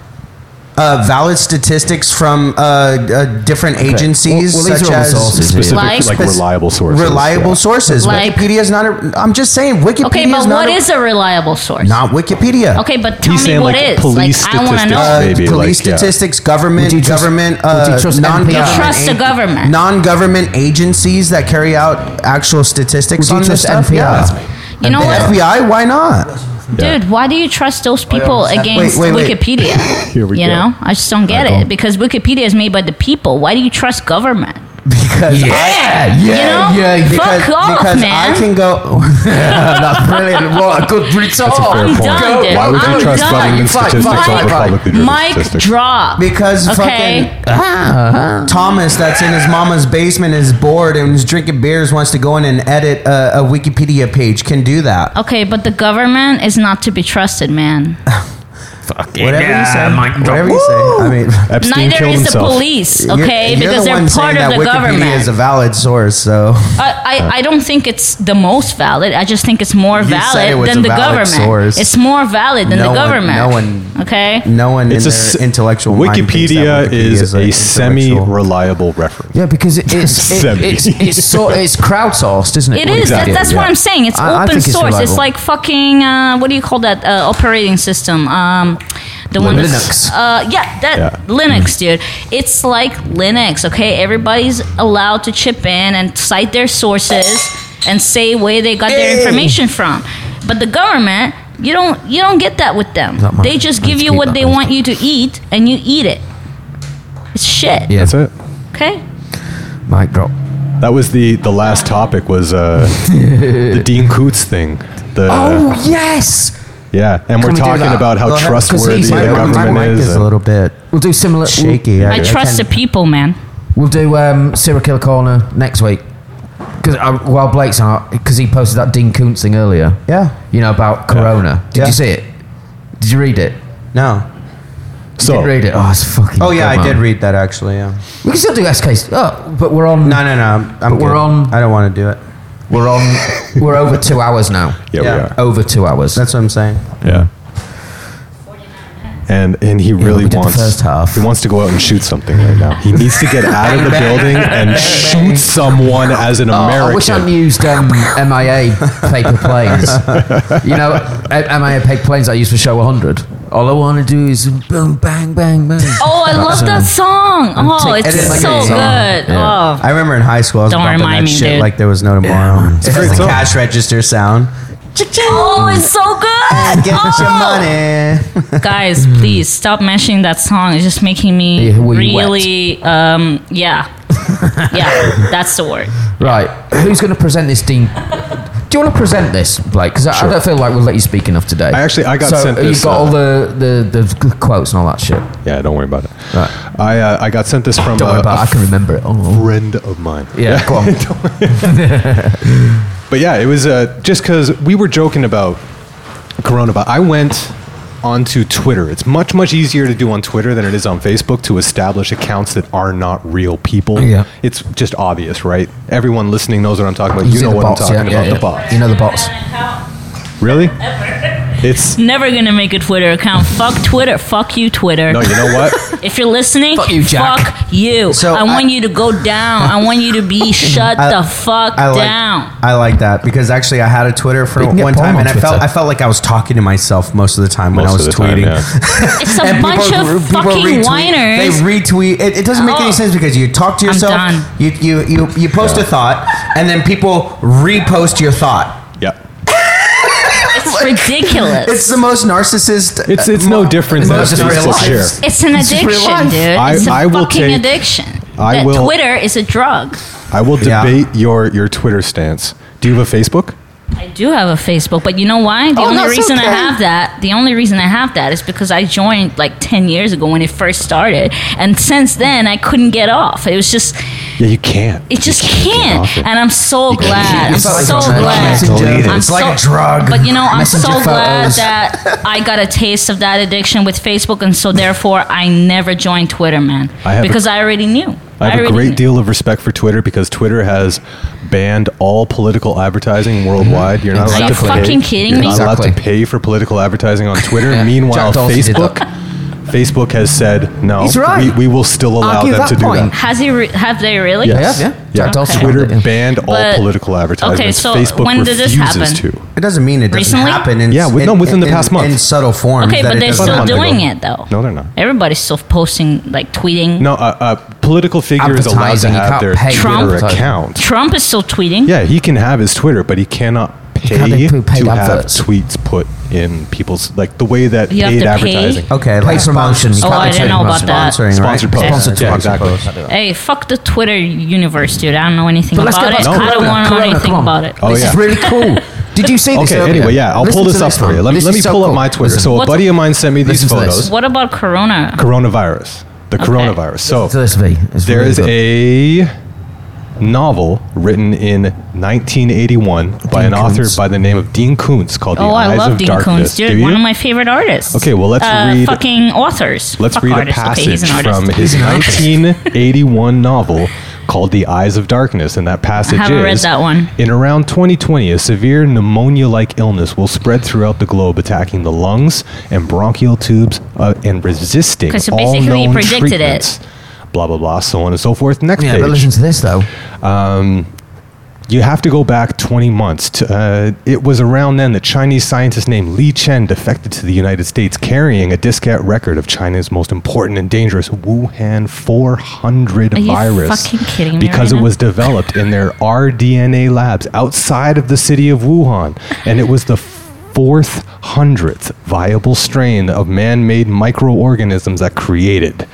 [SPEAKER 6] uh, valid statistics from uh, uh, different agencies,
[SPEAKER 2] well, these
[SPEAKER 6] such
[SPEAKER 2] are all the
[SPEAKER 6] as
[SPEAKER 2] sources here.
[SPEAKER 3] Specific,
[SPEAKER 8] Like-
[SPEAKER 3] like, reliable sources.
[SPEAKER 6] reliable
[SPEAKER 3] yeah.
[SPEAKER 6] sources.
[SPEAKER 8] Like-
[SPEAKER 6] Wikipedia is not. A, I'm just saying, Wikipedia
[SPEAKER 8] Okay, but
[SPEAKER 6] is not.
[SPEAKER 8] what
[SPEAKER 6] a,
[SPEAKER 8] is a reliable source?
[SPEAKER 6] not Wikipedia?
[SPEAKER 8] Okay, but tell
[SPEAKER 3] He's
[SPEAKER 8] me
[SPEAKER 3] saying,
[SPEAKER 8] what
[SPEAKER 3] like,
[SPEAKER 8] is.
[SPEAKER 3] police
[SPEAKER 8] like, I want to
[SPEAKER 3] statistics.
[SPEAKER 8] know.
[SPEAKER 6] Uh,
[SPEAKER 3] Maybe,
[SPEAKER 6] police
[SPEAKER 3] like, yeah.
[SPEAKER 6] statics, government,
[SPEAKER 2] Would you trust-
[SPEAKER 6] government,
[SPEAKER 2] would you
[SPEAKER 6] uh,
[SPEAKER 2] trust
[SPEAKER 6] non-government,
[SPEAKER 2] NPR?
[SPEAKER 8] Trust the government.
[SPEAKER 6] non-government agencies that carry out actual statistics
[SPEAKER 2] Would you
[SPEAKER 6] on
[SPEAKER 2] trust
[SPEAKER 6] this stuff.
[SPEAKER 2] NPR?
[SPEAKER 6] Yeah,
[SPEAKER 2] That's me.
[SPEAKER 8] You know what?
[SPEAKER 6] FBI, why not?
[SPEAKER 3] Uh, Yeah.
[SPEAKER 8] Dude, why do you trust those people against
[SPEAKER 6] Wait, wait, wait.
[SPEAKER 8] Wikipedia?
[SPEAKER 3] Here we
[SPEAKER 8] you
[SPEAKER 3] go.
[SPEAKER 8] know, I just don't get
[SPEAKER 3] I
[SPEAKER 8] it
[SPEAKER 3] don't-
[SPEAKER 8] because Wikipedia is made by the people. Why do you trust government?
[SPEAKER 6] Because yeah, yeah,
[SPEAKER 8] you know?
[SPEAKER 6] yeah. Because,
[SPEAKER 8] Fuck off,
[SPEAKER 6] because
[SPEAKER 8] man.
[SPEAKER 6] I can go. That's brilliant. What a good retort.
[SPEAKER 3] That's a fair
[SPEAKER 8] I'm
[SPEAKER 3] point.
[SPEAKER 8] done, dude.
[SPEAKER 3] Why would you
[SPEAKER 8] I'm
[SPEAKER 3] trust
[SPEAKER 8] done.
[SPEAKER 3] government
[SPEAKER 8] Fuck,
[SPEAKER 3] statistics
[SPEAKER 8] fuck,
[SPEAKER 3] over
[SPEAKER 8] fuck.
[SPEAKER 3] publicly driven
[SPEAKER 8] Mike
[SPEAKER 3] statistics? uh,
[SPEAKER 8] drop.
[SPEAKER 6] Because
[SPEAKER 8] Okay.
[SPEAKER 6] fucking Thomas, that's in his mama's basement, is bored and is drinking beers, wants to go in and edit a, a Wikipedia page. Can do that.
[SPEAKER 8] Okay, but the government is not to be trusted, man.
[SPEAKER 6] Whatever you say. Whatever you say. I mean,
[SPEAKER 3] Epstein
[SPEAKER 8] Neither
[SPEAKER 3] killed
[SPEAKER 8] is the
[SPEAKER 3] himself.
[SPEAKER 8] police,
[SPEAKER 6] you're-
[SPEAKER 8] okay?
[SPEAKER 6] you're
[SPEAKER 8] because
[SPEAKER 6] the
[SPEAKER 8] they're
[SPEAKER 6] one
[SPEAKER 8] part
[SPEAKER 6] saying
[SPEAKER 8] of
[SPEAKER 6] that
[SPEAKER 8] the
[SPEAKER 6] Wikipedia
[SPEAKER 8] government.
[SPEAKER 6] is a valid source, so
[SPEAKER 8] I, I, I don't think it's the most valid. I just think it's more
[SPEAKER 6] You said
[SPEAKER 8] valid
[SPEAKER 6] it was
[SPEAKER 8] than
[SPEAKER 6] a
[SPEAKER 8] the
[SPEAKER 6] valid
[SPEAKER 8] government.
[SPEAKER 6] source.
[SPEAKER 8] It's more valid than
[SPEAKER 6] No
[SPEAKER 8] the
[SPEAKER 6] one-
[SPEAKER 8] government.
[SPEAKER 6] no one-
[SPEAKER 8] Okay.
[SPEAKER 6] no one in
[SPEAKER 3] s-
[SPEAKER 6] their intellectual mind thinks that
[SPEAKER 3] Wikipedia is,
[SPEAKER 6] an
[SPEAKER 3] a
[SPEAKER 6] intellectual-
[SPEAKER 3] semi-reliable reference.
[SPEAKER 2] Yeah, because it, it's it,
[SPEAKER 3] Semi.
[SPEAKER 2] it's it's so it's crowdsourced, isn't it?
[SPEAKER 8] It is. That,
[SPEAKER 2] Wikipedia?
[SPEAKER 8] that's what I'm saying. It's
[SPEAKER 2] I- I
[SPEAKER 8] open
[SPEAKER 2] think it's
[SPEAKER 8] source. It's,
[SPEAKER 2] reliable.
[SPEAKER 8] like fucking uh, what do you call that uh, operating system? Um, the one that's-
[SPEAKER 2] Linux. Mm.
[SPEAKER 8] Uh, yeah, that
[SPEAKER 3] Yeah.
[SPEAKER 8] Linux, dude. It's like Linux. Okay, everybody's allowed to chip in and cite their sources and say where they got their information from. But the government, you don't you don't get that with them.
[SPEAKER 2] Not mine.
[SPEAKER 8] They just give
[SPEAKER 2] Let's
[SPEAKER 8] you
[SPEAKER 2] keep
[SPEAKER 8] what
[SPEAKER 2] that
[SPEAKER 8] they
[SPEAKER 2] one.
[SPEAKER 8] want you to eat, and you eat it. It's shit.
[SPEAKER 2] Yeah.
[SPEAKER 3] That's it.
[SPEAKER 8] Okay.
[SPEAKER 2] Mic drop.
[SPEAKER 3] That was the the last topic was uh, the Dean Koontz thing. The,
[SPEAKER 2] Oh yes,
[SPEAKER 3] yeah, and we're
[SPEAKER 2] Can we do
[SPEAKER 3] talking
[SPEAKER 2] that?
[SPEAKER 3] about how
[SPEAKER 6] Go ahead, 'cause
[SPEAKER 3] trustworthy
[SPEAKER 2] he's-
[SPEAKER 3] the
[SPEAKER 2] my- my
[SPEAKER 3] government
[SPEAKER 6] mic
[SPEAKER 3] is.
[SPEAKER 6] is a
[SPEAKER 3] and-
[SPEAKER 6] little bit
[SPEAKER 2] we'll do similar.
[SPEAKER 6] shaky.
[SPEAKER 8] I trust the people, man.
[SPEAKER 2] We'll do um, serial killer corner next week because while Blake's on because he posted that Dean Koontz thing earlier.
[SPEAKER 6] Yeah.
[SPEAKER 2] You know about Corona. Did
[SPEAKER 6] Yeah.
[SPEAKER 2] you see it? Did you read it?
[SPEAKER 6] No.
[SPEAKER 3] so
[SPEAKER 2] Did read it? Oh, it's fucking.
[SPEAKER 6] Oh yeah,
[SPEAKER 2] good,
[SPEAKER 6] I
[SPEAKER 2] man.
[SPEAKER 6] did read that actually. Yeah.
[SPEAKER 2] We can still do SK. Oh, but we're on.
[SPEAKER 6] No, no, no. I'm, I'm
[SPEAKER 2] But we're
[SPEAKER 6] good.
[SPEAKER 2] on-
[SPEAKER 6] I don't want to do it.
[SPEAKER 2] We're on. we're over two hours now.
[SPEAKER 3] yeah,
[SPEAKER 6] Yeah.
[SPEAKER 3] we are.
[SPEAKER 2] Over two hours.
[SPEAKER 6] That's what I'm saying.
[SPEAKER 2] Oh.
[SPEAKER 3] Yeah. And and he really
[SPEAKER 2] we did the
[SPEAKER 3] wants
[SPEAKER 2] first half.
[SPEAKER 3] he wants to go out and shoot something right now. He needs to get out of the building and shoot someone as an
[SPEAKER 2] Oh, I wish I'd
[SPEAKER 3] American.
[SPEAKER 2] used um, MIA paper planes. you know, uh, MIA paper planes I used for show 100. All I want to do is boom, bang, bang, bang.
[SPEAKER 8] Oh, I
[SPEAKER 2] That
[SPEAKER 8] love that song. Oh,
[SPEAKER 2] take-
[SPEAKER 8] it's
[SPEAKER 2] it
[SPEAKER 6] is
[SPEAKER 8] so
[SPEAKER 6] amazing.
[SPEAKER 8] good.
[SPEAKER 2] Yeah.
[SPEAKER 8] Oh.
[SPEAKER 6] I remember in high school, I was
[SPEAKER 8] Don't
[SPEAKER 6] bumping
[SPEAKER 8] remind
[SPEAKER 6] that
[SPEAKER 8] me,
[SPEAKER 6] shit
[SPEAKER 8] dude.
[SPEAKER 6] like there was no tomorrow. it's
[SPEAKER 3] a great
[SPEAKER 6] the
[SPEAKER 3] song.
[SPEAKER 6] cash register sound.
[SPEAKER 8] Oh, it's so good.
[SPEAKER 6] Give us your
[SPEAKER 8] Oh.
[SPEAKER 6] money.
[SPEAKER 8] Guys, please stop mentioning that song. It's just making me
[SPEAKER 2] Yeah, were you wet?
[SPEAKER 8] really, um, yeah. yeah, that's the word.
[SPEAKER 2] Right, who's going to present this, Dean? Do you want to present this, Blake? Because I, I don't feel like we'll let you speak enough today.
[SPEAKER 3] I actually- I got
[SPEAKER 2] so
[SPEAKER 3] sent
[SPEAKER 2] You've
[SPEAKER 3] this,
[SPEAKER 2] got
[SPEAKER 3] uh,
[SPEAKER 2] all the, the, the quotes and all that shit.
[SPEAKER 3] Yeah, don't worry about it.
[SPEAKER 2] Right.
[SPEAKER 3] I uh, I got sent this from
[SPEAKER 2] Don't worry
[SPEAKER 3] a,
[SPEAKER 2] about
[SPEAKER 3] a
[SPEAKER 2] it. I can remember it all.
[SPEAKER 3] friend of mine.
[SPEAKER 2] Yeah, go on.
[SPEAKER 3] But yeah, it was uh, just because we were joking about coronavirus. I went onto Twitter. It's much, much easier to do on Twitter than it is on Facebook to establish accounts that are not real people.
[SPEAKER 2] Yeah.
[SPEAKER 3] It's just obvious, right? Everyone listening knows what I'm talking about. You,
[SPEAKER 2] see
[SPEAKER 3] know
[SPEAKER 2] the
[SPEAKER 3] what
[SPEAKER 2] bots,
[SPEAKER 3] I'm talking
[SPEAKER 2] yeah,
[SPEAKER 3] about,
[SPEAKER 2] yeah,
[SPEAKER 3] the
[SPEAKER 2] yeah.
[SPEAKER 3] bots.
[SPEAKER 2] You know the bots.
[SPEAKER 3] Really? It's...
[SPEAKER 8] Never gonna make a Twitter account. Fuck Twitter. Fuck you, Twitter.
[SPEAKER 3] No, you know what?
[SPEAKER 8] If you're listening,
[SPEAKER 2] Fuck you, Jack.
[SPEAKER 8] fuck you.
[SPEAKER 6] So
[SPEAKER 8] I,
[SPEAKER 6] I-
[SPEAKER 8] want you to go down. I want you to be shut
[SPEAKER 6] I-
[SPEAKER 8] the fuck
[SPEAKER 6] I like,
[SPEAKER 8] down.
[SPEAKER 6] I like that because actually I had a Twitter for
[SPEAKER 2] You can get
[SPEAKER 6] one
[SPEAKER 2] porn
[SPEAKER 6] time
[SPEAKER 2] on
[SPEAKER 6] and I felt
[SPEAKER 2] Twitter.
[SPEAKER 6] I felt like I was talking to myself most of the time when I
[SPEAKER 3] Most
[SPEAKER 6] was
[SPEAKER 3] of the time,
[SPEAKER 6] tweeting.
[SPEAKER 3] yeah.
[SPEAKER 8] It's a
[SPEAKER 6] And
[SPEAKER 8] bunch
[SPEAKER 6] people-
[SPEAKER 8] of
[SPEAKER 6] people
[SPEAKER 8] fucking
[SPEAKER 6] retweet-
[SPEAKER 8] whiners.
[SPEAKER 6] They retweet. It, it doesn't make
[SPEAKER 8] Oh.
[SPEAKER 6] any sense because you talk to
[SPEAKER 8] I'm
[SPEAKER 6] yourself.
[SPEAKER 8] done.
[SPEAKER 6] You you you you post a thought and then people repost your thought.
[SPEAKER 3] yeah.
[SPEAKER 8] it's ridiculous.
[SPEAKER 6] It's the most narcissist.
[SPEAKER 3] It's, it's no different than a
[SPEAKER 6] Most of real
[SPEAKER 3] Facebook
[SPEAKER 6] life.
[SPEAKER 3] share.
[SPEAKER 8] It's an addiction, dude.
[SPEAKER 3] I-
[SPEAKER 8] it's a
[SPEAKER 3] I will
[SPEAKER 8] fucking
[SPEAKER 3] take-
[SPEAKER 8] addiction.
[SPEAKER 3] I
[SPEAKER 8] that
[SPEAKER 3] will-
[SPEAKER 8] Twitter is a drug.
[SPEAKER 3] I will
[SPEAKER 6] Yeah.
[SPEAKER 3] debate your, your Twitter stance. Do you have a Facebook?
[SPEAKER 8] I do have a Facebook, but you know why? The only reason I have that, the only reason I have that is because I joined like 10 years ago when it first started. And since then, I couldn't get off. It was just,
[SPEAKER 3] Yeah, you can't.
[SPEAKER 8] it just
[SPEAKER 3] get
[SPEAKER 8] can't.
[SPEAKER 3] off it.
[SPEAKER 8] and I'm so glad. I'm
[SPEAKER 2] It's like
[SPEAKER 8] so
[SPEAKER 2] on that
[SPEAKER 8] glad.
[SPEAKER 2] Messenger.
[SPEAKER 6] Delete it.
[SPEAKER 8] I'm
[SPEAKER 6] It's like a drug.
[SPEAKER 8] But you know, I'm
[SPEAKER 2] Messenger
[SPEAKER 8] so glad
[SPEAKER 2] photos.
[SPEAKER 8] that I got a taste of that addiction with Facebook. And so therefore, I never joined Twitter, man.
[SPEAKER 3] I have a-
[SPEAKER 8] because I already knew.
[SPEAKER 3] I have a
[SPEAKER 8] already
[SPEAKER 3] great
[SPEAKER 8] knew.
[SPEAKER 3] deal of respect for Twitter because Twitter has banned all political advertising worldwide. You're not
[SPEAKER 8] Are
[SPEAKER 3] allowed
[SPEAKER 8] you
[SPEAKER 3] to pay.
[SPEAKER 8] fucking kidding
[SPEAKER 3] You're
[SPEAKER 8] me?
[SPEAKER 3] not allowed
[SPEAKER 2] Exactly.
[SPEAKER 3] to pay for political advertising on Twitter.
[SPEAKER 2] Yeah. Jack
[SPEAKER 3] Meanwhile,
[SPEAKER 2] Dorsey did
[SPEAKER 3] Facebook
[SPEAKER 2] that.
[SPEAKER 3] Facebook has said no.
[SPEAKER 2] He's right.
[SPEAKER 3] We, we will still allow
[SPEAKER 2] Argue
[SPEAKER 3] them
[SPEAKER 2] that
[SPEAKER 3] to do
[SPEAKER 2] point.
[SPEAKER 3] that.
[SPEAKER 8] Has he? Re- have they really?
[SPEAKER 2] They have, yeah.
[SPEAKER 3] Yeah.
[SPEAKER 2] Jack Dorsey
[SPEAKER 3] Twitter
[SPEAKER 2] did it, yeah.
[SPEAKER 3] banned all
[SPEAKER 8] But-
[SPEAKER 3] political
[SPEAKER 8] okay,
[SPEAKER 3] advertisements.
[SPEAKER 8] so
[SPEAKER 3] Facebook
[SPEAKER 8] when did this
[SPEAKER 3] refuses
[SPEAKER 8] happen?
[SPEAKER 3] to.
[SPEAKER 6] It doesn't mean it doesn't
[SPEAKER 8] Recently?
[SPEAKER 6] happen. In,
[SPEAKER 3] Yeah, with-
[SPEAKER 6] in-
[SPEAKER 3] no, within the
[SPEAKER 6] in-
[SPEAKER 3] past month.
[SPEAKER 6] in subtle forms.
[SPEAKER 8] Okay,
[SPEAKER 6] that
[SPEAKER 8] but
[SPEAKER 6] it
[SPEAKER 8] they're
[SPEAKER 6] doesn't
[SPEAKER 8] still
[SPEAKER 6] happen.
[SPEAKER 3] They
[SPEAKER 8] doing
[SPEAKER 3] go-
[SPEAKER 8] it though.
[SPEAKER 3] No, they're not.
[SPEAKER 8] Everybody's still posting, like tweeting.
[SPEAKER 3] No, uh, uh, political figure is allowed to
[SPEAKER 2] Advertising, you
[SPEAKER 3] have
[SPEAKER 2] can't
[SPEAKER 3] their
[SPEAKER 2] pay
[SPEAKER 3] Twitter
[SPEAKER 2] advertising.
[SPEAKER 3] account.
[SPEAKER 8] Trump is still tweeting.
[SPEAKER 3] Yeah, he can have his Twitter, but he cannot pay
[SPEAKER 2] Can't they
[SPEAKER 3] to
[SPEAKER 2] put paid
[SPEAKER 3] have
[SPEAKER 2] adverts?
[SPEAKER 3] tweets put in people's like the way that
[SPEAKER 8] You have
[SPEAKER 3] paid
[SPEAKER 8] to pay?
[SPEAKER 3] advertising.
[SPEAKER 6] Okay,
[SPEAKER 2] Paid
[SPEAKER 6] like
[SPEAKER 2] promotion.
[SPEAKER 6] sponsors-
[SPEAKER 2] You
[SPEAKER 8] Oh, I didn't know about that.
[SPEAKER 6] Sponsoring, right?
[SPEAKER 3] Sponsored posts.
[SPEAKER 2] Sponsored
[SPEAKER 3] yeah,
[SPEAKER 2] posts.
[SPEAKER 3] exactly.
[SPEAKER 8] Hey, fuck the Twitter universe, dude. I don't know anything
[SPEAKER 2] But let's
[SPEAKER 8] about
[SPEAKER 2] get back
[SPEAKER 8] it.
[SPEAKER 2] to
[SPEAKER 8] I don't
[SPEAKER 2] Corona.
[SPEAKER 8] want to know
[SPEAKER 2] Corona,
[SPEAKER 8] anything
[SPEAKER 2] come on.
[SPEAKER 8] about it.
[SPEAKER 3] Oh,
[SPEAKER 2] this
[SPEAKER 3] yeah.
[SPEAKER 2] is really cool. Did you see this?
[SPEAKER 3] Okay,
[SPEAKER 2] earlier?
[SPEAKER 3] anyway, yeah, I'll
[SPEAKER 2] Listen
[SPEAKER 3] pull this
[SPEAKER 2] to
[SPEAKER 3] up for
[SPEAKER 2] one.
[SPEAKER 3] you. Let, me-
[SPEAKER 2] This
[SPEAKER 3] let
[SPEAKER 2] is
[SPEAKER 3] me
[SPEAKER 2] so
[SPEAKER 3] pull up
[SPEAKER 2] cool.
[SPEAKER 3] my Twitter.
[SPEAKER 2] Listen.
[SPEAKER 3] So a
[SPEAKER 8] What's-
[SPEAKER 3] buddy of mine sent me these
[SPEAKER 2] Listen to this.
[SPEAKER 3] photos.
[SPEAKER 8] What about Corona?
[SPEAKER 3] Coronavirus. The coronavirus. So
[SPEAKER 2] So this V. It's
[SPEAKER 3] there
[SPEAKER 2] really
[SPEAKER 3] is
[SPEAKER 2] good.
[SPEAKER 3] a novel written in 1981 by an
[SPEAKER 2] Dean
[SPEAKER 3] author
[SPEAKER 2] Koontz.
[SPEAKER 3] by the name of Dean Koontz called
[SPEAKER 8] Oh,
[SPEAKER 3] The
[SPEAKER 8] I
[SPEAKER 3] Eyes
[SPEAKER 8] love
[SPEAKER 3] of
[SPEAKER 8] Dean
[SPEAKER 3] Darkness.
[SPEAKER 8] Koontz,
[SPEAKER 3] Do
[SPEAKER 8] dude.
[SPEAKER 3] you?
[SPEAKER 8] One of my favorite artists.
[SPEAKER 3] Okay, well, let's
[SPEAKER 8] uh,
[SPEAKER 3] read-
[SPEAKER 8] Fucking authors.
[SPEAKER 3] Let's
[SPEAKER 8] Fuck
[SPEAKER 3] read
[SPEAKER 8] artists.
[SPEAKER 3] a
[SPEAKER 8] Okay, he's
[SPEAKER 3] passage
[SPEAKER 8] an artist.
[SPEAKER 3] from his 1981 novel called The Eyes of Darkness, and that passage
[SPEAKER 8] haven't
[SPEAKER 3] is
[SPEAKER 8] read that one.
[SPEAKER 3] In around 2020, a severe pneumonia-like illness will spread throughout the globe, attacking the lungs and bronchial tubes uh, and resisting
[SPEAKER 8] Okay, so
[SPEAKER 3] all
[SPEAKER 8] basically he
[SPEAKER 3] known
[SPEAKER 8] predicted it.
[SPEAKER 3] treatments. Blah blah blah, so on and so forth. Next
[SPEAKER 2] Yeah,
[SPEAKER 3] page
[SPEAKER 2] but listen to this though.
[SPEAKER 3] you have to go back 20 months. To, uh, it was around then that Chinese scientist named Li Chen defected to the United States carrying a diskette record of China's most important and dangerous Wuhan 400
[SPEAKER 8] Are you
[SPEAKER 3] virus.
[SPEAKER 8] fucking kidding me
[SPEAKER 3] Because
[SPEAKER 8] right
[SPEAKER 3] it
[SPEAKER 8] now?
[SPEAKER 3] was developed in their rDNA labs outside of the city of Wuhan. And it was the fourth hundredth viable strain of man made microorganisms that created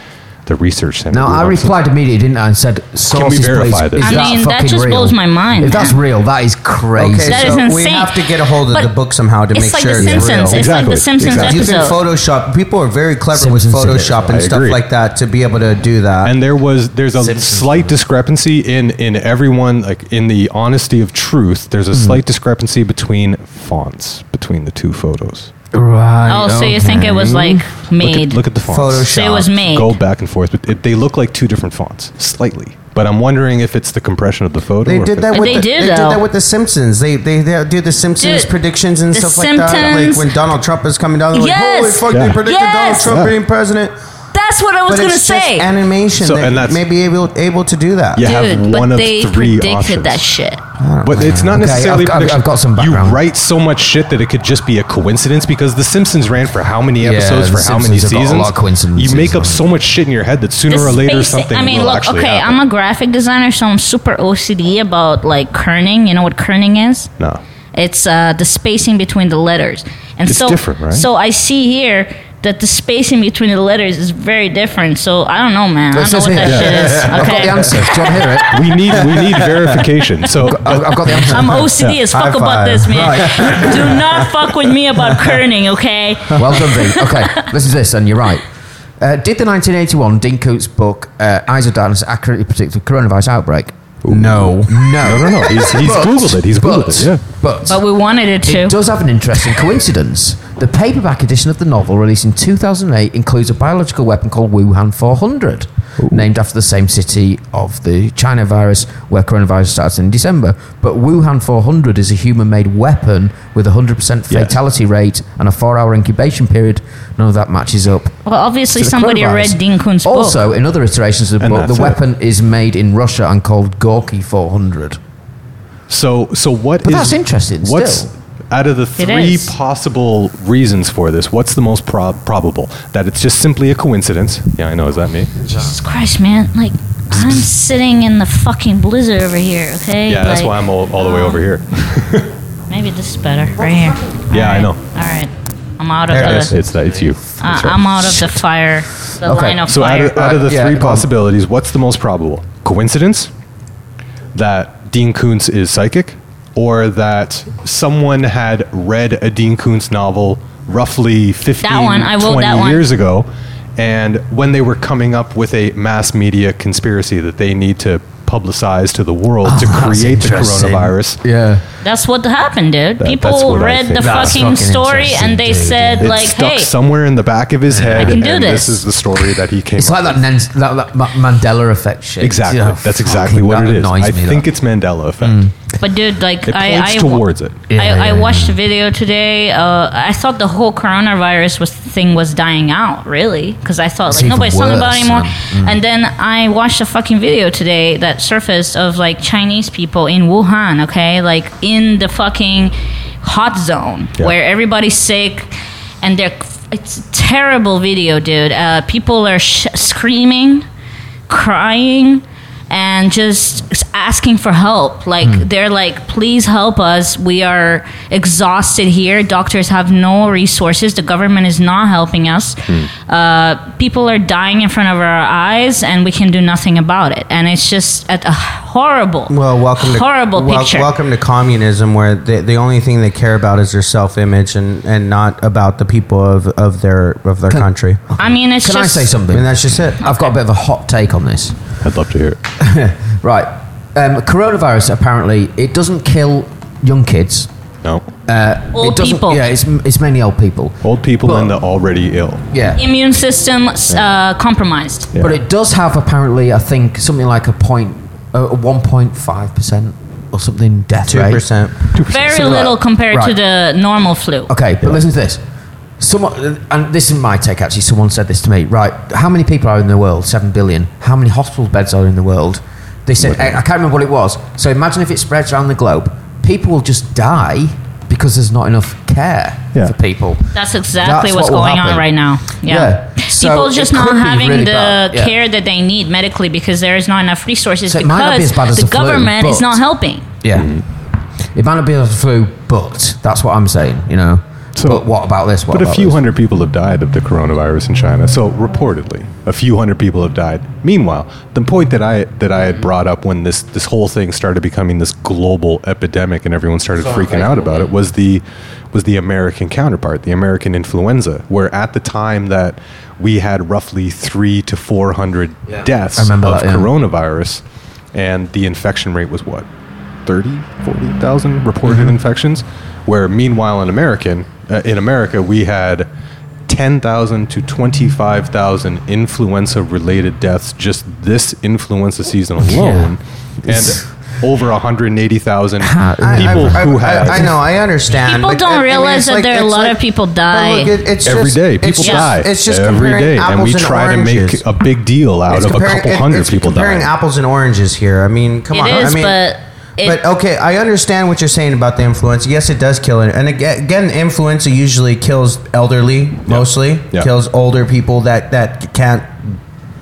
[SPEAKER 3] the research center.
[SPEAKER 2] Now I
[SPEAKER 3] Wuhan.
[SPEAKER 2] replied immediately, didn't I? And said, "Sources,
[SPEAKER 3] verify
[SPEAKER 2] please.
[SPEAKER 3] this?
[SPEAKER 2] Is
[SPEAKER 3] I
[SPEAKER 8] mean, that
[SPEAKER 2] fucking
[SPEAKER 8] just
[SPEAKER 2] real?
[SPEAKER 8] blows my mind,
[SPEAKER 2] If that's
[SPEAKER 8] man.
[SPEAKER 2] real, that is crazy.
[SPEAKER 6] Okay,
[SPEAKER 8] That
[SPEAKER 6] so
[SPEAKER 8] is
[SPEAKER 6] we
[SPEAKER 8] insane.
[SPEAKER 6] have to get a hold of
[SPEAKER 8] But
[SPEAKER 6] the book somehow to make
[SPEAKER 8] It's like
[SPEAKER 6] sure
[SPEAKER 8] The
[SPEAKER 6] it's real.
[SPEAKER 8] Simpsons. It's like
[SPEAKER 3] Exactly.
[SPEAKER 8] The Simpsons
[SPEAKER 3] Exactly.
[SPEAKER 6] You can
[SPEAKER 8] episode.
[SPEAKER 6] Photoshop. People are very clever with
[SPEAKER 2] Simpsons did it,
[SPEAKER 6] Photoshop
[SPEAKER 2] I
[SPEAKER 6] and stuff
[SPEAKER 3] agree.
[SPEAKER 6] like that to be able to do that.
[SPEAKER 3] and there was there's a slight discrepancy in in everyone like in the honesty of truth there's a
[SPEAKER 6] Mm-hmm.
[SPEAKER 3] slight discrepancy between fonts between the two photos
[SPEAKER 2] Right.
[SPEAKER 8] Oh, so you think it was
[SPEAKER 2] okay.
[SPEAKER 8] like
[SPEAKER 3] Mm-hmm. look
[SPEAKER 8] made?
[SPEAKER 3] at, look at the fonts
[SPEAKER 6] Photoshop.
[SPEAKER 8] So it was made.
[SPEAKER 3] go back and forth but it, they look like two different fonts slightly but i'm wondering if it's the compression of the photo
[SPEAKER 6] They
[SPEAKER 3] or
[SPEAKER 6] did
[SPEAKER 3] if
[SPEAKER 6] that
[SPEAKER 3] it's-
[SPEAKER 6] with
[SPEAKER 8] They
[SPEAKER 6] the,
[SPEAKER 8] do,
[SPEAKER 6] they did
[SPEAKER 8] though.
[SPEAKER 6] that with the Simpsons. They they, they do the Simpsons
[SPEAKER 8] Dude,
[SPEAKER 6] predictions and
[SPEAKER 8] the
[SPEAKER 6] stuff like that. Like
[SPEAKER 8] Simpsons-
[SPEAKER 6] when Donald Trump is coming down, they're
[SPEAKER 8] Yes!
[SPEAKER 6] like, holy fuck,
[SPEAKER 3] Yeah.
[SPEAKER 6] they predicted
[SPEAKER 8] Yes!
[SPEAKER 6] Donald Trump
[SPEAKER 3] Yeah.
[SPEAKER 6] being president.
[SPEAKER 8] That's what I was
[SPEAKER 6] But
[SPEAKER 8] gonna
[SPEAKER 6] it's just
[SPEAKER 8] say.
[SPEAKER 6] animation
[SPEAKER 3] So-
[SPEAKER 6] that
[SPEAKER 3] and that's-
[SPEAKER 6] may be able able to do that.
[SPEAKER 3] you have
[SPEAKER 8] Dude,
[SPEAKER 3] one
[SPEAKER 8] but
[SPEAKER 3] of
[SPEAKER 8] they
[SPEAKER 3] three
[SPEAKER 8] predicted
[SPEAKER 3] options
[SPEAKER 8] that shit.
[SPEAKER 3] but it's not
[SPEAKER 2] Okay,
[SPEAKER 3] necessarily
[SPEAKER 2] I've- I've-
[SPEAKER 3] prediction.
[SPEAKER 2] I've got some background.
[SPEAKER 3] you write so much shit that it could just be a coincidence because the simpsons ran for how many
[SPEAKER 2] Yeah,
[SPEAKER 3] episodes
[SPEAKER 2] The
[SPEAKER 3] for how many
[SPEAKER 2] Simpsons have got a
[SPEAKER 3] seasons
[SPEAKER 2] lot of coincidences
[SPEAKER 3] you make
[SPEAKER 2] on
[SPEAKER 3] up
[SPEAKER 2] it.
[SPEAKER 3] so much shit in your head that sooner or later
[SPEAKER 8] space-
[SPEAKER 3] something
[SPEAKER 8] I mean,
[SPEAKER 3] will
[SPEAKER 8] look,
[SPEAKER 3] actually
[SPEAKER 8] okay,
[SPEAKER 3] happen.
[SPEAKER 8] I'm a graphic designer, so I'm super OCD about like kerning. You know what kerning is?
[SPEAKER 3] no
[SPEAKER 8] It's uh, the spacing between the letters, and
[SPEAKER 3] It's
[SPEAKER 8] so
[SPEAKER 3] different, right?
[SPEAKER 8] so I see here that the spacing between the letters is very different. So I don't know, man.
[SPEAKER 2] Let's
[SPEAKER 8] I
[SPEAKER 2] just
[SPEAKER 8] don't know
[SPEAKER 2] hear
[SPEAKER 8] what
[SPEAKER 2] it.
[SPEAKER 8] that
[SPEAKER 2] I've got the
[SPEAKER 8] shit is. Okay,
[SPEAKER 2] answer. Do you want to hear it?
[SPEAKER 3] we need we need verification. So
[SPEAKER 2] I've, I've got the answer.
[SPEAKER 8] I'm OCD as fuck
[SPEAKER 6] High
[SPEAKER 8] about
[SPEAKER 6] five.
[SPEAKER 8] this, man. Do not fuck with me about kerning, okay?
[SPEAKER 2] Well done, V. Okay, listen to this, and you're right. Uh, did the 1981 Dean Coote's book uh, Eyes of Darkness accurately predict the coronavirus outbreak?
[SPEAKER 6] No.
[SPEAKER 2] No,
[SPEAKER 3] no, no, no. He's, he's
[SPEAKER 2] But-
[SPEAKER 3] googled it. He's googled
[SPEAKER 2] but,
[SPEAKER 3] it. Yeah.
[SPEAKER 2] But,
[SPEAKER 8] But we wanted it to.
[SPEAKER 2] it does have an interesting coincidence. The paperback edition of the novel, released in 2008, includes a biological weapon called Wuhan 400, named after the same city of the China virus where coronavirus started in December. But Wuhan 400 is a human-made weapon with a 100%
[SPEAKER 3] Yes.
[SPEAKER 2] fatality rate and a four-hour incubation period. None of that matches up.
[SPEAKER 8] well, obviously
[SPEAKER 2] to the
[SPEAKER 8] somebody
[SPEAKER 2] coronavirus.
[SPEAKER 8] read Dean Kuhn's book.
[SPEAKER 2] Also, in other iterations of the
[SPEAKER 3] And
[SPEAKER 2] book, the
[SPEAKER 3] that's it.
[SPEAKER 2] weapon is made in Russia and called Gorky 400.
[SPEAKER 3] So so what
[SPEAKER 2] But
[SPEAKER 3] is-
[SPEAKER 2] that's interesting
[SPEAKER 3] What's
[SPEAKER 2] still.
[SPEAKER 3] out of the
[SPEAKER 8] It
[SPEAKER 3] three
[SPEAKER 8] is.
[SPEAKER 3] possible reasons for this? What's the most prob- probable? That it's just simply a coincidence. Yeah, I know. Is that me?
[SPEAKER 8] Jesus Christ, man! Like I'm sitting in the fucking blizzard over here. Okay.
[SPEAKER 3] Yeah, that's
[SPEAKER 8] Like,
[SPEAKER 3] why I'm all, all the way over here.
[SPEAKER 8] Maybe this is better right here.
[SPEAKER 3] Yeah, I
[SPEAKER 8] Alright,
[SPEAKER 3] know.
[SPEAKER 8] All right, I'm out of
[SPEAKER 6] There it
[SPEAKER 3] It's
[SPEAKER 8] the.
[SPEAKER 3] it's, that- it's you.
[SPEAKER 8] Uh,
[SPEAKER 3] That's right.
[SPEAKER 8] I'm out of the fire. The
[SPEAKER 2] Okay,
[SPEAKER 8] line of
[SPEAKER 3] So out
[SPEAKER 8] fire.
[SPEAKER 3] of, out of the
[SPEAKER 2] Right, yeah,
[SPEAKER 3] three
[SPEAKER 2] go on.
[SPEAKER 3] possibilities, what's the most probable? Coincidence that Dean Koontz is psychic, or that someone had read a Dean Koontz novel roughly 15,
[SPEAKER 8] That one, I will-
[SPEAKER 3] 20
[SPEAKER 8] that one.
[SPEAKER 3] years ago, and when they were coming up with a mass media conspiracy that they need to publicize to the world to create the
[SPEAKER 2] interesting.
[SPEAKER 3] coronavirus.
[SPEAKER 2] Yeah.
[SPEAKER 8] that's what happened, dude.
[SPEAKER 3] that's
[SPEAKER 8] People
[SPEAKER 3] what I
[SPEAKER 8] read
[SPEAKER 3] think.
[SPEAKER 8] the
[SPEAKER 2] That's
[SPEAKER 8] fucking
[SPEAKER 2] fucking
[SPEAKER 8] story
[SPEAKER 2] interesting,
[SPEAKER 8] and they
[SPEAKER 2] dude.
[SPEAKER 8] said
[SPEAKER 3] It's
[SPEAKER 8] like,
[SPEAKER 3] stuck
[SPEAKER 8] "Hey,
[SPEAKER 3] somewhere in the back of his head.
[SPEAKER 8] can do
[SPEAKER 3] and
[SPEAKER 8] this.
[SPEAKER 3] is the story that he came
[SPEAKER 2] It's
[SPEAKER 3] up
[SPEAKER 2] like that, Nan- that, that Ma- Mandela effect shit.
[SPEAKER 3] Exactly.
[SPEAKER 2] Yeah,
[SPEAKER 3] That's
[SPEAKER 2] fucking-
[SPEAKER 3] exactly what
[SPEAKER 2] that
[SPEAKER 3] it is.
[SPEAKER 2] annoys
[SPEAKER 3] I
[SPEAKER 2] me,
[SPEAKER 3] think
[SPEAKER 2] that.
[SPEAKER 3] it's Mandela effect.
[SPEAKER 8] But dude, like
[SPEAKER 3] It
[SPEAKER 8] I,
[SPEAKER 3] points
[SPEAKER 8] I
[SPEAKER 3] towards it.
[SPEAKER 2] Yeah, yeah,
[SPEAKER 8] I, I
[SPEAKER 2] yeah.
[SPEAKER 8] watched a video today. Uh, I thought the whole coronavirus was thing was dying out, really, because I thought like
[SPEAKER 2] even
[SPEAKER 8] nobody's talking about
[SPEAKER 2] worse,
[SPEAKER 8] it
[SPEAKER 2] Mm.
[SPEAKER 8] anymore.
[SPEAKER 2] man.
[SPEAKER 8] And then I watched a fucking video today that surfaced of like Chinese people in Wuhan, okay, like in the fucking hot zone
[SPEAKER 3] Yeah.
[SPEAKER 8] where everybody's sick and they're. It's a terrible video, dude. Uh, people are sh- screaming crying and just asking for help like they're like please help us we are exhausted here doctors have no resources the government is not helping us uh, people are dying in front of our eyes and we can do nothing about it and it's just at a horrible
[SPEAKER 6] Well, welcome to
[SPEAKER 8] horrible
[SPEAKER 6] wel-
[SPEAKER 8] picture
[SPEAKER 6] Welcome to communism, where the, the only thing they care about is their self image and, and not about the people of, of their of their country.
[SPEAKER 8] i mean it's
[SPEAKER 2] Can I
[SPEAKER 8] just
[SPEAKER 2] say something?
[SPEAKER 6] And that's just it.
[SPEAKER 2] I've got a bit of a hot take on this.
[SPEAKER 3] I'd love to hear it.
[SPEAKER 2] Right. Um, coronavirus apparently it doesn't kill young kids.
[SPEAKER 3] No.
[SPEAKER 8] old
[SPEAKER 2] it doesn't,
[SPEAKER 8] people
[SPEAKER 2] Yeah, it's it's mainly old people.
[SPEAKER 3] Old people
[SPEAKER 2] But-
[SPEAKER 3] and the already ill.
[SPEAKER 2] Yeah.
[SPEAKER 8] immune system uh, compromised
[SPEAKER 3] Yeah.
[SPEAKER 2] But it does have apparently, I think, something like a point, uh, one point five percent or something death
[SPEAKER 6] Two
[SPEAKER 2] rate.
[SPEAKER 6] percent.
[SPEAKER 8] very
[SPEAKER 2] So, right.
[SPEAKER 8] little compared to
[SPEAKER 2] Right. Uh,
[SPEAKER 8] the normal flu
[SPEAKER 2] Okay, but listen to this. Someone, and this is my take actually. Someone said this to me. Right, how many people are in the world? Seven billion. How many hospital beds are in the world? They said I, I can't remember what it was. So imagine if it spreads around the globe, people will just die because there's not enough care
[SPEAKER 3] Yeah.
[SPEAKER 2] for people.
[SPEAKER 8] That's exactly
[SPEAKER 2] That's
[SPEAKER 8] what's
[SPEAKER 2] what will
[SPEAKER 8] going
[SPEAKER 2] happen.
[SPEAKER 8] on right now.
[SPEAKER 2] Yeah.
[SPEAKER 8] Yeah.
[SPEAKER 2] So
[SPEAKER 8] People just
[SPEAKER 2] it could
[SPEAKER 8] not
[SPEAKER 2] be
[SPEAKER 8] having
[SPEAKER 2] really
[SPEAKER 8] the
[SPEAKER 2] bad. Yeah.
[SPEAKER 8] care that they need medically because there is not enough resources
[SPEAKER 2] So it might not be
[SPEAKER 8] because
[SPEAKER 2] as bad as
[SPEAKER 8] the,
[SPEAKER 2] the flu,
[SPEAKER 8] government is
[SPEAKER 2] but-
[SPEAKER 8] not helping.
[SPEAKER 2] Yeah,
[SPEAKER 3] Mm-hmm.
[SPEAKER 2] it might not be a flu, but that's what I'm saying. You know.
[SPEAKER 3] So-
[SPEAKER 2] but what about this? What
[SPEAKER 3] But a
[SPEAKER 2] about
[SPEAKER 3] few
[SPEAKER 2] this?
[SPEAKER 3] hundred people have died of the coronavirus in China. So reportedly, a few hundred people have died. Meanwhile, the point that I that I had brought up when this this whole thing started becoming this global epidemic and everyone started freaking out about it was the was the American counterpart, the American influenza, where at the time that we had roughly three to four hundred deaths
[SPEAKER 2] I remember
[SPEAKER 3] of
[SPEAKER 2] that, yeah.
[SPEAKER 3] coronavirus, and the infection rate was what 30, 40,000 reported infections, where meanwhile in American uh, in America we had 10,000 to 25,000 influenza related deaths just this influenza season alone
[SPEAKER 2] It's-
[SPEAKER 3] and over 180,000 people
[SPEAKER 2] Ha- I-
[SPEAKER 6] I,
[SPEAKER 3] who
[SPEAKER 6] I,
[SPEAKER 3] had
[SPEAKER 6] I know. I understand.
[SPEAKER 8] People
[SPEAKER 6] but
[SPEAKER 2] uh,
[SPEAKER 8] don't
[SPEAKER 6] I- I mean,
[SPEAKER 8] realize
[SPEAKER 6] it's
[SPEAKER 8] that
[SPEAKER 6] like-
[SPEAKER 8] there are a
[SPEAKER 6] it's
[SPEAKER 8] lot
[SPEAKER 6] like-
[SPEAKER 8] of people
[SPEAKER 6] but
[SPEAKER 8] die.
[SPEAKER 6] Look, it, it's
[SPEAKER 3] every
[SPEAKER 6] just,
[SPEAKER 3] day
[SPEAKER 6] it's
[SPEAKER 3] people
[SPEAKER 6] just,
[SPEAKER 3] die
[SPEAKER 6] It's just
[SPEAKER 3] every
[SPEAKER 6] comparing
[SPEAKER 3] day and
[SPEAKER 6] apples
[SPEAKER 3] we try to make
[SPEAKER 6] oranges.
[SPEAKER 3] a big deal out
[SPEAKER 6] It's
[SPEAKER 3] of a
[SPEAKER 6] comparing-
[SPEAKER 3] couple
[SPEAKER 6] it-
[SPEAKER 3] hundred
[SPEAKER 6] it's
[SPEAKER 3] people
[SPEAKER 6] comparing
[SPEAKER 3] dying
[SPEAKER 6] apples and oranges here. I mean, come
[SPEAKER 8] It
[SPEAKER 6] on.
[SPEAKER 8] is,
[SPEAKER 6] I mean,
[SPEAKER 8] but it-
[SPEAKER 6] but okay, I understand what you're saying about the influenza. Yes, it does kill it. And aga- again, influenza usually kills elderly mostly.
[SPEAKER 3] Yeah.
[SPEAKER 6] Kills older people that that can't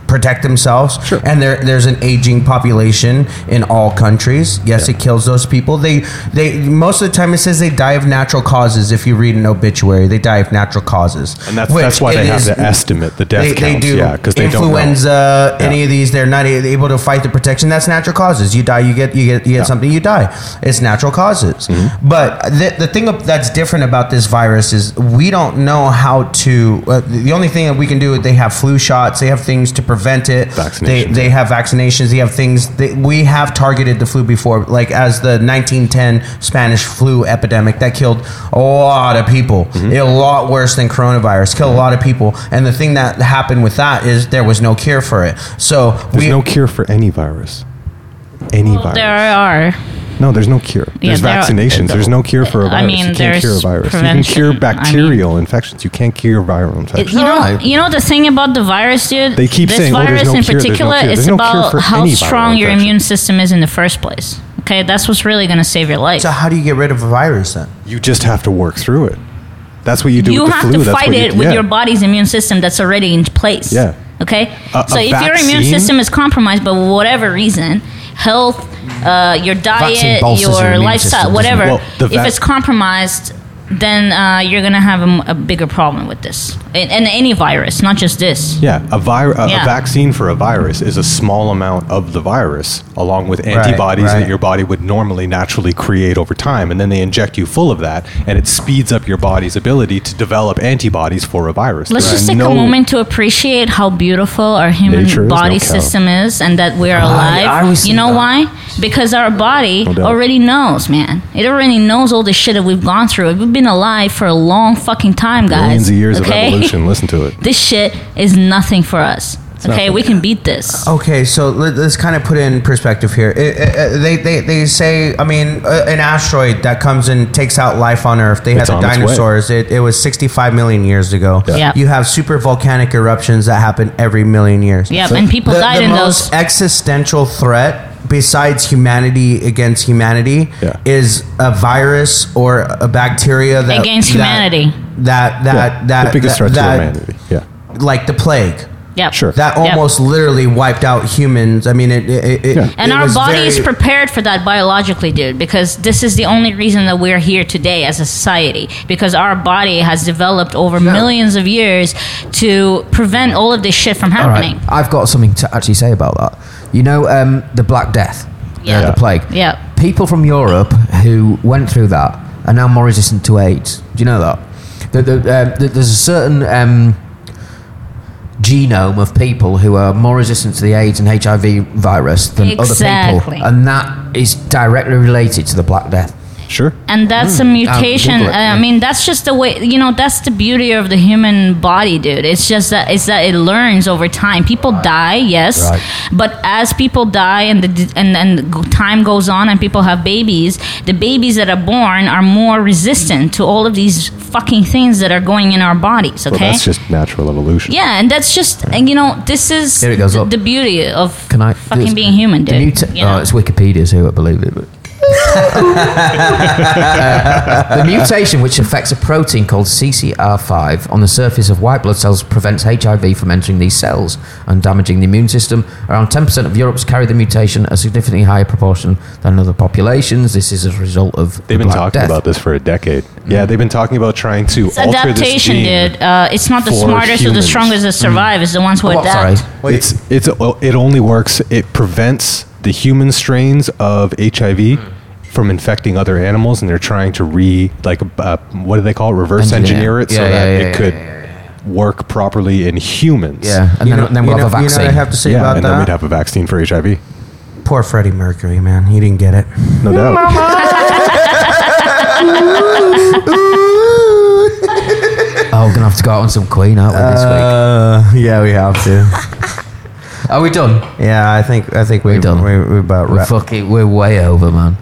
[SPEAKER 6] protect themselves. Sure. And there there's an aging population in all countries. Yes, it kills those people. They they most of the time it says they die of natural causes. If you read an obituary, they die of natural causes.
[SPEAKER 3] and that's,
[SPEAKER 6] Which
[SPEAKER 3] that's why
[SPEAKER 6] it
[SPEAKER 3] they have
[SPEAKER 6] is-
[SPEAKER 3] to estimate the death
[SPEAKER 6] they,
[SPEAKER 3] counts
[SPEAKER 6] they do
[SPEAKER 3] yeah because they don't know
[SPEAKER 6] influenza
[SPEAKER 3] Yeah.
[SPEAKER 6] any of these they're not a- able to fight the protection that's natural causes you die you get you get
[SPEAKER 3] Yeah.
[SPEAKER 6] you get
[SPEAKER 3] Mm-hmm.
[SPEAKER 6] something you die it's natural causes but the, the thing of- that's different about this virus is we don't know how to uh, the only thing that we can do they have flu shots they have things to prevent it they,
[SPEAKER 3] Vaccinations.
[SPEAKER 6] they have vaccinations they have things they, we have targeted the flu before like as the 1910 spanish flu epidemic that killed a lot of people
[SPEAKER 3] Mm-hmm.
[SPEAKER 6] a lot worse than coronavirus killed a lot of people and the thing that happened with that is there was no cure for it so
[SPEAKER 3] there's
[SPEAKER 6] we
[SPEAKER 3] no cure for any virus any
[SPEAKER 2] oh,
[SPEAKER 3] virus
[SPEAKER 8] There are.
[SPEAKER 3] No, there's no cure.
[SPEAKER 8] Yeah,
[SPEAKER 3] There's
[SPEAKER 8] there are-
[SPEAKER 3] vaccinations. there's no cure for a
[SPEAKER 8] I
[SPEAKER 3] virus.
[SPEAKER 8] mean,
[SPEAKER 3] you can't
[SPEAKER 8] there's
[SPEAKER 3] cure a virus.
[SPEAKER 8] prevention.
[SPEAKER 3] You can cure
[SPEAKER 8] I mean-
[SPEAKER 3] bacterial infections. You can't cure viral
[SPEAKER 8] It,
[SPEAKER 3] infections.
[SPEAKER 8] you know,
[SPEAKER 2] Right.
[SPEAKER 8] you know the thing about the virus, dude.
[SPEAKER 3] They keep
[SPEAKER 8] this
[SPEAKER 3] saying, "Oh, there's
[SPEAKER 8] virus
[SPEAKER 3] no
[SPEAKER 8] in
[SPEAKER 3] cure, there's no
[SPEAKER 8] particular
[SPEAKER 3] cure."
[SPEAKER 8] is
[SPEAKER 3] There's no cure
[SPEAKER 8] about
[SPEAKER 3] for
[SPEAKER 8] how
[SPEAKER 3] any viral
[SPEAKER 8] strong your
[SPEAKER 3] infection.
[SPEAKER 8] immune system is in the first place. Okay, that's what's really going to save your life.
[SPEAKER 6] so how do you get rid of a virus then
[SPEAKER 3] you just have to work through it. That's what you do
[SPEAKER 8] you
[SPEAKER 3] with the
[SPEAKER 8] have
[SPEAKER 3] flu.
[SPEAKER 8] to
[SPEAKER 3] That's
[SPEAKER 8] fight
[SPEAKER 3] what you-
[SPEAKER 8] it with
[SPEAKER 3] yeah.
[SPEAKER 8] your body's immune system that's already in place.
[SPEAKER 3] Yeah.
[SPEAKER 8] Okay.
[SPEAKER 3] A-
[SPEAKER 8] so
[SPEAKER 3] a
[SPEAKER 8] if your immune
[SPEAKER 3] vaccine-
[SPEAKER 8] system is compromised by whatever reason, health, uh, your diet,
[SPEAKER 2] bolsters your
[SPEAKER 8] your,
[SPEAKER 2] immune
[SPEAKER 8] lifestyle,
[SPEAKER 2] system, doesn't it?
[SPEAKER 8] whatever,
[SPEAKER 3] Well, the
[SPEAKER 8] if
[SPEAKER 3] vac-
[SPEAKER 8] it's compromised, then uh, you're gonna have a m- a, bigger problem with this, and, and any virus, not just this.
[SPEAKER 3] Yeah, a, vir- a,
[SPEAKER 8] Yeah.
[SPEAKER 3] a vaccine for a virus is a small amount of the virus, along with antibodies
[SPEAKER 6] right.
[SPEAKER 3] that your body would normally naturally create over time. And then they inject you full of that, and it speeds up your body's ability to develop antibodies for a virus.
[SPEAKER 8] Let's
[SPEAKER 3] There's
[SPEAKER 8] just take
[SPEAKER 3] no-
[SPEAKER 8] a moment to appreciate how beautiful our human
[SPEAKER 3] Nature is
[SPEAKER 8] body
[SPEAKER 3] no cow.
[SPEAKER 8] system is and that we're
[SPEAKER 2] I-
[SPEAKER 8] alive.
[SPEAKER 2] I always
[SPEAKER 8] you
[SPEAKER 2] think
[SPEAKER 8] know
[SPEAKER 2] that.
[SPEAKER 8] why? Because our body
[SPEAKER 3] No doubt.
[SPEAKER 8] already knows, man. It already knows all the shit that we've gone through. We've been alive for a long fucking time, guys.
[SPEAKER 3] Millions of years
[SPEAKER 8] okay?
[SPEAKER 3] of evolution. Listen to it.
[SPEAKER 8] this shit is nothing for us. Okay, we can beat
[SPEAKER 3] Oh.
[SPEAKER 8] this.
[SPEAKER 6] Okay, so let, let's kind of put it in perspective here. It, it, it- they, they, they say, I mean, uh, an asteroid that comes and takes out life on Earth. They had
[SPEAKER 3] It's
[SPEAKER 6] the
[SPEAKER 3] on its way.
[SPEAKER 6] dinosaurs. It, it was 65 million years ago.
[SPEAKER 8] Yeah.
[SPEAKER 6] You have super volcanic eruptions that happen every million years.
[SPEAKER 8] Yep, and people
[SPEAKER 6] the,
[SPEAKER 8] died
[SPEAKER 6] the
[SPEAKER 8] in
[SPEAKER 6] most
[SPEAKER 8] those.
[SPEAKER 6] existential threat besides humanity against humanity
[SPEAKER 3] Yeah.
[SPEAKER 6] is a virus or a bacteria that that-
[SPEAKER 8] Against humanity.
[SPEAKER 6] That that
[SPEAKER 3] Yeah,
[SPEAKER 6] that
[SPEAKER 3] the biggest
[SPEAKER 6] that,
[SPEAKER 3] threat
[SPEAKER 6] that-
[SPEAKER 3] to humanity. Yeah.
[SPEAKER 6] like the plague.
[SPEAKER 8] Yep.
[SPEAKER 3] Sure.
[SPEAKER 6] That
[SPEAKER 8] Yep.
[SPEAKER 6] almost literally wiped out humans. I mean, it. it, it
[SPEAKER 3] Yeah.
[SPEAKER 8] And
[SPEAKER 6] it
[SPEAKER 8] our
[SPEAKER 6] was
[SPEAKER 8] body is
[SPEAKER 6] very-
[SPEAKER 8] prepared for that biologically, dude, because this is the only reason that we're here today as a society. Because our body has developed over millions of years to prevent all of this shit from
[SPEAKER 2] All
[SPEAKER 8] happening.
[SPEAKER 2] right, I've got something to actually say about that. You know, um, the Black Death,
[SPEAKER 8] Yeah.
[SPEAKER 2] uh, the plague.
[SPEAKER 8] Yeah.
[SPEAKER 2] People from Europe who went through that are now more resistant to AIDS. Do you know that? The, the, um, th there's a certain um, genome of people who are more resistant to the AIDS and HIV virus than other
[SPEAKER 8] Exactly.
[SPEAKER 2] people, and that is directly related to the Black Death.
[SPEAKER 3] Sure.
[SPEAKER 8] and that's a
[SPEAKER 2] Mm,
[SPEAKER 8] mutation
[SPEAKER 2] Google it,
[SPEAKER 8] i
[SPEAKER 2] yeah.
[SPEAKER 8] mean that's just the way you know that's the beauty of the human body dude it's just that it's that it learns over time people die yes
[SPEAKER 2] Right.
[SPEAKER 8] but as people die and the d- and, and g- time goes on and people have babies the babies that are born are more resistant to all of these fucking things that are going in our bodies okay
[SPEAKER 3] Well, that's just natural evolution.
[SPEAKER 8] yeah and that's just and you know this is
[SPEAKER 2] Here it goes
[SPEAKER 8] the,
[SPEAKER 2] up.
[SPEAKER 8] the beauty of
[SPEAKER 2] Can I
[SPEAKER 8] fucking
[SPEAKER 2] this-
[SPEAKER 8] being human
[SPEAKER 2] the
[SPEAKER 8] dude
[SPEAKER 2] muta-
[SPEAKER 8] you know?
[SPEAKER 2] oh, it's Wikipedia, so I believe it. But. Uh, the mutation, which affects a protein called CCR5 on the surface of white blood cells, prevents HIV from entering these cells and damaging the immune system. Around 10% of Europe's carry the mutation, a significantly higher proportion than other populations. This is a result of
[SPEAKER 3] They've
[SPEAKER 2] the
[SPEAKER 3] been
[SPEAKER 2] Black
[SPEAKER 3] talking
[SPEAKER 2] Death.
[SPEAKER 3] about this for a decade. Yeah, they've been talking about trying to
[SPEAKER 8] it's
[SPEAKER 3] alter
[SPEAKER 8] adaptation,
[SPEAKER 3] this gene.
[SPEAKER 8] dude. Uh, it's not the
[SPEAKER 3] for
[SPEAKER 8] smartest or the
[SPEAKER 3] humans. Mm.
[SPEAKER 8] strongest that survive. It's the ones who
[SPEAKER 2] Oh, sorry.
[SPEAKER 8] adapt.
[SPEAKER 3] It's it's it only works. It prevents the human strains of HIV from infecting other animals, and they're trying to re like uh, what do they call it? Reverse
[SPEAKER 2] Engineer.
[SPEAKER 3] engineer, it so
[SPEAKER 2] Yeah, yeah,
[SPEAKER 3] that
[SPEAKER 2] yeah,
[SPEAKER 3] it
[SPEAKER 2] yeah,
[SPEAKER 3] could work properly in humans.
[SPEAKER 2] Yeah, and
[SPEAKER 6] You
[SPEAKER 2] then,
[SPEAKER 6] know-
[SPEAKER 2] then
[SPEAKER 6] you
[SPEAKER 2] we'll
[SPEAKER 6] know-
[SPEAKER 2] have a
[SPEAKER 6] You know
[SPEAKER 2] vaccine.
[SPEAKER 6] what I have to say
[SPEAKER 3] Yeah,
[SPEAKER 6] about
[SPEAKER 3] and
[SPEAKER 6] that?
[SPEAKER 3] then we'd have a vaccine for HIV.
[SPEAKER 6] Poor Freddie Mercury, man. He didn't get it.
[SPEAKER 3] No doubt.
[SPEAKER 2] oh, we're going to have to go out on some Queen, aren't we, this
[SPEAKER 6] Uh, yeah, we have to. Uh,
[SPEAKER 2] week? Are we done?
[SPEAKER 6] yeah, I think I think we
[SPEAKER 2] We're done.
[SPEAKER 6] We, we about
[SPEAKER 2] We're
[SPEAKER 6] wrapped.
[SPEAKER 2] fucking, we're way over, man.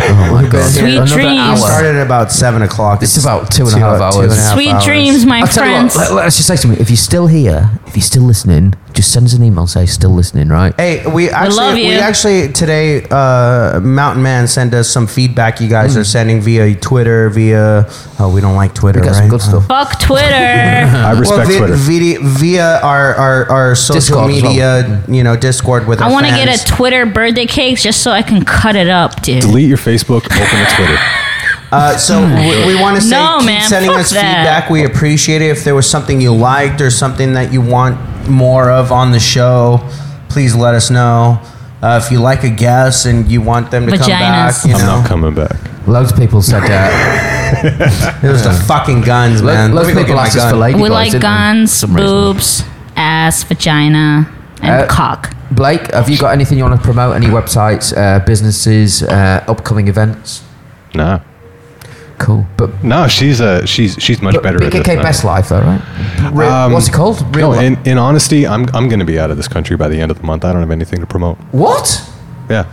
[SPEAKER 2] Oh my god!
[SPEAKER 8] Sweet
[SPEAKER 2] Another
[SPEAKER 8] dreams.
[SPEAKER 2] hour.
[SPEAKER 6] started at about seven o'clock.
[SPEAKER 2] It's about two and a half
[SPEAKER 6] two and a
[SPEAKER 2] hours.
[SPEAKER 6] half
[SPEAKER 8] Sweet
[SPEAKER 6] hours.
[SPEAKER 8] dreams, my
[SPEAKER 2] I'll tell you
[SPEAKER 8] friends.
[SPEAKER 2] what, let, us just say something. If you're still here, if you're still listening, just send us an email and say still listening, right?
[SPEAKER 6] Hey, we actually
[SPEAKER 8] love
[SPEAKER 6] we
[SPEAKER 8] you.
[SPEAKER 6] actually today uh, Mountain Man sent us some feedback you guys are sending via Twitter via oh we don't like Twitter
[SPEAKER 2] Mm. We got
[SPEAKER 6] right
[SPEAKER 2] some good
[SPEAKER 6] Uh,
[SPEAKER 2] stuff.
[SPEAKER 8] Fuck Twitter.
[SPEAKER 3] I respect
[SPEAKER 6] vi-
[SPEAKER 3] Twitter.
[SPEAKER 6] vidi- via our our, our social
[SPEAKER 2] Discord as well.
[SPEAKER 6] media you know Discord with
[SPEAKER 8] I
[SPEAKER 6] our
[SPEAKER 8] want to
[SPEAKER 6] fans.
[SPEAKER 8] get a Twitter birthday cake just so I can cut it up, dude.
[SPEAKER 3] Delete your Facebook. Open a Twitter.
[SPEAKER 6] Uh, so
[SPEAKER 3] Hmm.
[SPEAKER 6] we, we want to say
[SPEAKER 8] No,
[SPEAKER 6] keep
[SPEAKER 8] man,
[SPEAKER 6] sending
[SPEAKER 8] fuck
[SPEAKER 6] us
[SPEAKER 8] that.
[SPEAKER 6] feedback. We appreciate it. If there was something you liked or something that you want more of on the show, please let us know. Uh, if you like a guest and you want them to come back,
[SPEAKER 8] Vaginas.
[SPEAKER 6] you
[SPEAKER 3] I'm
[SPEAKER 6] know,
[SPEAKER 3] not coming back.
[SPEAKER 2] Loads of people said that.
[SPEAKER 6] it was the fucking guns,
[SPEAKER 2] Lo-
[SPEAKER 6] man.
[SPEAKER 2] loads of
[SPEAKER 6] Let me go
[SPEAKER 2] people
[SPEAKER 6] get my
[SPEAKER 2] asked us
[SPEAKER 6] gun.
[SPEAKER 2] for lady
[SPEAKER 8] we
[SPEAKER 2] boys,
[SPEAKER 8] like
[SPEAKER 2] didn't they?
[SPEAKER 8] guns,
[SPEAKER 2] Some reason.
[SPEAKER 8] boobs, ass, vagina, and
[SPEAKER 2] Uh,
[SPEAKER 8] cock.
[SPEAKER 2] Blake, have you got anything you want to promote? Any websites, uh, businesses, uh, upcoming events?
[SPEAKER 3] Nah.
[SPEAKER 2] Cool. But,
[SPEAKER 3] No, she's uh, she's she's much
[SPEAKER 2] but
[SPEAKER 3] better at this.
[SPEAKER 2] BKK
[SPEAKER 3] than I am.
[SPEAKER 2] Best Life, though, right? Real,
[SPEAKER 3] Um,
[SPEAKER 2] what's it called? Real.
[SPEAKER 3] no, in, in honesty, I'm I'm going to be out of this country by the end of the month. I don't have anything to promote.
[SPEAKER 2] what?
[SPEAKER 3] Yeah.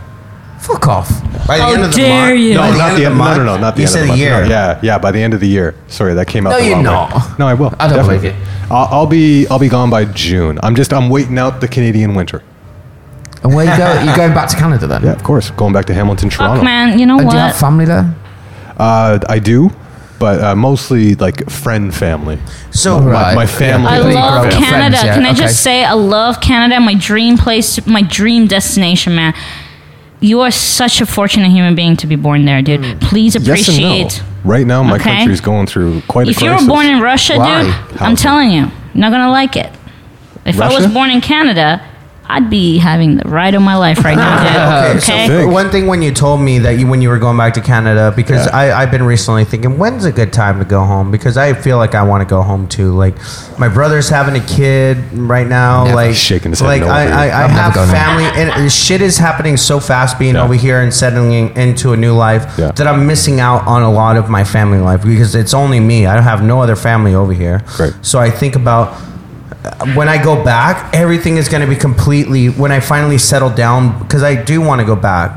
[SPEAKER 2] Fuck off.
[SPEAKER 6] By the
[SPEAKER 8] How
[SPEAKER 6] end of the
[SPEAKER 8] Oh, dare
[SPEAKER 6] month-
[SPEAKER 8] you.
[SPEAKER 6] by
[SPEAKER 3] No,
[SPEAKER 6] the
[SPEAKER 3] not
[SPEAKER 6] end
[SPEAKER 3] the
[SPEAKER 6] of
[SPEAKER 3] end. No,
[SPEAKER 6] month?
[SPEAKER 3] no, no, not the
[SPEAKER 6] you
[SPEAKER 3] end
[SPEAKER 6] said
[SPEAKER 3] of the
[SPEAKER 6] a
[SPEAKER 3] month.
[SPEAKER 6] year.
[SPEAKER 3] No, yeah, yeah, by the end of the year. Sorry, that came out.
[SPEAKER 2] No,
[SPEAKER 3] the
[SPEAKER 2] you're
[SPEAKER 3] wrong way.
[SPEAKER 2] not.
[SPEAKER 3] No, I will.
[SPEAKER 2] I don't
[SPEAKER 3] definitely.
[SPEAKER 2] believe you.
[SPEAKER 3] I'll, I'll be I'll be gone by June. I'm just I'm waiting out the Canadian winter.
[SPEAKER 2] And where you go? You're going back to Canada then?
[SPEAKER 3] Yeah, of course. Going back to Hamilton, Toronto.
[SPEAKER 8] Fuck, man. You know
[SPEAKER 2] And do you have
[SPEAKER 8] what?
[SPEAKER 2] family there?
[SPEAKER 3] Uh, I do, but uh, mostly like friend family.
[SPEAKER 6] So
[SPEAKER 2] All
[SPEAKER 3] My,
[SPEAKER 2] right.
[SPEAKER 3] my family.
[SPEAKER 8] I
[SPEAKER 2] People you
[SPEAKER 8] love
[SPEAKER 2] grow up with.
[SPEAKER 8] Canada.
[SPEAKER 2] Friends, yeah,
[SPEAKER 8] Can I
[SPEAKER 2] okay.
[SPEAKER 8] just say I love Canada? My dream place, my dream destination, man. You are such a fortunate human being to be born there, dude.
[SPEAKER 2] Hmm.
[SPEAKER 8] Please
[SPEAKER 3] Yes and
[SPEAKER 8] appreciate.
[SPEAKER 3] no. Right now, my
[SPEAKER 8] Okay.
[SPEAKER 3] country's going through quite a
[SPEAKER 8] If you
[SPEAKER 3] crisis.
[SPEAKER 8] were born in Russia,
[SPEAKER 2] Why?
[SPEAKER 8] dude,
[SPEAKER 3] How?
[SPEAKER 8] I'm telling you, not gonna like it. If I was
[SPEAKER 3] Russia?
[SPEAKER 8] born in Canada, I'd be having the ride of my life right now, dude. okay.
[SPEAKER 3] Thanks.
[SPEAKER 6] One thing when you told me that you when you were going back to Canada because
[SPEAKER 3] Yeah.
[SPEAKER 6] I I've been recently thinking when's a good time to go home because I feel like I want to go home too. Like my brother's having a kid right now.
[SPEAKER 2] Never.
[SPEAKER 6] Like
[SPEAKER 3] Shaking his head
[SPEAKER 6] like
[SPEAKER 3] no over
[SPEAKER 6] I,
[SPEAKER 3] here.
[SPEAKER 6] I, I
[SPEAKER 2] I'm never
[SPEAKER 6] have
[SPEAKER 2] going home.
[SPEAKER 6] family and shit is happening so fast being
[SPEAKER 3] Yeah.
[SPEAKER 6] over here and settling into a new life
[SPEAKER 3] Yeah.
[SPEAKER 6] that I'm missing out on a lot of my family life because it's only me. I don't have no other family over here.
[SPEAKER 3] Right.
[SPEAKER 6] So I think about when I go back, everything is going to be completely when I finally settle down because I do want to go back.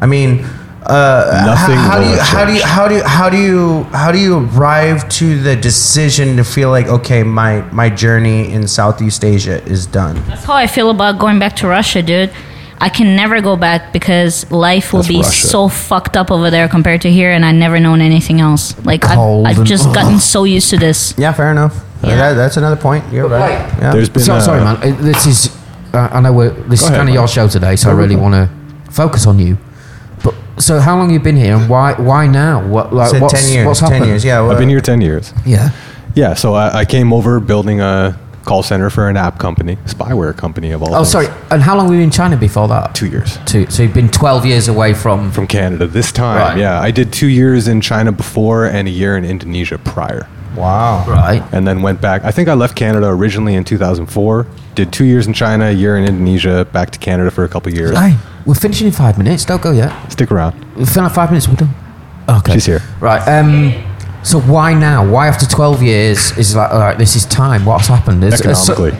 [SPEAKER 6] I mean, uh,
[SPEAKER 3] Nothing
[SPEAKER 6] h- How,
[SPEAKER 3] will have
[SPEAKER 6] do you,
[SPEAKER 3] changed.
[SPEAKER 6] how do you how do you how do you how do you arrive to the decision to feel like okay, my my journey in Southeast Asia is done?
[SPEAKER 8] That's how I feel about going back to Russia, dude. I can never go back because life will
[SPEAKER 3] That's
[SPEAKER 8] be
[SPEAKER 3] Russia.
[SPEAKER 8] so fucked up over there compared to here, and I never known anything else. Like
[SPEAKER 2] Cold
[SPEAKER 8] I've, I've
[SPEAKER 2] and-
[SPEAKER 8] just gotten so used to this.
[SPEAKER 6] Yeah, fair enough.
[SPEAKER 8] Yeah.
[SPEAKER 6] That- that's another point. You're
[SPEAKER 2] But
[SPEAKER 6] right.
[SPEAKER 2] like-
[SPEAKER 6] Yeah.
[SPEAKER 3] There's been
[SPEAKER 2] So,
[SPEAKER 3] a-
[SPEAKER 2] sorry, man. Uh, This is. Uh, I know we're, this
[SPEAKER 3] Go
[SPEAKER 2] is
[SPEAKER 3] ahead,
[SPEAKER 2] kind of
[SPEAKER 3] man.
[SPEAKER 2] your show today, so I really want to focus on you. But so, how long you been here, and why? Why now? What? Like,
[SPEAKER 6] Said
[SPEAKER 2] what's,
[SPEAKER 6] ten years.
[SPEAKER 2] what's happened?
[SPEAKER 6] ten years. Yeah.
[SPEAKER 3] I've
[SPEAKER 6] well-
[SPEAKER 3] been here 10 years.
[SPEAKER 2] Yeah.
[SPEAKER 3] Yeah, so I, I came over building a call center for an app company, spyware company of all
[SPEAKER 2] Oh,
[SPEAKER 3] things.
[SPEAKER 2] sorry. And how long were you in China before that?
[SPEAKER 3] Two years.
[SPEAKER 2] Two. So you've been twelve years away from.
[SPEAKER 3] From Canada this time.
[SPEAKER 2] Right.
[SPEAKER 3] Yeah, I did two years in China before and a year in Indonesia prior.
[SPEAKER 6] Wow.
[SPEAKER 2] Right.
[SPEAKER 3] And then went back. I think I left Canada originally in 2004. Did two years in China, a year in Indonesia, back to Canada for a couple years.
[SPEAKER 2] Hey, we're finishing in five minutes. Don't go yet.
[SPEAKER 3] Stick around.
[SPEAKER 2] We fill out five minutes. We're done. Okay.
[SPEAKER 3] She's here.
[SPEAKER 2] Right. Um. So why now? Why after twelve years is like all right? This is time. What's happened? Is- is so-
[SPEAKER 3] Economically.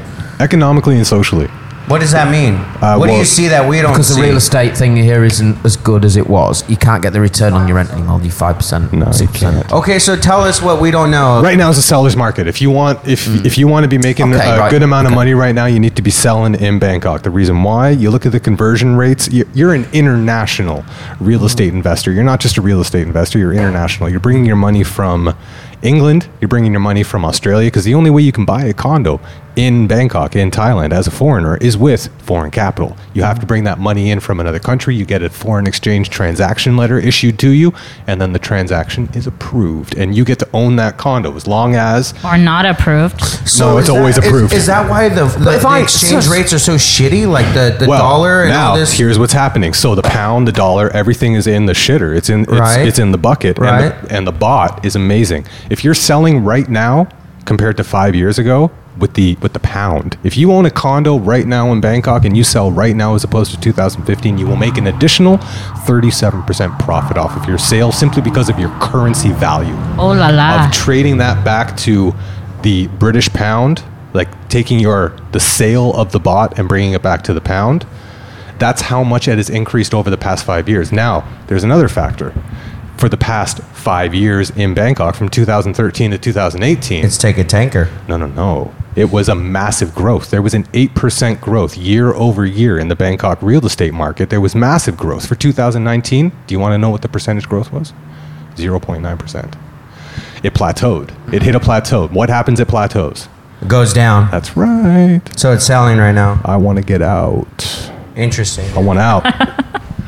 [SPEAKER 3] Economically and socially.
[SPEAKER 6] What does that mean?
[SPEAKER 3] Uh,
[SPEAKER 6] what do
[SPEAKER 3] well-
[SPEAKER 6] you see that we don't
[SPEAKER 2] because
[SPEAKER 6] see?
[SPEAKER 2] the real estate thing here isn't as good as it was. You can't get the return on your rent anymore. You five percent, Oh,
[SPEAKER 3] No, you
[SPEAKER 2] six percent.
[SPEAKER 3] can't.
[SPEAKER 6] okay, so tell us what we don't know.
[SPEAKER 3] Right now is a seller's market. If you want, if
[SPEAKER 2] Mm.
[SPEAKER 3] if you want to be making
[SPEAKER 2] Okay,
[SPEAKER 3] a
[SPEAKER 2] right.
[SPEAKER 3] good amount
[SPEAKER 2] Okay.
[SPEAKER 3] of money right now, you need to be selling in Bangkok. The reason why you look at the conversion rates. You- You're an international
[SPEAKER 6] Mm-hmm.
[SPEAKER 3] real estate investor. You're not just a real estate investor. You're international. You're bringing your money from England. You're bringing your money from Australia because the only way you can buy a condo in Bangkok in Thailand as a foreigner is with foreign capital. You have to bring that money in from another country. You get a foreign exchange transaction letter issued to you, and then the transaction is approved, and you get to own that condo as long as
[SPEAKER 8] Or not approved.
[SPEAKER 3] No, it's
[SPEAKER 6] is
[SPEAKER 3] always
[SPEAKER 6] that- is-
[SPEAKER 3] approved.
[SPEAKER 6] Is, that why the, the,
[SPEAKER 2] if
[SPEAKER 6] the
[SPEAKER 2] I-
[SPEAKER 6] exchange
[SPEAKER 2] so-
[SPEAKER 6] rates are so shitty? Like the, the
[SPEAKER 3] well,
[SPEAKER 6] dollar and
[SPEAKER 3] now,
[SPEAKER 6] all this.
[SPEAKER 3] Here's what's happening. So the pound, the dollar, everything is in the shitter. It's in it's,
[SPEAKER 6] Right.
[SPEAKER 3] it's in the bucket.
[SPEAKER 6] Right.
[SPEAKER 3] And, the, and the bot is amazing. If you're selling right now compared to five years ago with the with the pound, if you own a condo right now in Bangkok and you sell right now as opposed to 2015, you will make an additional 37% profit off of your sale simply because of your currency value
[SPEAKER 8] Oh la la.
[SPEAKER 3] of trading that back to the British pound, like taking your the sale of the bot and bringing it back to the pound. That's how much it has increased over the past five years. Now, there's another factor. For the past five years in Bangkok, from 2013 to 2018,
[SPEAKER 6] It's take a tanker.
[SPEAKER 3] no, no, no. It was a massive growth. There was an 8% growth year over year in the Bangkok real estate market. There was massive growth. For 2019, do you want to know what the percentage growth was? 0.9%. It plateaued. It hit a plateau. What happens at plateaus?
[SPEAKER 6] It goes down.
[SPEAKER 3] That's right.
[SPEAKER 6] So it's selling right now.
[SPEAKER 3] I want to get out.
[SPEAKER 6] Interesting.
[SPEAKER 3] I want out.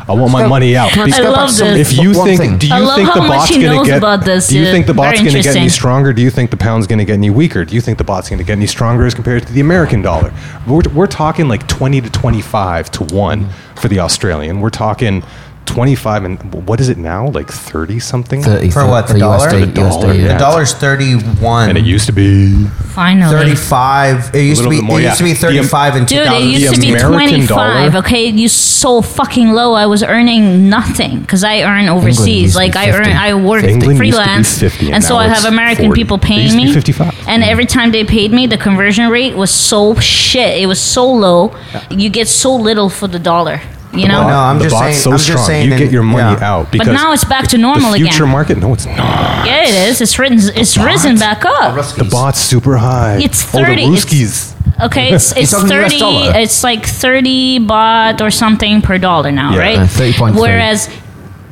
[SPEAKER 3] I want my money out.
[SPEAKER 2] Let's
[SPEAKER 8] I
[SPEAKER 2] go back
[SPEAKER 8] love
[SPEAKER 2] to some-
[SPEAKER 8] this.
[SPEAKER 3] If you
[SPEAKER 2] One
[SPEAKER 3] think,
[SPEAKER 2] thing.
[SPEAKER 3] do
[SPEAKER 8] I
[SPEAKER 3] you
[SPEAKER 8] love
[SPEAKER 3] think
[SPEAKER 8] how
[SPEAKER 3] the
[SPEAKER 8] much
[SPEAKER 3] bot's
[SPEAKER 8] he
[SPEAKER 3] going
[SPEAKER 8] knows
[SPEAKER 3] to get?
[SPEAKER 8] about this,
[SPEAKER 3] do you
[SPEAKER 8] dude.
[SPEAKER 3] think the bot's
[SPEAKER 8] Very
[SPEAKER 3] going to get any
[SPEAKER 8] interesting.
[SPEAKER 3] stronger? Do you think the pound's going to get any weaker? Do you think the bot's going to get any stronger as compared to the American dollar? We're, we're talking like twenty to twenty-five to one for the Australian. We're talking twenty-five and what is it now? Like thirty something.
[SPEAKER 2] 30
[SPEAKER 6] For what, the dollar?
[SPEAKER 2] USD,
[SPEAKER 6] The
[SPEAKER 3] dollar,
[SPEAKER 2] USD,
[SPEAKER 6] The
[SPEAKER 2] yeah.
[SPEAKER 3] yeah.
[SPEAKER 6] dollar's thirty-one.
[SPEAKER 3] And it used to be
[SPEAKER 8] Finally.
[SPEAKER 6] thirty-five. It used to
[SPEAKER 3] little
[SPEAKER 6] be.
[SPEAKER 3] bit more,
[SPEAKER 6] it
[SPEAKER 3] yeah.
[SPEAKER 6] used to be
[SPEAKER 3] The-
[SPEAKER 6] thirty-five in two
[SPEAKER 8] Dude, it
[SPEAKER 6] thousand.
[SPEAKER 8] used to be
[SPEAKER 3] American
[SPEAKER 8] 25.
[SPEAKER 3] dollar.
[SPEAKER 8] Okay, you so fucking low. I was earning nothing because I earn
[SPEAKER 2] used
[SPEAKER 8] overseas.
[SPEAKER 2] to
[SPEAKER 8] Like
[SPEAKER 2] be
[SPEAKER 8] I earn,
[SPEAKER 2] 50.
[SPEAKER 8] I work
[SPEAKER 3] England used to be
[SPEAKER 8] freelance,
[SPEAKER 3] 50, and
[SPEAKER 8] and so
[SPEAKER 3] now
[SPEAKER 8] I
[SPEAKER 3] it's
[SPEAKER 8] have American
[SPEAKER 3] 40.
[SPEAKER 8] people
[SPEAKER 3] They
[SPEAKER 8] paying
[SPEAKER 3] used to be
[SPEAKER 8] me.
[SPEAKER 3] 55.
[SPEAKER 8] And every time they paid me, the conversion rate was so shit. It was so low. You get so little for the dollar. You know.
[SPEAKER 6] No, I'm
[SPEAKER 3] the
[SPEAKER 6] just
[SPEAKER 3] bot's
[SPEAKER 6] saying-
[SPEAKER 3] so
[SPEAKER 6] I'm just
[SPEAKER 3] strong.
[SPEAKER 6] saying
[SPEAKER 3] you
[SPEAKER 6] in-
[SPEAKER 3] get your money
[SPEAKER 6] yeah.
[SPEAKER 3] out
[SPEAKER 8] But
[SPEAKER 3] because
[SPEAKER 8] now it's back to normal
[SPEAKER 3] the future
[SPEAKER 8] again.
[SPEAKER 3] market. No, it's not.
[SPEAKER 8] Yeah, it is. It's written. It's risen back up.
[SPEAKER 3] The bot's super high.
[SPEAKER 8] It's
[SPEAKER 3] Oh,
[SPEAKER 8] 30.
[SPEAKER 3] the
[SPEAKER 8] It's-
[SPEAKER 3] Ruskies.
[SPEAKER 8] Okay, it's, it's
[SPEAKER 2] talking US
[SPEAKER 8] thirty.
[SPEAKER 2] dollar?
[SPEAKER 8] It's like thirty baht or something per dollar now,
[SPEAKER 3] Yeah.
[SPEAKER 8] right?
[SPEAKER 2] Yeah, uh, 30.3.
[SPEAKER 8] Whereas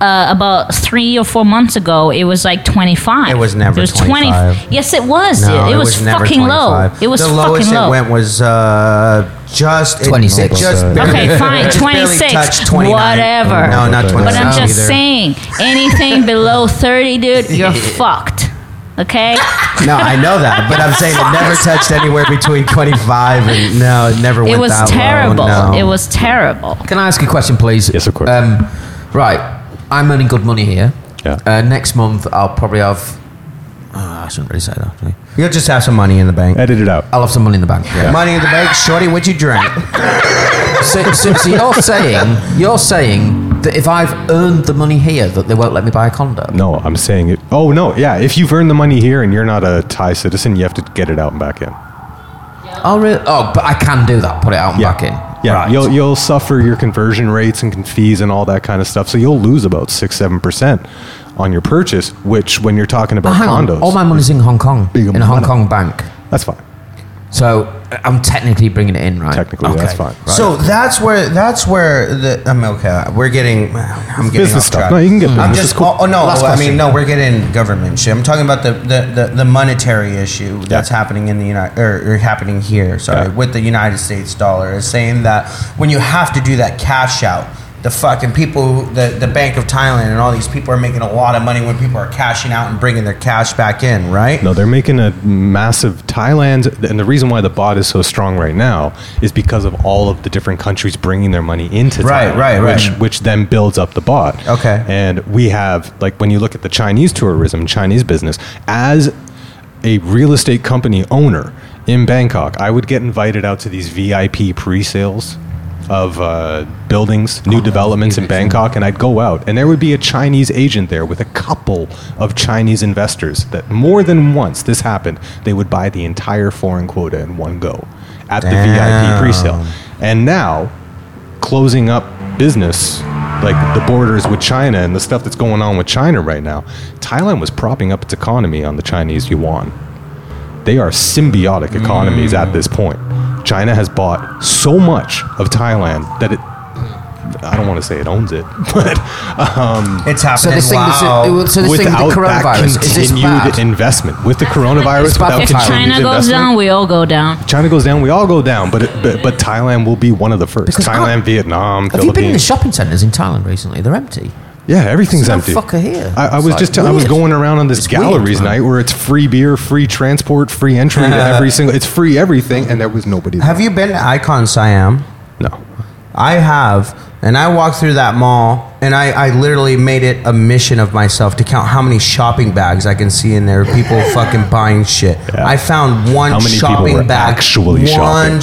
[SPEAKER 8] uh, about three or four months ago, it was like twenty five.
[SPEAKER 6] It was never
[SPEAKER 8] It was
[SPEAKER 6] 25.
[SPEAKER 8] Yes, it was.
[SPEAKER 6] No,
[SPEAKER 8] it, it was,
[SPEAKER 6] never
[SPEAKER 8] fucking low.
[SPEAKER 6] 25.
[SPEAKER 8] It was
[SPEAKER 6] the lowest
[SPEAKER 8] fucking low.
[SPEAKER 6] it went was uh, just it- it
[SPEAKER 2] 26.
[SPEAKER 6] just barely-
[SPEAKER 8] Okay, fine,
[SPEAKER 6] it just barely
[SPEAKER 8] 26,
[SPEAKER 6] touched 29.
[SPEAKER 8] whatever.
[SPEAKER 6] No, not
[SPEAKER 3] But
[SPEAKER 6] twenty-six.
[SPEAKER 8] But I'm just
[SPEAKER 6] either.
[SPEAKER 8] saying, anything below thirty, dude, you're fucked. Okay.
[SPEAKER 6] No, I know that, but I'm saying it never touched anywhere between 25 and no, it never went
[SPEAKER 8] It was
[SPEAKER 6] that low,
[SPEAKER 8] terrible.
[SPEAKER 6] no.
[SPEAKER 8] It was terrible.
[SPEAKER 2] Can I ask you a question, please?
[SPEAKER 3] Yes, of course.
[SPEAKER 2] Um, right, I'm earning good money here.
[SPEAKER 3] Yeah.
[SPEAKER 2] Uh, next month, I'll probably have. Oh, I shouldn't really say that. actually.
[SPEAKER 6] You'll just have some money in the bank.
[SPEAKER 3] Edit it out.
[SPEAKER 2] I'll have some money in the bank.
[SPEAKER 6] Money in the bank, shorty. What you drink?
[SPEAKER 2] so, so, so you're saying you're saying that if I've earned the money here, that they won't let me buy a condo.
[SPEAKER 3] No, I'm saying it. Oh no, yeah. If you've earned the money here and you're not a Thai citizen, you have to get it out and back in.
[SPEAKER 2] Oh, really? Oh, but I can do that. Put it out and
[SPEAKER 3] Yeah.
[SPEAKER 2] back in.
[SPEAKER 3] Yeah,
[SPEAKER 2] Right.
[SPEAKER 3] you'll you'll suffer your conversion rates and con- fees and all that kind of stuff. So you'll lose about six seven percent on your purchase. Which, when you're talking
[SPEAKER 2] Oh,
[SPEAKER 3] about
[SPEAKER 2] hang
[SPEAKER 3] condos,
[SPEAKER 2] on. All my money's in Hong Kong,
[SPEAKER 3] Big
[SPEAKER 2] in a Hong
[SPEAKER 3] amount.
[SPEAKER 2] Kong bank.
[SPEAKER 3] that's fine.
[SPEAKER 2] So uh, I'm technically bringing it in, right?
[SPEAKER 3] Technically, that's fine.
[SPEAKER 2] Right.
[SPEAKER 6] So that's where that's where the I'm okay. We're getting I'm getting
[SPEAKER 3] business
[SPEAKER 6] off
[SPEAKER 3] stuff.
[SPEAKER 6] track.
[SPEAKER 3] No, you can get
[SPEAKER 6] I'm
[SPEAKER 3] business.
[SPEAKER 6] just
[SPEAKER 3] It's cool.
[SPEAKER 6] oh, oh, no.
[SPEAKER 2] Last
[SPEAKER 6] I
[SPEAKER 2] question.
[SPEAKER 6] mean no. We're getting government shit. I'm talking about the the, the, the monetary issue that's happening in the United or, or happening here. Sorry,
[SPEAKER 3] Yeah.
[SPEAKER 6] with the United States dollar is saying that when you have to do that cash out. The fucking people, the, the Bank of Thailand and all these people are making a lot of money when people are cashing out and bringing their cash back in, right?
[SPEAKER 3] No, they're making a massive Thailand, and the reason why the bot is so strong right now is because of all of the different countries bringing their money into
[SPEAKER 6] Right,
[SPEAKER 3] Thailand,
[SPEAKER 6] right, right.
[SPEAKER 3] which which then builds up the bot.
[SPEAKER 6] Okay.
[SPEAKER 3] and we have like when you look at the Chinese tourism, Chinese business as a real estate company owner in Bangkok, I would get invited out to these VIP pre-sales of uh, buildings, new developments in Bangkok, and I'd go out, and there would be a Chinese agent there with a couple of Chinese investors. That more than once this happened, they would buy the entire foreign quota in one go at the VIP pre-sale, and now closing up business, like the borders with China and the stuff that's going on with China right now, Thailand was propping up its economy on the Chinese yuan. They are symbiotic economies at this point. China has bought so much of Thailand that it. I don't want to say it owns it, but
[SPEAKER 6] It's
[SPEAKER 2] So
[SPEAKER 6] happening.
[SPEAKER 2] this thing, this,
[SPEAKER 6] wow.
[SPEAKER 2] so this thing,
[SPEAKER 3] without
[SPEAKER 2] the coronavirus,
[SPEAKER 3] that
[SPEAKER 2] is this
[SPEAKER 3] continued
[SPEAKER 2] bad?
[SPEAKER 3] investment, with the
[SPEAKER 2] It's
[SPEAKER 3] coronavirus,
[SPEAKER 2] bad
[SPEAKER 3] without
[SPEAKER 2] for
[SPEAKER 8] If
[SPEAKER 2] Thailand.
[SPEAKER 3] continued
[SPEAKER 8] China goes
[SPEAKER 3] investment,
[SPEAKER 8] down, we all go down.
[SPEAKER 3] China goes down, we all go down. But, it, but but Thailand will be one of the first.
[SPEAKER 2] Because I-
[SPEAKER 3] Thailand, Vietnam,
[SPEAKER 2] Have you been in the
[SPEAKER 3] Philippines.
[SPEAKER 2] shopping centres in Thailand recently? They're empty.
[SPEAKER 3] Yeah, everything's
[SPEAKER 2] There's
[SPEAKER 3] empty.
[SPEAKER 2] No fucker here.
[SPEAKER 3] I, I
[SPEAKER 2] It's
[SPEAKER 3] was
[SPEAKER 2] like
[SPEAKER 3] just tell- I was
[SPEAKER 2] weird.
[SPEAKER 3] going around on this
[SPEAKER 2] It's weird,
[SPEAKER 3] galleries
[SPEAKER 2] man.
[SPEAKER 3] night where it's free beer, free transport, free entry to every single. It's free everything, and there was nobody. There.
[SPEAKER 6] Have you been to Icon Siam?
[SPEAKER 3] No,
[SPEAKER 6] I have, and I walked through that mall, and I, I literally made it a mission of myself to count how many shopping bags I can see in there. People fucking buying shit.
[SPEAKER 3] Yeah.
[SPEAKER 6] I found one
[SPEAKER 3] How many people
[SPEAKER 6] shopping
[SPEAKER 3] were
[SPEAKER 6] bag,
[SPEAKER 3] actually
[SPEAKER 6] one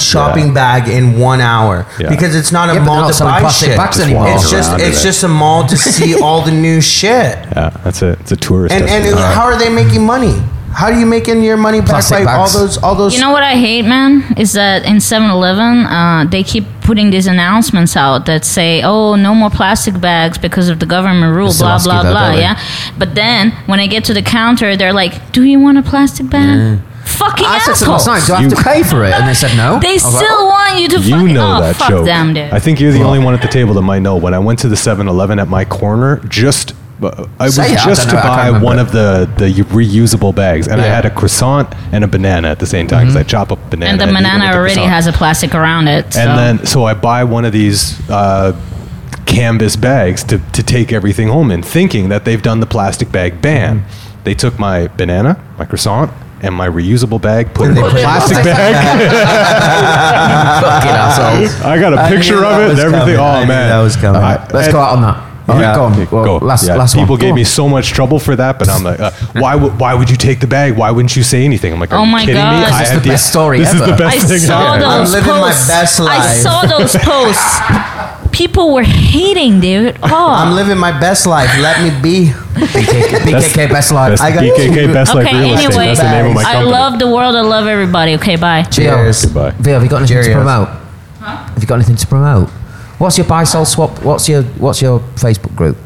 [SPEAKER 3] shopping?
[SPEAKER 6] shopping
[SPEAKER 3] Yeah.
[SPEAKER 6] bag in one hour
[SPEAKER 3] Yeah.
[SPEAKER 6] because it's not a
[SPEAKER 2] Yeah, but they're
[SPEAKER 6] mall
[SPEAKER 2] not
[SPEAKER 6] to
[SPEAKER 2] selling
[SPEAKER 6] buy
[SPEAKER 2] plastic
[SPEAKER 6] shit.
[SPEAKER 2] bags
[SPEAKER 3] Just
[SPEAKER 2] anymore.
[SPEAKER 6] It's
[SPEAKER 3] walk
[SPEAKER 6] just
[SPEAKER 3] around
[SPEAKER 6] it's
[SPEAKER 3] in it.
[SPEAKER 6] just a mall to see all the new shit.
[SPEAKER 3] yeah, that's it. It's a tourist.
[SPEAKER 6] And and
[SPEAKER 3] destination.
[SPEAKER 6] how are they making money? How do you making your money back
[SPEAKER 2] Plastic
[SPEAKER 6] by all
[SPEAKER 2] bags.
[SPEAKER 6] those all those
[SPEAKER 8] You know what I hate, man, is that in 7-Eleven, uh, they keep putting these announcements out that say, "Oh, no more plastic bags because of the government rule."
[SPEAKER 2] still
[SPEAKER 8] Blah
[SPEAKER 2] ask you
[SPEAKER 8] blah
[SPEAKER 2] that,
[SPEAKER 8] blah.
[SPEAKER 2] don't they?
[SPEAKER 8] Yeah, but then when I get to the counter, they're like, "Do you want a plastic bag?" Fucking
[SPEAKER 2] I said to them last
[SPEAKER 8] assholes!
[SPEAKER 2] night, do I have
[SPEAKER 3] You-
[SPEAKER 2] to pay for it? And they said no. I
[SPEAKER 8] They
[SPEAKER 2] was
[SPEAKER 8] still
[SPEAKER 2] like, oh.
[SPEAKER 8] want you to
[SPEAKER 3] you
[SPEAKER 8] fucking
[SPEAKER 3] know
[SPEAKER 8] oh,
[SPEAKER 3] that
[SPEAKER 8] fuck
[SPEAKER 3] joke.
[SPEAKER 8] them, dude.
[SPEAKER 3] I think you're the only one at the table that might know. When I went to the 7-Eleven at my corner, just uh, I was
[SPEAKER 2] Say it, I
[SPEAKER 3] just
[SPEAKER 2] don't
[SPEAKER 3] to
[SPEAKER 2] know, I can't
[SPEAKER 3] buy
[SPEAKER 2] remember.
[SPEAKER 3] one of the the reusable bags, and I
[SPEAKER 2] Yeah.
[SPEAKER 3] had a croissant and a banana at the same time because I chop up banana
[SPEAKER 8] Mm-hmm. and the
[SPEAKER 3] eat it
[SPEAKER 8] banana
[SPEAKER 3] with the
[SPEAKER 8] already
[SPEAKER 3] croissant.
[SPEAKER 8] has a plastic around it. So.
[SPEAKER 3] And then, so I buy one of these uh, canvas bags to, to take everything home in, thinking that they've done the plastic bag ban.
[SPEAKER 8] Mm-hmm.
[SPEAKER 3] They took my banana, my croissant, and my reusable bag, put it in a plastic
[SPEAKER 2] "Oh,
[SPEAKER 3] bag.
[SPEAKER 2] Fucking assholes.
[SPEAKER 3] I got a
[SPEAKER 6] I
[SPEAKER 3] picture of
[SPEAKER 6] knew that
[SPEAKER 3] it and
[SPEAKER 6] was
[SPEAKER 3] everything.
[SPEAKER 6] coming. I
[SPEAKER 3] Oh,
[SPEAKER 6] knew
[SPEAKER 3] man.
[SPEAKER 6] that was coming.
[SPEAKER 3] I-
[SPEAKER 2] Let's
[SPEAKER 3] and-
[SPEAKER 2] go out on that. All right,
[SPEAKER 6] Yeah.
[SPEAKER 2] go on.
[SPEAKER 3] Okay,
[SPEAKER 2] Well,
[SPEAKER 3] go.
[SPEAKER 2] Last,
[SPEAKER 3] Yeah,
[SPEAKER 2] last one.
[SPEAKER 3] People gave
[SPEAKER 2] Go
[SPEAKER 3] me
[SPEAKER 2] on.
[SPEAKER 3] so much trouble for that, but I'm like, uh, why? would why would you take the bag? Why wouldn't you say anything? I'm like, are
[SPEAKER 8] Oh
[SPEAKER 3] you
[SPEAKER 8] my
[SPEAKER 3] kidding me?
[SPEAKER 8] God. This
[SPEAKER 3] I
[SPEAKER 2] is
[SPEAKER 3] had
[SPEAKER 2] the best story
[SPEAKER 3] This is
[SPEAKER 2] ever.
[SPEAKER 3] the
[SPEAKER 8] I
[SPEAKER 3] best thing
[SPEAKER 8] saw
[SPEAKER 3] ever.
[SPEAKER 6] I'm
[SPEAKER 8] those
[SPEAKER 6] living my
[SPEAKER 8] posts.
[SPEAKER 6] best
[SPEAKER 8] I
[SPEAKER 6] life.
[SPEAKER 8] saw those posts. People were hating, dude. Oh,
[SPEAKER 6] I'm living my best life. Let me be.
[SPEAKER 2] BKK best life.
[SPEAKER 3] That's
[SPEAKER 6] I got
[SPEAKER 3] BKK
[SPEAKER 6] two-
[SPEAKER 3] Best Life
[SPEAKER 8] okay.
[SPEAKER 3] Real Estate.
[SPEAKER 8] anyway,
[SPEAKER 3] That's the name of my
[SPEAKER 8] I
[SPEAKER 3] company.
[SPEAKER 8] love the world. I love everybody. Okay, bye.
[SPEAKER 6] Cheers.
[SPEAKER 3] Goodbye.
[SPEAKER 2] Vio, have you got anything to
[SPEAKER 6] Cheerios.
[SPEAKER 2] promote? Have you got anything to promote? What's your buy sell swap? What's your what's your Facebook group?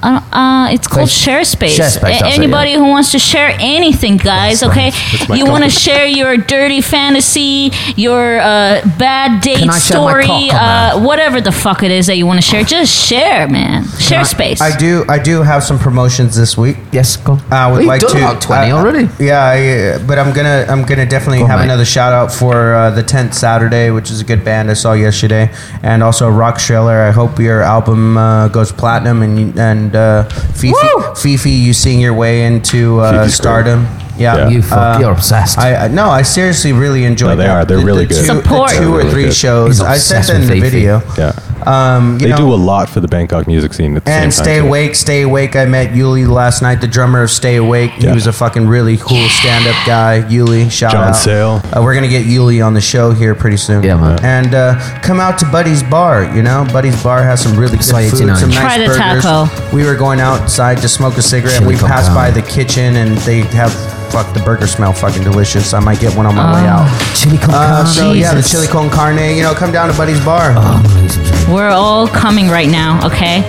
[SPEAKER 8] I don't- Uh, it's called
[SPEAKER 2] Face-
[SPEAKER 8] ShareSpace.
[SPEAKER 2] ShareSpace,
[SPEAKER 8] A-
[SPEAKER 2] that's it,
[SPEAKER 8] Anybody who wants to share anything, guys, okay?
[SPEAKER 3] That's my
[SPEAKER 8] You want
[SPEAKER 3] company.
[SPEAKER 8] to share your dirty fantasy, your uh, bad date
[SPEAKER 2] Can I share my
[SPEAKER 8] story,
[SPEAKER 2] cock on
[SPEAKER 8] uh,
[SPEAKER 2] that?
[SPEAKER 8] whatever the fuck it is that you want to share. Just share, man. Share space.
[SPEAKER 6] I do. I do have some promotions this week.
[SPEAKER 2] Yes, go. on.
[SPEAKER 6] I would
[SPEAKER 2] Well, you've
[SPEAKER 6] like
[SPEAKER 2] done
[SPEAKER 6] to uh,
[SPEAKER 2] about twenty
[SPEAKER 6] I-
[SPEAKER 2] already.
[SPEAKER 6] Yeah, I, but I'm gonna I'm gonna definitely
[SPEAKER 2] Go on,
[SPEAKER 6] have
[SPEAKER 2] mate.
[SPEAKER 6] another shout out for uh, the Tenth Saturday, which is a good band I saw yesterday, and also Rock Shriller. I hope your album uh, goes platinum and you- and uh, Fifi, Fifi, you sing your way into uh,
[SPEAKER 3] Fifi's
[SPEAKER 6] stardom. Yeah,
[SPEAKER 3] Yeah.
[SPEAKER 2] You fuck,
[SPEAKER 6] Uh,
[SPEAKER 2] you're obsessed.
[SPEAKER 6] I, I no, I seriously really
[SPEAKER 3] No,
[SPEAKER 6] enjoyed.
[SPEAKER 3] they
[SPEAKER 6] that.
[SPEAKER 3] are. They're
[SPEAKER 6] The- the
[SPEAKER 3] really good.
[SPEAKER 6] two- the
[SPEAKER 8] Support.
[SPEAKER 6] two or
[SPEAKER 3] Really
[SPEAKER 6] three
[SPEAKER 3] good.
[SPEAKER 6] shows.
[SPEAKER 2] He's
[SPEAKER 6] I sent
[SPEAKER 2] obsessed
[SPEAKER 6] that in
[SPEAKER 2] with
[SPEAKER 6] the
[SPEAKER 2] Fifi.
[SPEAKER 6] video.
[SPEAKER 3] Yeah.
[SPEAKER 6] Um, you
[SPEAKER 3] They
[SPEAKER 6] know,
[SPEAKER 3] do a lot for the Bangkok music scene at the
[SPEAKER 6] and
[SPEAKER 3] same time.
[SPEAKER 6] Stay
[SPEAKER 3] too.
[SPEAKER 6] Awake, Stay Awake. I met Yuli last night, the drummer of Stay Awake. He
[SPEAKER 3] Yeah.
[SPEAKER 6] was a fucking really cool stand up guy. Yuli, shout
[SPEAKER 3] John
[SPEAKER 6] out.
[SPEAKER 3] Sale.
[SPEAKER 6] Uh, we're going to get Yuli on the show here pretty soon.
[SPEAKER 2] Yeah, man.
[SPEAKER 6] And uh, come out to Buddy's Bar, you know? Buddy's Bar has some really good
[SPEAKER 2] like
[SPEAKER 6] food,
[SPEAKER 2] 89.
[SPEAKER 6] some nice
[SPEAKER 8] Try the
[SPEAKER 6] burgers.
[SPEAKER 8] taco.
[SPEAKER 6] We were going outside to smoke a cigarette.
[SPEAKER 2] Chili
[SPEAKER 6] We
[SPEAKER 2] con
[SPEAKER 6] passed by
[SPEAKER 2] carne.
[SPEAKER 8] Oh.
[SPEAKER 6] the kitchen and they have. Fuck, the burger smell fucking delicious. I might get one on my way out.
[SPEAKER 2] Chili con
[SPEAKER 6] Uh,
[SPEAKER 2] carne.
[SPEAKER 6] so yeah, the
[SPEAKER 2] Jesus.
[SPEAKER 6] chili con carne. You know, come down to Buddy's bar.
[SPEAKER 2] Oh, I'm gonna eat some chili.
[SPEAKER 8] We're all coming right now, okay?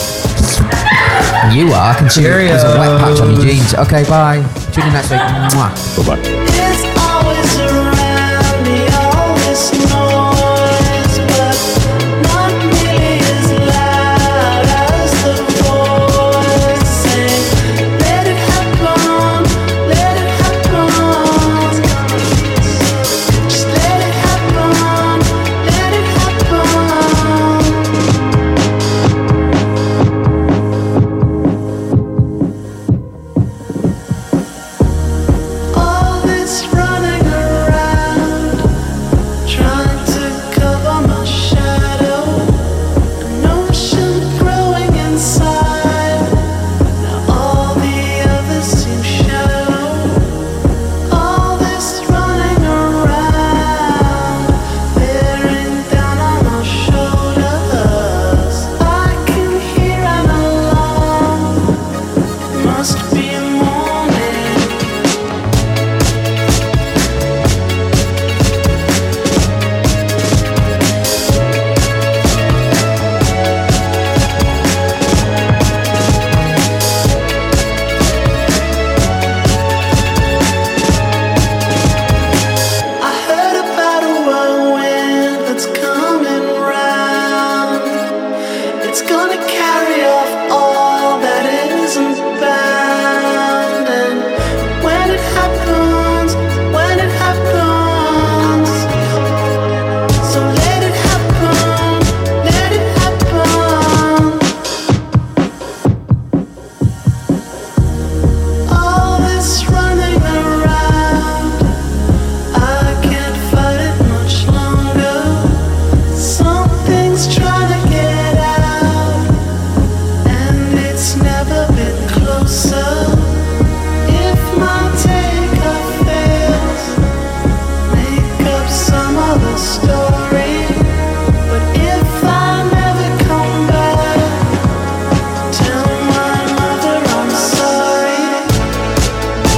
[SPEAKER 2] You are. I can see there's a wet patch on your jeans. Okay, bye. Tune in next week. Mwah.
[SPEAKER 3] Bye-bye.
[SPEAKER 9] It's always around me, all this noise, but not nearly as loud as the voice saying, "Let it happen, let it happen, just let it happen, let it happen." All this running around, trying to cover my shadow. An ocean growing inside. Now all the others seem shallow. All this running around, bearing down on our shoulders. I can hear an alarm. Must be morning. I heard about a whirlwind that's coming round. It's gonna carry off all that isn't bound. And when it happens, when it happens, so let it happen, let it happen. All this running around. I can't fight it much longer. Something's trying to get out, and it's never been closer. If my take-up fails, make up some other story. But if I never come back, tell my mother I'm sorry.